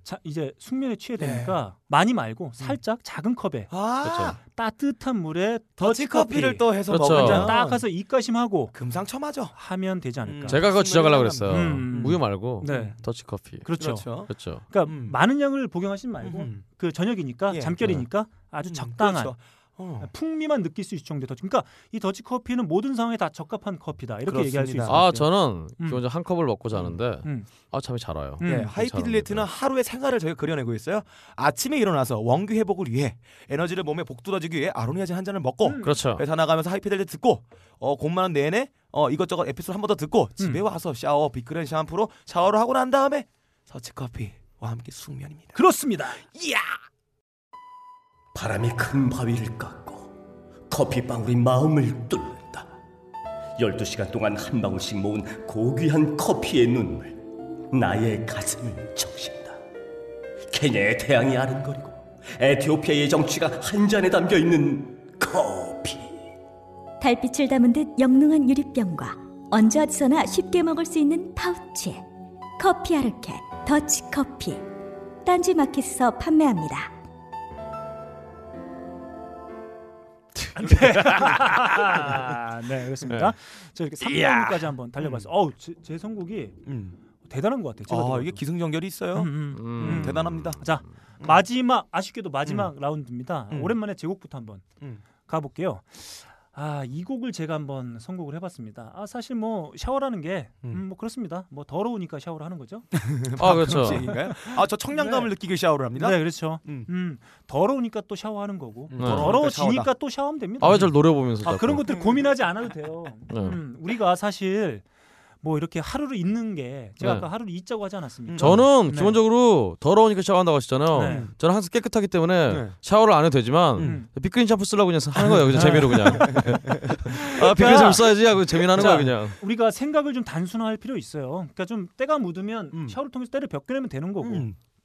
S1: 자, 이제 숙면에 취해 되니까 많이 말고 살짝 작은 컵에
S3: 그렇죠.
S1: 따뜻한 물에
S3: 더치커피를 아. 또 해서 음,
S2: 그렇죠.
S1: 한잔 딱 해서 입가심하고
S3: 금상첨화죠.
S1: 하면 되지 않을까.
S2: 아. 제가 그거 지적하려고 그랬어요.
S1: 음, 음.
S2: 우유 말고
S1: 네.
S2: 더치 커피.
S1: 그렇죠.
S2: 그렇죠. 그렇죠.
S1: 그러니까 많은 양을 복용하신 말고
S3: 음.
S1: 그 저녁이니까 잠결이니까 아주 적당한 아,
S2: 그렇죠.
S3: 어.
S1: 풍미만 느낄 수 있을 정도의 더치. 그러니까 이 더치 커피는 모든 상황에 다 적합한 커피다. 이렇게 얘기할 수 있어요.
S2: 아, 저는 기본적으로 한 컵을 먹고 자는데
S1: 음.
S2: 아, 잠이 잘 와요.
S3: 예,
S2: 잠이 잘 와요.
S3: 하이피딜레이트는 하루의 생활을 저희가 그려내고 있어요. 아침에 일어나서 원기 회복을 위해 에너지를 몸에 북돋아주기 위해 아로니아제 한 잔을 먹고
S2: 그렇죠.
S1: 음.
S3: 회사 나가면서 하이피딜레이트 듣고 어 공만한 내내 어 이것저것 에피소드 한 번 더 듣고 집에 와서 샤워 비크렌 샴푸로 샤워를 하고 난 다음에 서치 커피와 함께 숙면입니다.
S1: 그렇습니다. 예.
S3: 이야.
S9: 바람이 큰 바위를 깎고 커피방울이 마음을 뚫는다. 12시간 동안 한 방울씩 모은 고귀한 커피의 눈물, 나의 가슴을 적신다. 케냐의 태양이 아른거리고 에티오피아의 정취가 한 잔에 담겨 있는 커피.
S10: 달빛을 담은 듯 영롱한 유리병과 언제 어디서나 쉽게 먹을 수 있는 파우치 커피 아르케 더치 커피 딴지 마켓에서 판매합니다.
S1: 아, 네, 그렇습니다.
S3: 네.
S1: 저 이렇게
S3: 이야.
S1: 3번까지 한번 달려봤어요. 어우, 제, 제 선곡이 대단한 것 같아요. 제가
S3: 아
S1: 들어도.
S3: 이게 기승전결이 있어요.
S1: 음,
S3: 음, 대단합니다.
S1: 자 마지막 아쉽게도 마지막
S3: 음.
S1: 라운드입니다.
S3: 음.
S1: 오랜만에 제 곡부터 한번
S3: 음.
S1: 가볼게요. 아, 이 곡을 제가 한번 선곡을 해봤습니다. 아, 사실 뭐 샤워라는 게 음, 뭐 그렇습니다. 뭐 더러우니까 샤워를 하는 거죠.
S3: 아, 그렇죠.
S1: 음.
S3: 그런 얘기인가요? 아, 저 청량감을 느끼기 샤워를 합니다?
S1: 네, 그렇죠.
S3: 음.
S1: 음, 더러우니까 또 샤워하는 거고
S2: 네. 더러우니까
S1: 더러워지니까
S2: 샤워다.
S1: 또 샤워하면 됩니다.
S2: 아, 왜 저를 노려보면서
S1: 아,
S2: 자꾸.
S1: 그런 것들 고민하지 않아도 돼요.
S2: 그러니까 네.
S1: 음, 우리가 사실 뭐 이렇게 하루를 잊는 게 제가
S2: 네.
S1: 아까 하루를 잊자고 하지 않았습니까?
S2: 저는
S1: 네.
S2: 기본적으로 더러우니까 샤워한다고 하시잖아요.
S1: 네. 음.
S2: 저는 항상 깨끗하기 때문에 샤워를 안 해도 되지만 빅그린 샴푸 쓰려고 그냥 하는 거예요.
S1: 네.
S2: 그냥 재미로 그냥. 아, 빅그린 샴푸 써야지 하고 재미나는
S1: 자,
S2: 거야 그냥.
S1: 그러니까 우리가 생각을 좀 단순화할 필요 있어요. 그러니까 좀 때가 묻으면 샤워를 통해서 때를 벗겨내면 되는
S3: 음.
S1: 거고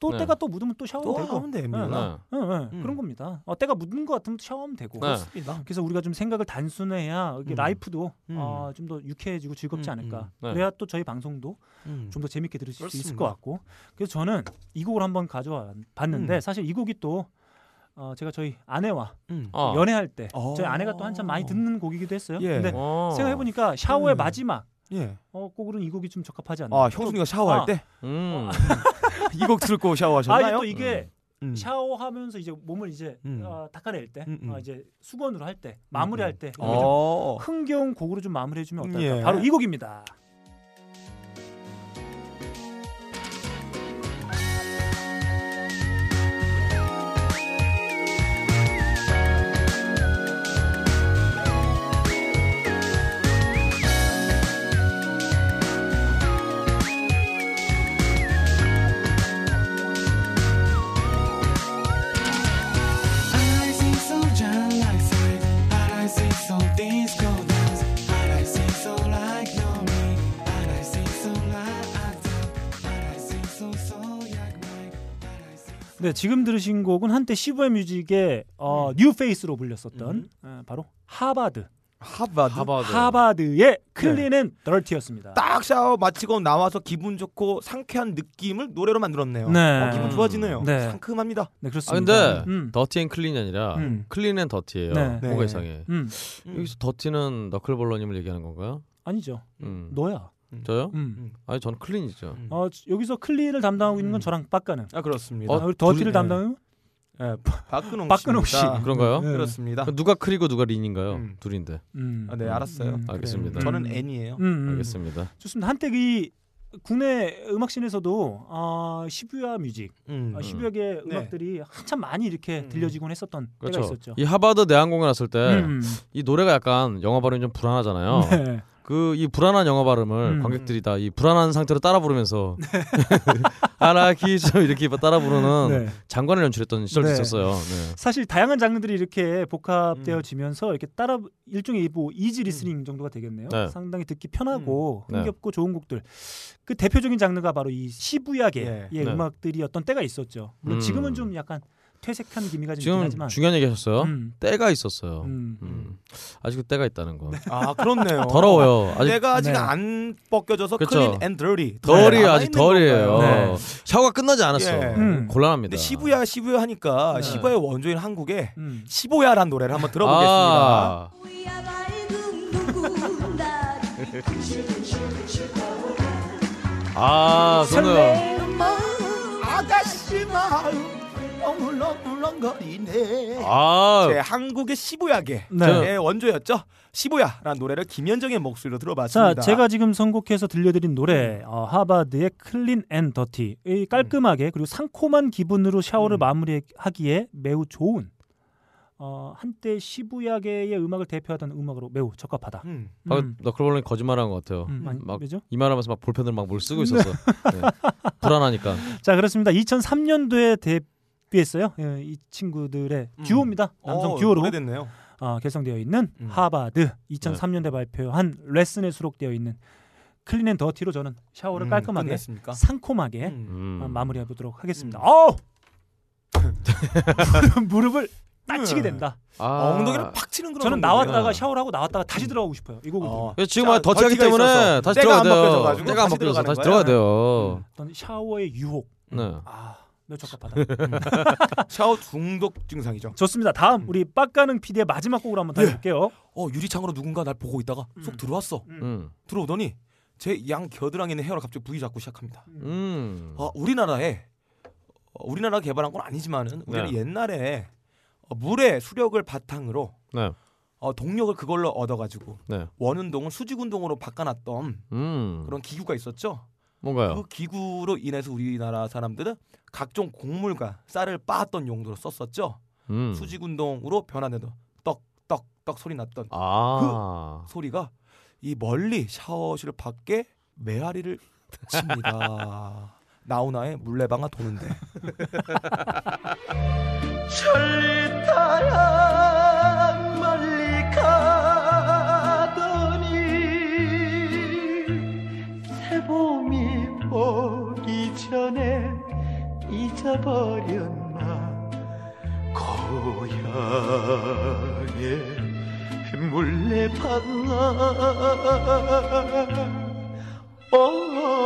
S1: 또
S2: 네.
S1: 때가 또 묻으면 또 샤워하면
S3: 또
S1: 되고
S3: 하면 됩니다.
S1: 예, 예, 예, 그런 겁니다. 어, 때가 묻는 것 같으면 또 샤워하면 되고
S3: 네. 그렇습니다.
S1: 그래서 우리가 좀 생각을 단순해야 이게
S3: 음.
S1: 라이프도 어, 좀더 유쾌해지고 즐겁지 않을까.
S3: 네.
S1: 그래야 또 저희 방송도
S3: 음.
S1: 좀 더 재밌게 들으실 수 있을
S3: 그렇습니다.
S1: 것 같고. 그래서 저는 이 곡을 한번 가져와 봤는데
S3: 음.
S1: 사실 이 곡이 또 어, 제가 저희 아내와
S3: 음.
S1: 또
S3: 어.
S1: 연애할 때
S3: 어.
S1: 저희 아내가 또 한참 많이 듣는 곡이기도 했어요.
S3: 예.
S1: 근데
S3: 어.
S1: 생각해 보니까 샤워의 마지막
S3: 예.
S1: 어, 곡으로는 이 곡이 좀 적합하지 않나.
S3: 아, 형순이가 샤워할
S1: 아,
S3: 때?
S2: 음.
S3: 이 곡 들고 샤워하셨나요?
S1: 아, 또 이게
S3: 음.
S1: 샤워하면서 이제 몸을 이제
S3: 음.
S1: 어, 닦아낼 때,
S3: 음, 음.
S1: 어, 이제 수건으로 할 때, 마무리할 때, 이렇게
S3: 어.
S1: 좀 흥겨운 곡으로 좀 마무리해주면 어떨까?
S3: 예.
S1: 바로 이 곡입니다.
S8: I see so giant like size, but I see so disco dance, but I see so like no me, but I see so like act up, but I see so so like Mike, but I see
S1: 네, 지금 들으신
S2: 음.
S1: 곡은 한때 시부의 뮤직의 어, 뉴 페이스로 불렸었던 어, 바로 예, 하바드.
S3: 하바드.
S2: 네.
S1: 하바드의 클린은 널티였습니다.
S3: 딱 샤워 마치고 나와서 기분 좋고 상쾌한 느낌을 노래로 만들었네요.
S1: 네.
S3: 어, 기분 좋아지네요.
S1: 네.
S3: 상큼합니다.
S1: 네
S2: 아 근데 더티 앤 클린이 아니라 클린 앤 더티예요.
S1: 음. 네.
S2: 뭐가
S1: 네.
S2: 이상해.
S1: 음.
S2: 여기서 더티는 너클볼러님을 얘기하는 건가요?
S1: 아니죠.
S2: 음.
S1: 너야.
S2: 저요?
S1: 음.
S2: 아니 저는 클린이죠.
S1: 어, 여기서 클린을 담당하고 있는 건 저랑 빡가는.
S3: 아 그렇습니다.
S1: 어, 우리 더티를
S2: 음. 둘-
S1: 담당하면
S3: 예, 바- 박근홍
S1: 박근홍
S3: 씨.
S1: 씨.
S2: 그런가요?
S3: 네. 그렇습니다.
S2: 그럼 그러니까 누가 클이고 누가 린인가요? 둘인데.
S1: 음.
S3: 아, 네, 알았어요.
S2: 음, 알겠습니다.
S3: 그래요. 저는 N이에요.
S1: 음, 음.
S2: 알겠습니다.
S1: 좋습니다. 한때 이 국내 음악씬에서도 아, 시부야 뮤직,
S3: 음.
S1: 아, 시부야계
S3: 네.
S1: 음악들이 한참 많이 이렇게 들려지곤 했었던 때가
S2: 그렇죠.
S1: 있었죠.
S2: 이 하버드 내한공연 왔을 때 이
S1: 음.
S2: 노래가 약간 영어 발음이 좀 불안하잖아요.
S1: 네.
S2: 그 이 불안한 영어 발음을
S1: 음.
S2: 관객들이 다 이 불안한 상태로 따라 부르면서 아라키죠 이렇게 뭐 따라 부르는
S1: 네.
S2: 장관을 연출했던 시절도
S1: 네.
S2: 있었어요. 네.
S1: 사실 다양한 장르들이 이렇게
S2: 음.
S1: 복합되어지면서 이렇게 따라 일종의 뭐 이지 리스닝 정도가 되겠네요.
S2: 네.
S1: 상당히 듣기 편하고
S2: 음. 네.
S1: 흥겹고 좋은 곡들. 그 대표적인 장르가 바로 이 시부야계의
S2: 예. 네.
S1: 음악들이었던 때가 있었죠. 물론
S2: 음.
S1: 지금은 좀 약간 퇴색한 기미가 좀 있긴
S2: 지금
S1: 하지만
S2: 중요한 얘기하셨어요.
S1: 음.
S2: 때가 있었어요.
S1: 음. 어.
S2: 음. 아직도 때가 있다는 거.
S3: 아 그렇네요.
S2: 더러워요. 아직-
S3: 내가 아직
S2: 네.
S3: 안 벗겨져서
S2: 그렇죠.
S3: 클린 앤 더리.
S2: 덜이 아직 덜이에요.
S3: 네.
S2: 샤워가 끝나지 않았어.
S3: 예.
S2: 음. 곤란합니다.
S3: 근데 시부야 시부야 하니까
S2: 네.
S3: 시부야의 원조인 한국의
S1: 음.
S3: 시보야란 노래를 한번 들어보겠습니다.
S2: 아. 아, 선우야.
S7: 아가씨 마음 어물렁물렁거리네
S2: 아.
S3: 제 한국의 시부야계의
S1: 네.
S3: 원조였죠. 시부야라는 노래를 김현정의 목소리로 들어봤습니다. 음.
S1: 자, 제가 지금 선곡해서 들려드린 노래 어, 하바드의 클린 앤 더티 이 깔끔하게 그리고 상콤한 기분으로 샤워를
S3: 음.
S1: 마무리하기에 매우 좋은 어, 한때 시부야계의 음악을 대표하던 음악으로 매우 적합하다.
S2: 방금 너클볼링 거짓말한 것 같아요.
S1: 음, 아니,
S2: 막
S1: 왜죠?
S2: 이 말하면서 막 볼펜을 막 뭘 쓰고 있었어. 네. 불안하니까.
S1: 자 그렇습니다. 2003년도에 데뷔했어요. 예, 이 친구들의 듀오입니다. 남성
S3: 어, 음.
S1: 듀오로
S3: 오래됐네요.
S1: 어, 결성되어 있는 하바드 2003년대
S3: 네.
S1: 발표한 레슨에 수록되어 있는 클린 앤 더티로 저는 샤워를
S3: 음,
S1: 깔끔하게
S3: 끝냈습니까?
S1: 상콤하게
S2: 음.
S1: 어, 마무리해 보도록 하겠습니다. 어우! 무릎을 딱 치게 된다.
S2: 아. 엉덩이를
S3: 팍 치는 그런 어.
S1: 저는
S3: 정도구나.
S1: 나왔다가 샤워를 하고 나왔다가 다시 들어가고 싶어요. 이 곡을 들으면.
S2: 예, 지금 아, 더티하기
S1: 더티가
S2: 때문에
S1: 있어서.
S2: 다시
S1: 때가
S2: 들어가야
S1: 안
S2: 돼요.
S1: 벗겨져가지고
S2: 때가 안
S1: 다시
S2: 벗겨져서 다시
S1: 들어가는 음.
S2: 들어가야
S1: 거예요?
S2: 돼요.
S1: 어떤 샤워의 유혹.
S2: 네.
S1: 매우 적합하다.
S3: 샤워 중독 증상이죠.
S1: 좋습니다. 다음 우리 빡가능 PD의 마지막 곡으로 한번 달려볼게요.
S3: 어 유리창으로 누군가 날 보고 있다가 쏙 들어왔어.
S2: 음.
S3: 들어오더니 제 양 겨드랑이 있는 헤어를 갑자기 부기 잡고 시작합니다.
S2: 음.
S3: 어, 우리나라에 어, 우리나라가 개발한 건 아니지만은 우리는
S2: 네.
S3: 옛날에 어, 물의 수력을 바탕으로
S2: 네.
S3: 어, 동력을 그걸로 얻어가지고
S2: 네.
S3: 원운동을 수직운동으로 바꿔놨던
S2: 음.
S3: 그런 기구가 있었죠.
S2: 뭔가요?
S3: 그 기구로 인해서 우리나라 사람들은 각종 곡물과 쌀을 빻았던 용도로 썼었죠.
S1: 그
S2: 음.
S3: 수직운동으로 변환되던 떡떡떡 소리 났던
S2: 아.
S3: 그 소리가 이 멀리 샤워실 밖에 메아리를 칩니다. 나훈아의 물레방아 도는데.
S7: 천리타랑 멀리 가더니 새봄이 오기 전에 잊어버렸나 고향의 물레방아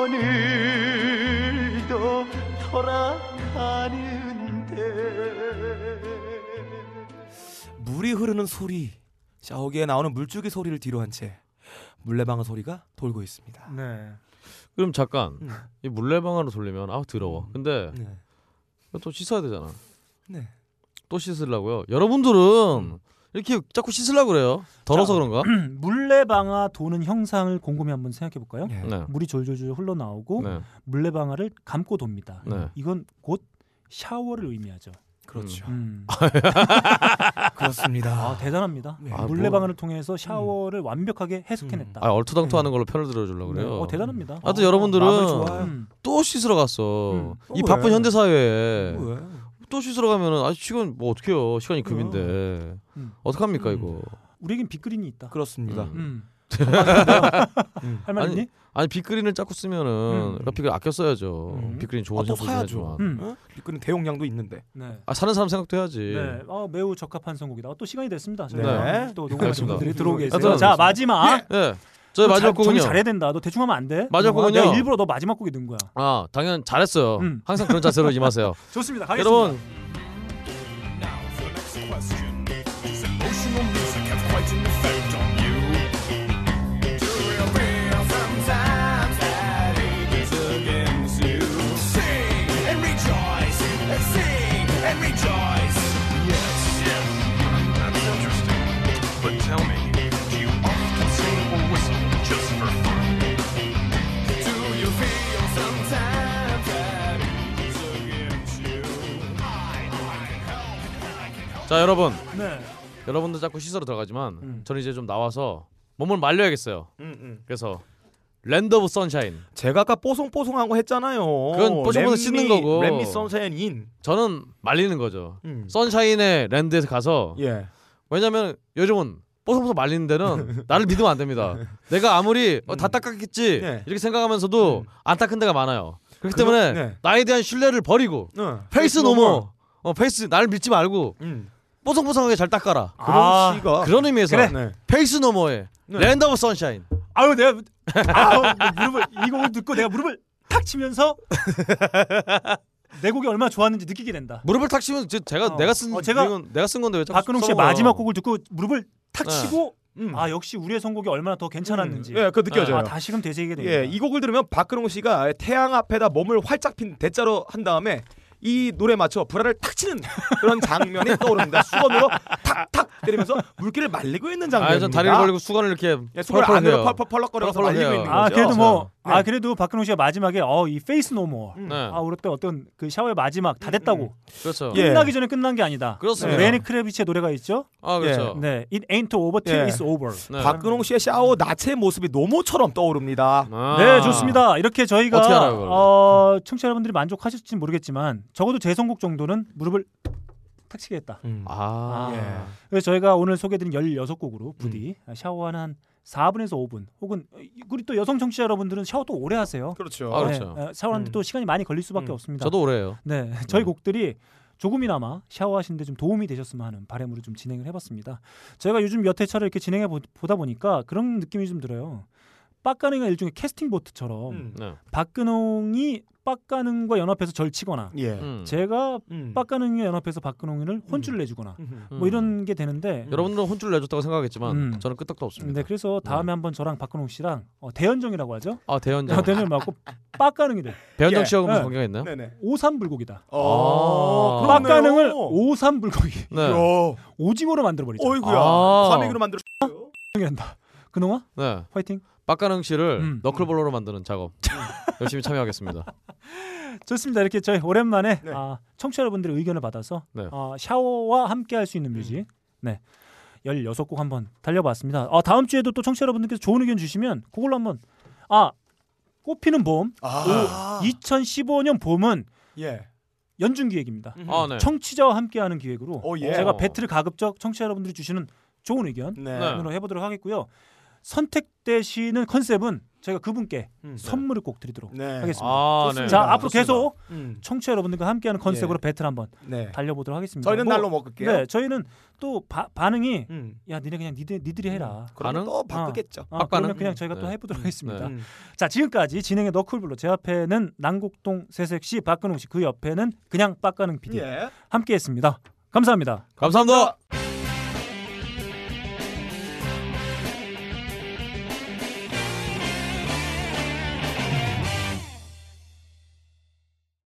S7: 오늘도 돌아가는데
S3: 물이 흐르는 소리, 샤워기에 나오는 물줄기 소리를 뒤로 한 채 물레방아 소리가 돌고 있습니다.
S1: 네.
S2: 그럼 잠깐
S1: 음.
S2: 이 물레방아로 돌리면 아우 더러워. 근데
S1: 네.
S2: 이거 또 씻어야 되잖아.
S3: 네.
S2: 또 씻으려고요.
S1: 음.
S2: 여러분들은 이렇게 자꾸 씻으려고 그래요. 더러서 그런가?
S1: 물레방아 도는 형상을 곰곰이 한번 생각해 볼까요?
S2: 네.
S1: 물이 졸졸졸 흘러나오고
S2: 네.
S1: 물레방아를 감고 돕니다.
S2: 네.
S1: 이건 곧 샤워를 의미하죠.
S3: 그렇죠.
S1: 음.
S3: 그렇습니다.
S1: 아, 대단합니다.
S2: 네. 아,
S1: 물레방아를 통해서 샤워를 완벽하게 해석해냈다.
S2: 아 얼토당토하는 걸로 편을 들어주려고 그래요.
S1: 네, 어, 대단합니다.
S2: 하여튼
S1: 어, 마음을 좋아요.
S2: 여러분들은
S1: 음.
S2: 또 씻으러 갔어.
S1: 또
S2: 이
S1: 왜?
S2: 바쁜 현대 사회에
S1: 또 왜?
S2: 또 씻으러 가면은 아 지금 뭐 어떡해요. 시간이 금인데
S1: 음.
S2: 어떡합니까 이거.
S1: 우리에겐 빅그린이 있다.
S3: 그렇습니다.
S1: 음. 할말
S2: 음. 아니,
S1: 있니?
S2: 아니 빅그린을 짜고
S1: 음.
S2: 쓰면은 빅그린 아껴 써야죠. 빅그린 좋은
S3: 아, 또
S2: 선수긴
S3: 사야죠.
S2: 하지만.
S3: 어? 빅그린 대용량도 있는데.
S1: 네.
S2: 아 사는 사람 생각도 해야지.
S1: 네, 어, 매우 적합한 선곡이다. 어, 또 시간이 됐습니다. 저희
S2: 예. 네.
S1: 또 녹음하신
S2: 알겠습니다.
S1: 분들이 들어오게
S2: 하여튼-
S1: 해서 자 마지막.
S2: 예. 예. 저희
S1: 너
S2: 마지막
S1: 음, 잘- 정리
S2: 곡은요.
S1: 잘해야 된다. 너 대충 하면 안 돼.
S2: 마지막
S1: 그거.
S2: 곡은요.
S1: 내가 일부러 너 마지막 곡이 는 거야.
S2: 아 당연 잘했어요.
S1: 음.
S2: 항상 그런 자세로 임하세요.
S1: 좋습니다. 가겠습니다.
S2: 여러분
S8: question. Is emotional music have quite an effect on you? Do you feel sometimes that it is against you? Sing and rejoice, and sing and rejoice. Yes, yes, that's interesting. But tell me, do you often sing or whistle just for fun? Do you feel sometimes that it is against you? I, I can help, I can help.
S2: 자 여러분.
S1: 네. 음.
S2: 여러분도 자꾸 시설로 들어가지만 저는 이제 좀 나와서 몸을 말려야겠어요.
S3: 음, 음.
S2: 그래서 랜드 오브 선샤인.
S3: 제가 아까 뽀송뽀송한 거 했잖아요.
S2: 그건 뽀송뽀송 씻는 거고.
S3: 미 선샤인.
S2: 저는 말리는 거죠.
S3: 음.
S2: 선샤인의 랜드에서 가서
S3: 예.
S2: 왜냐면 요즘은 뽀송뽀송 말리는 데는 나를 믿으면 안 됩니다. 내가 아무리
S1: 음.
S2: 어, 다 닦았겠지
S1: 네.
S2: 이렇게 생각하면서도 안 닦은 데가 많아요.
S3: 그거-
S2: 그렇기 때문에
S3: 네.
S2: 나에 대한 신뢰를 버리고
S3: 네.
S2: 페이스
S3: 페이스
S2: 노모
S3: 노모.
S2: 어, 페이스 나를 믿지 말고
S1: 음.
S2: 뽀송뽀송하게 잘 닦아라.
S3: 그런 아, 씨가.
S2: 그런 의미에서
S3: 그래. 네.
S2: 페이스 노모의
S1: 네.
S2: 랜드 오브 선샤인.
S1: 아유 내가 아우, 무릎을 이 곡을 듣고 내가 무릎을 탁 치면서 내 곡이 얼마나 좋았는지 느끼게 된다.
S2: 무릎을 탁 치면 제, 가
S1: 어.
S2: 내가 쓴
S1: 어, 제가
S2: 이건 내가 쓴 건데 왜 자꾸
S1: 박근홍 씨의
S2: 써먹어요?
S1: 마지막 곡을 듣고 무릎을 탁
S2: 네.
S1: 치고 아 역시 우리의 선곡이 얼마나 더 괜찮았는지.
S3: 음. 예, 그거 느껴져요.
S1: 아, 다시금 되새기게 됩니다.
S2: 네.
S3: 예, 이 곡을 들으면 박근홍 씨가 태양 앞에다 몸을 활짝 핀 대자로 한 다음에 이 노래 맞춰 불화를 탁 치는 그런 장면이 떠오릅니다. 수건으로 탁탁 때리면서 물기를 말리고 있는 장면입니다.
S2: 아, 전 다리를 벌리고 수건을 이렇게
S3: 예, 수건을
S2: 펄펄
S3: 안으로
S2: 해요.
S3: 펄펄 펄럭거려서
S2: 펄펄
S3: 말리고
S2: 해요.
S3: 있는
S1: 아
S3: 거죠.
S1: 그래도 뭐
S3: 네. 음.
S1: 아 그래도 박근홍 씨가 마지막에 어이 페이스 노모
S2: 네.
S1: 아 예. 우리 때 어떤 그 샤워의 마지막 다 됐다고
S3: 음.
S2: 그렇죠.
S3: 예.
S1: 끝나기 전에 끝난 게 아니다. 네.
S2: 그렇습니다.
S1: 레니 크레비치의 노래가 있죠.
S2: 아,
S3: 어.
S2: 그렇죠.
S1: 네, it ain't over till
S3: 예.
S1: it's over.
S3: 네. 박근홍 씨의 샤워 나체 모습이 노모처럼 떠오릅니다.
S2: 아.
S1: 네, 좋습니다. 이렇게 저희가
S3: 아. 어떻게 알아요, 그걸?
S1: 어, 청취자 여러분들이 만족하실지는 모르겠지만 적어도 제 선곡 정도는 무릎을 탁치게 했다.
S2: 아,
S3: 예,
S1: 그래서 저희가 오늘 소개드린
S2: 음.
S1: 16곡으로 부디 샤워하는 한 4분에서 5분 혹은 우리 또 여성 청취자 여러분들은 샤워 또 오래 하세요.
S3: 그렇죠.
S2: 아, 그렇죠. 음.
S1: 네, 어, 샤워하는데 또 시간이 많이 걸릴 수밖에 없습니다.
S2: 저도 음. 오래 해요.
S1: 네, 저희 곡들이 조금이나마 샤워하시는데 좀 도움이 되셨으면 하는 바람으로 좀 진행을 해봤습니다. 저희가 요즘 몇 회차를 이렇게 진행해 보- 보다 보니까 그런 느낌이 좀 들어요. 빡가능이가 일종의 캐스팅 보트처럼
S3: 음.
S2: 네.
S1: 박근홍이 빡가능과 연합해서 절치거나
S2: 예.
S1: 네.
S2: 음.
S1: 제가 빡가능과 연합해서 박근홍이를 혼쭐 내주거나
S3: 음.
S1: 뭐 이런 게 되는데
S2: 음. 여러분들은 혼쭐 내줬다고 생각했지만
S1: 음.
S2: 저는 끄떡도 없습니다.
S1: 네, 그래서 다음에 한번 저랑 박근홍 씨랑 어, 대연정이라고 하죠.
S2: 아, 대연정.
S1: 어, 대연정 맞고 빡가능이 돼.
S2: 배현정 씨하고
S1: 네.
S2: 무슨 관계가 있나요?
S1: 오삼불고기다.
S2: 아,
S1: 빡가능을 오삼불고기.
S2: 네.
S3: 어, 이야.
S1: 오징어로 만들어버리죠.
S3: 어이구야.
S2: 아.
S3: 과메기로 만들어.
S1: 한다. 그놈아
S2: 네.
S1: 화이팅.
S2: 빡가능 씨를 너클볼러로 만드는 작업 열심히 참여하겠습니다.
S1: 좋습니다. 이렇게 저희 오랜만에 아, 청취자 여러분들의 의견을 받아서
S2: 네.
S1: 아, 샤워와 함께 할 수 있는 뮤직 네. 16곡 한번 달려봤습니다. 아, 다음 주에도 또 청취자 여러분들께서 좋은 의견 주시면 그걸로 한번 아 꽃피는 봄
S3: 아.
S1: 2015년 봄은
S3: 예.
S1: 연중 기획입니다.
S2: 아, 네.
S1: 청취자와 함께하는 기획으로
S3: 예.
S1: 제가
S2: 오.
S1: 배틀 가급적 청취자 여러분들이 주시는 좋은 의견으로
S2: 네.
S1: 해보도록 하겠고요. 선택되시는 컨셉은 제가 그분께 선물을 꼭 드리도록
S3: 음. 네.
S1: 하겠습니다.
S2: 아, 네.
S1: 자 앞으로
S2: 좋습니다.
S1: 계속
S3: 음.
S1: 청취자 여러분들과 함께하는 컨셉으로 배틀 한번
S3: 네.
S1: 달려보도록 하겠습니다.
S3: 저희는 날로 먹을게요. 음.
S1: 네, 저희는 또 바- 반응이 야 니네 그냥 니들 니들이 해라.
S3: 그러면 반응? 또 바꾸겠죠.
S1: 아,
S3: 음. 빡반응?
S1: 그러면 그냥 저희가
S3: 네.
S1: 또 해보도록
S3: 음.
S1: 하겠습니다.
S3: 네.
S1: 자 지금까지 진행의 너클블로 제 앞에는 난곡동 세색 씨, 박근홍 씨, 그 옆에는 그냥 빡가는 PD
S3: 예.
S1: 함께했습니다. 감사합니다.
S2: 감사합니다.
S1: 감사합니다.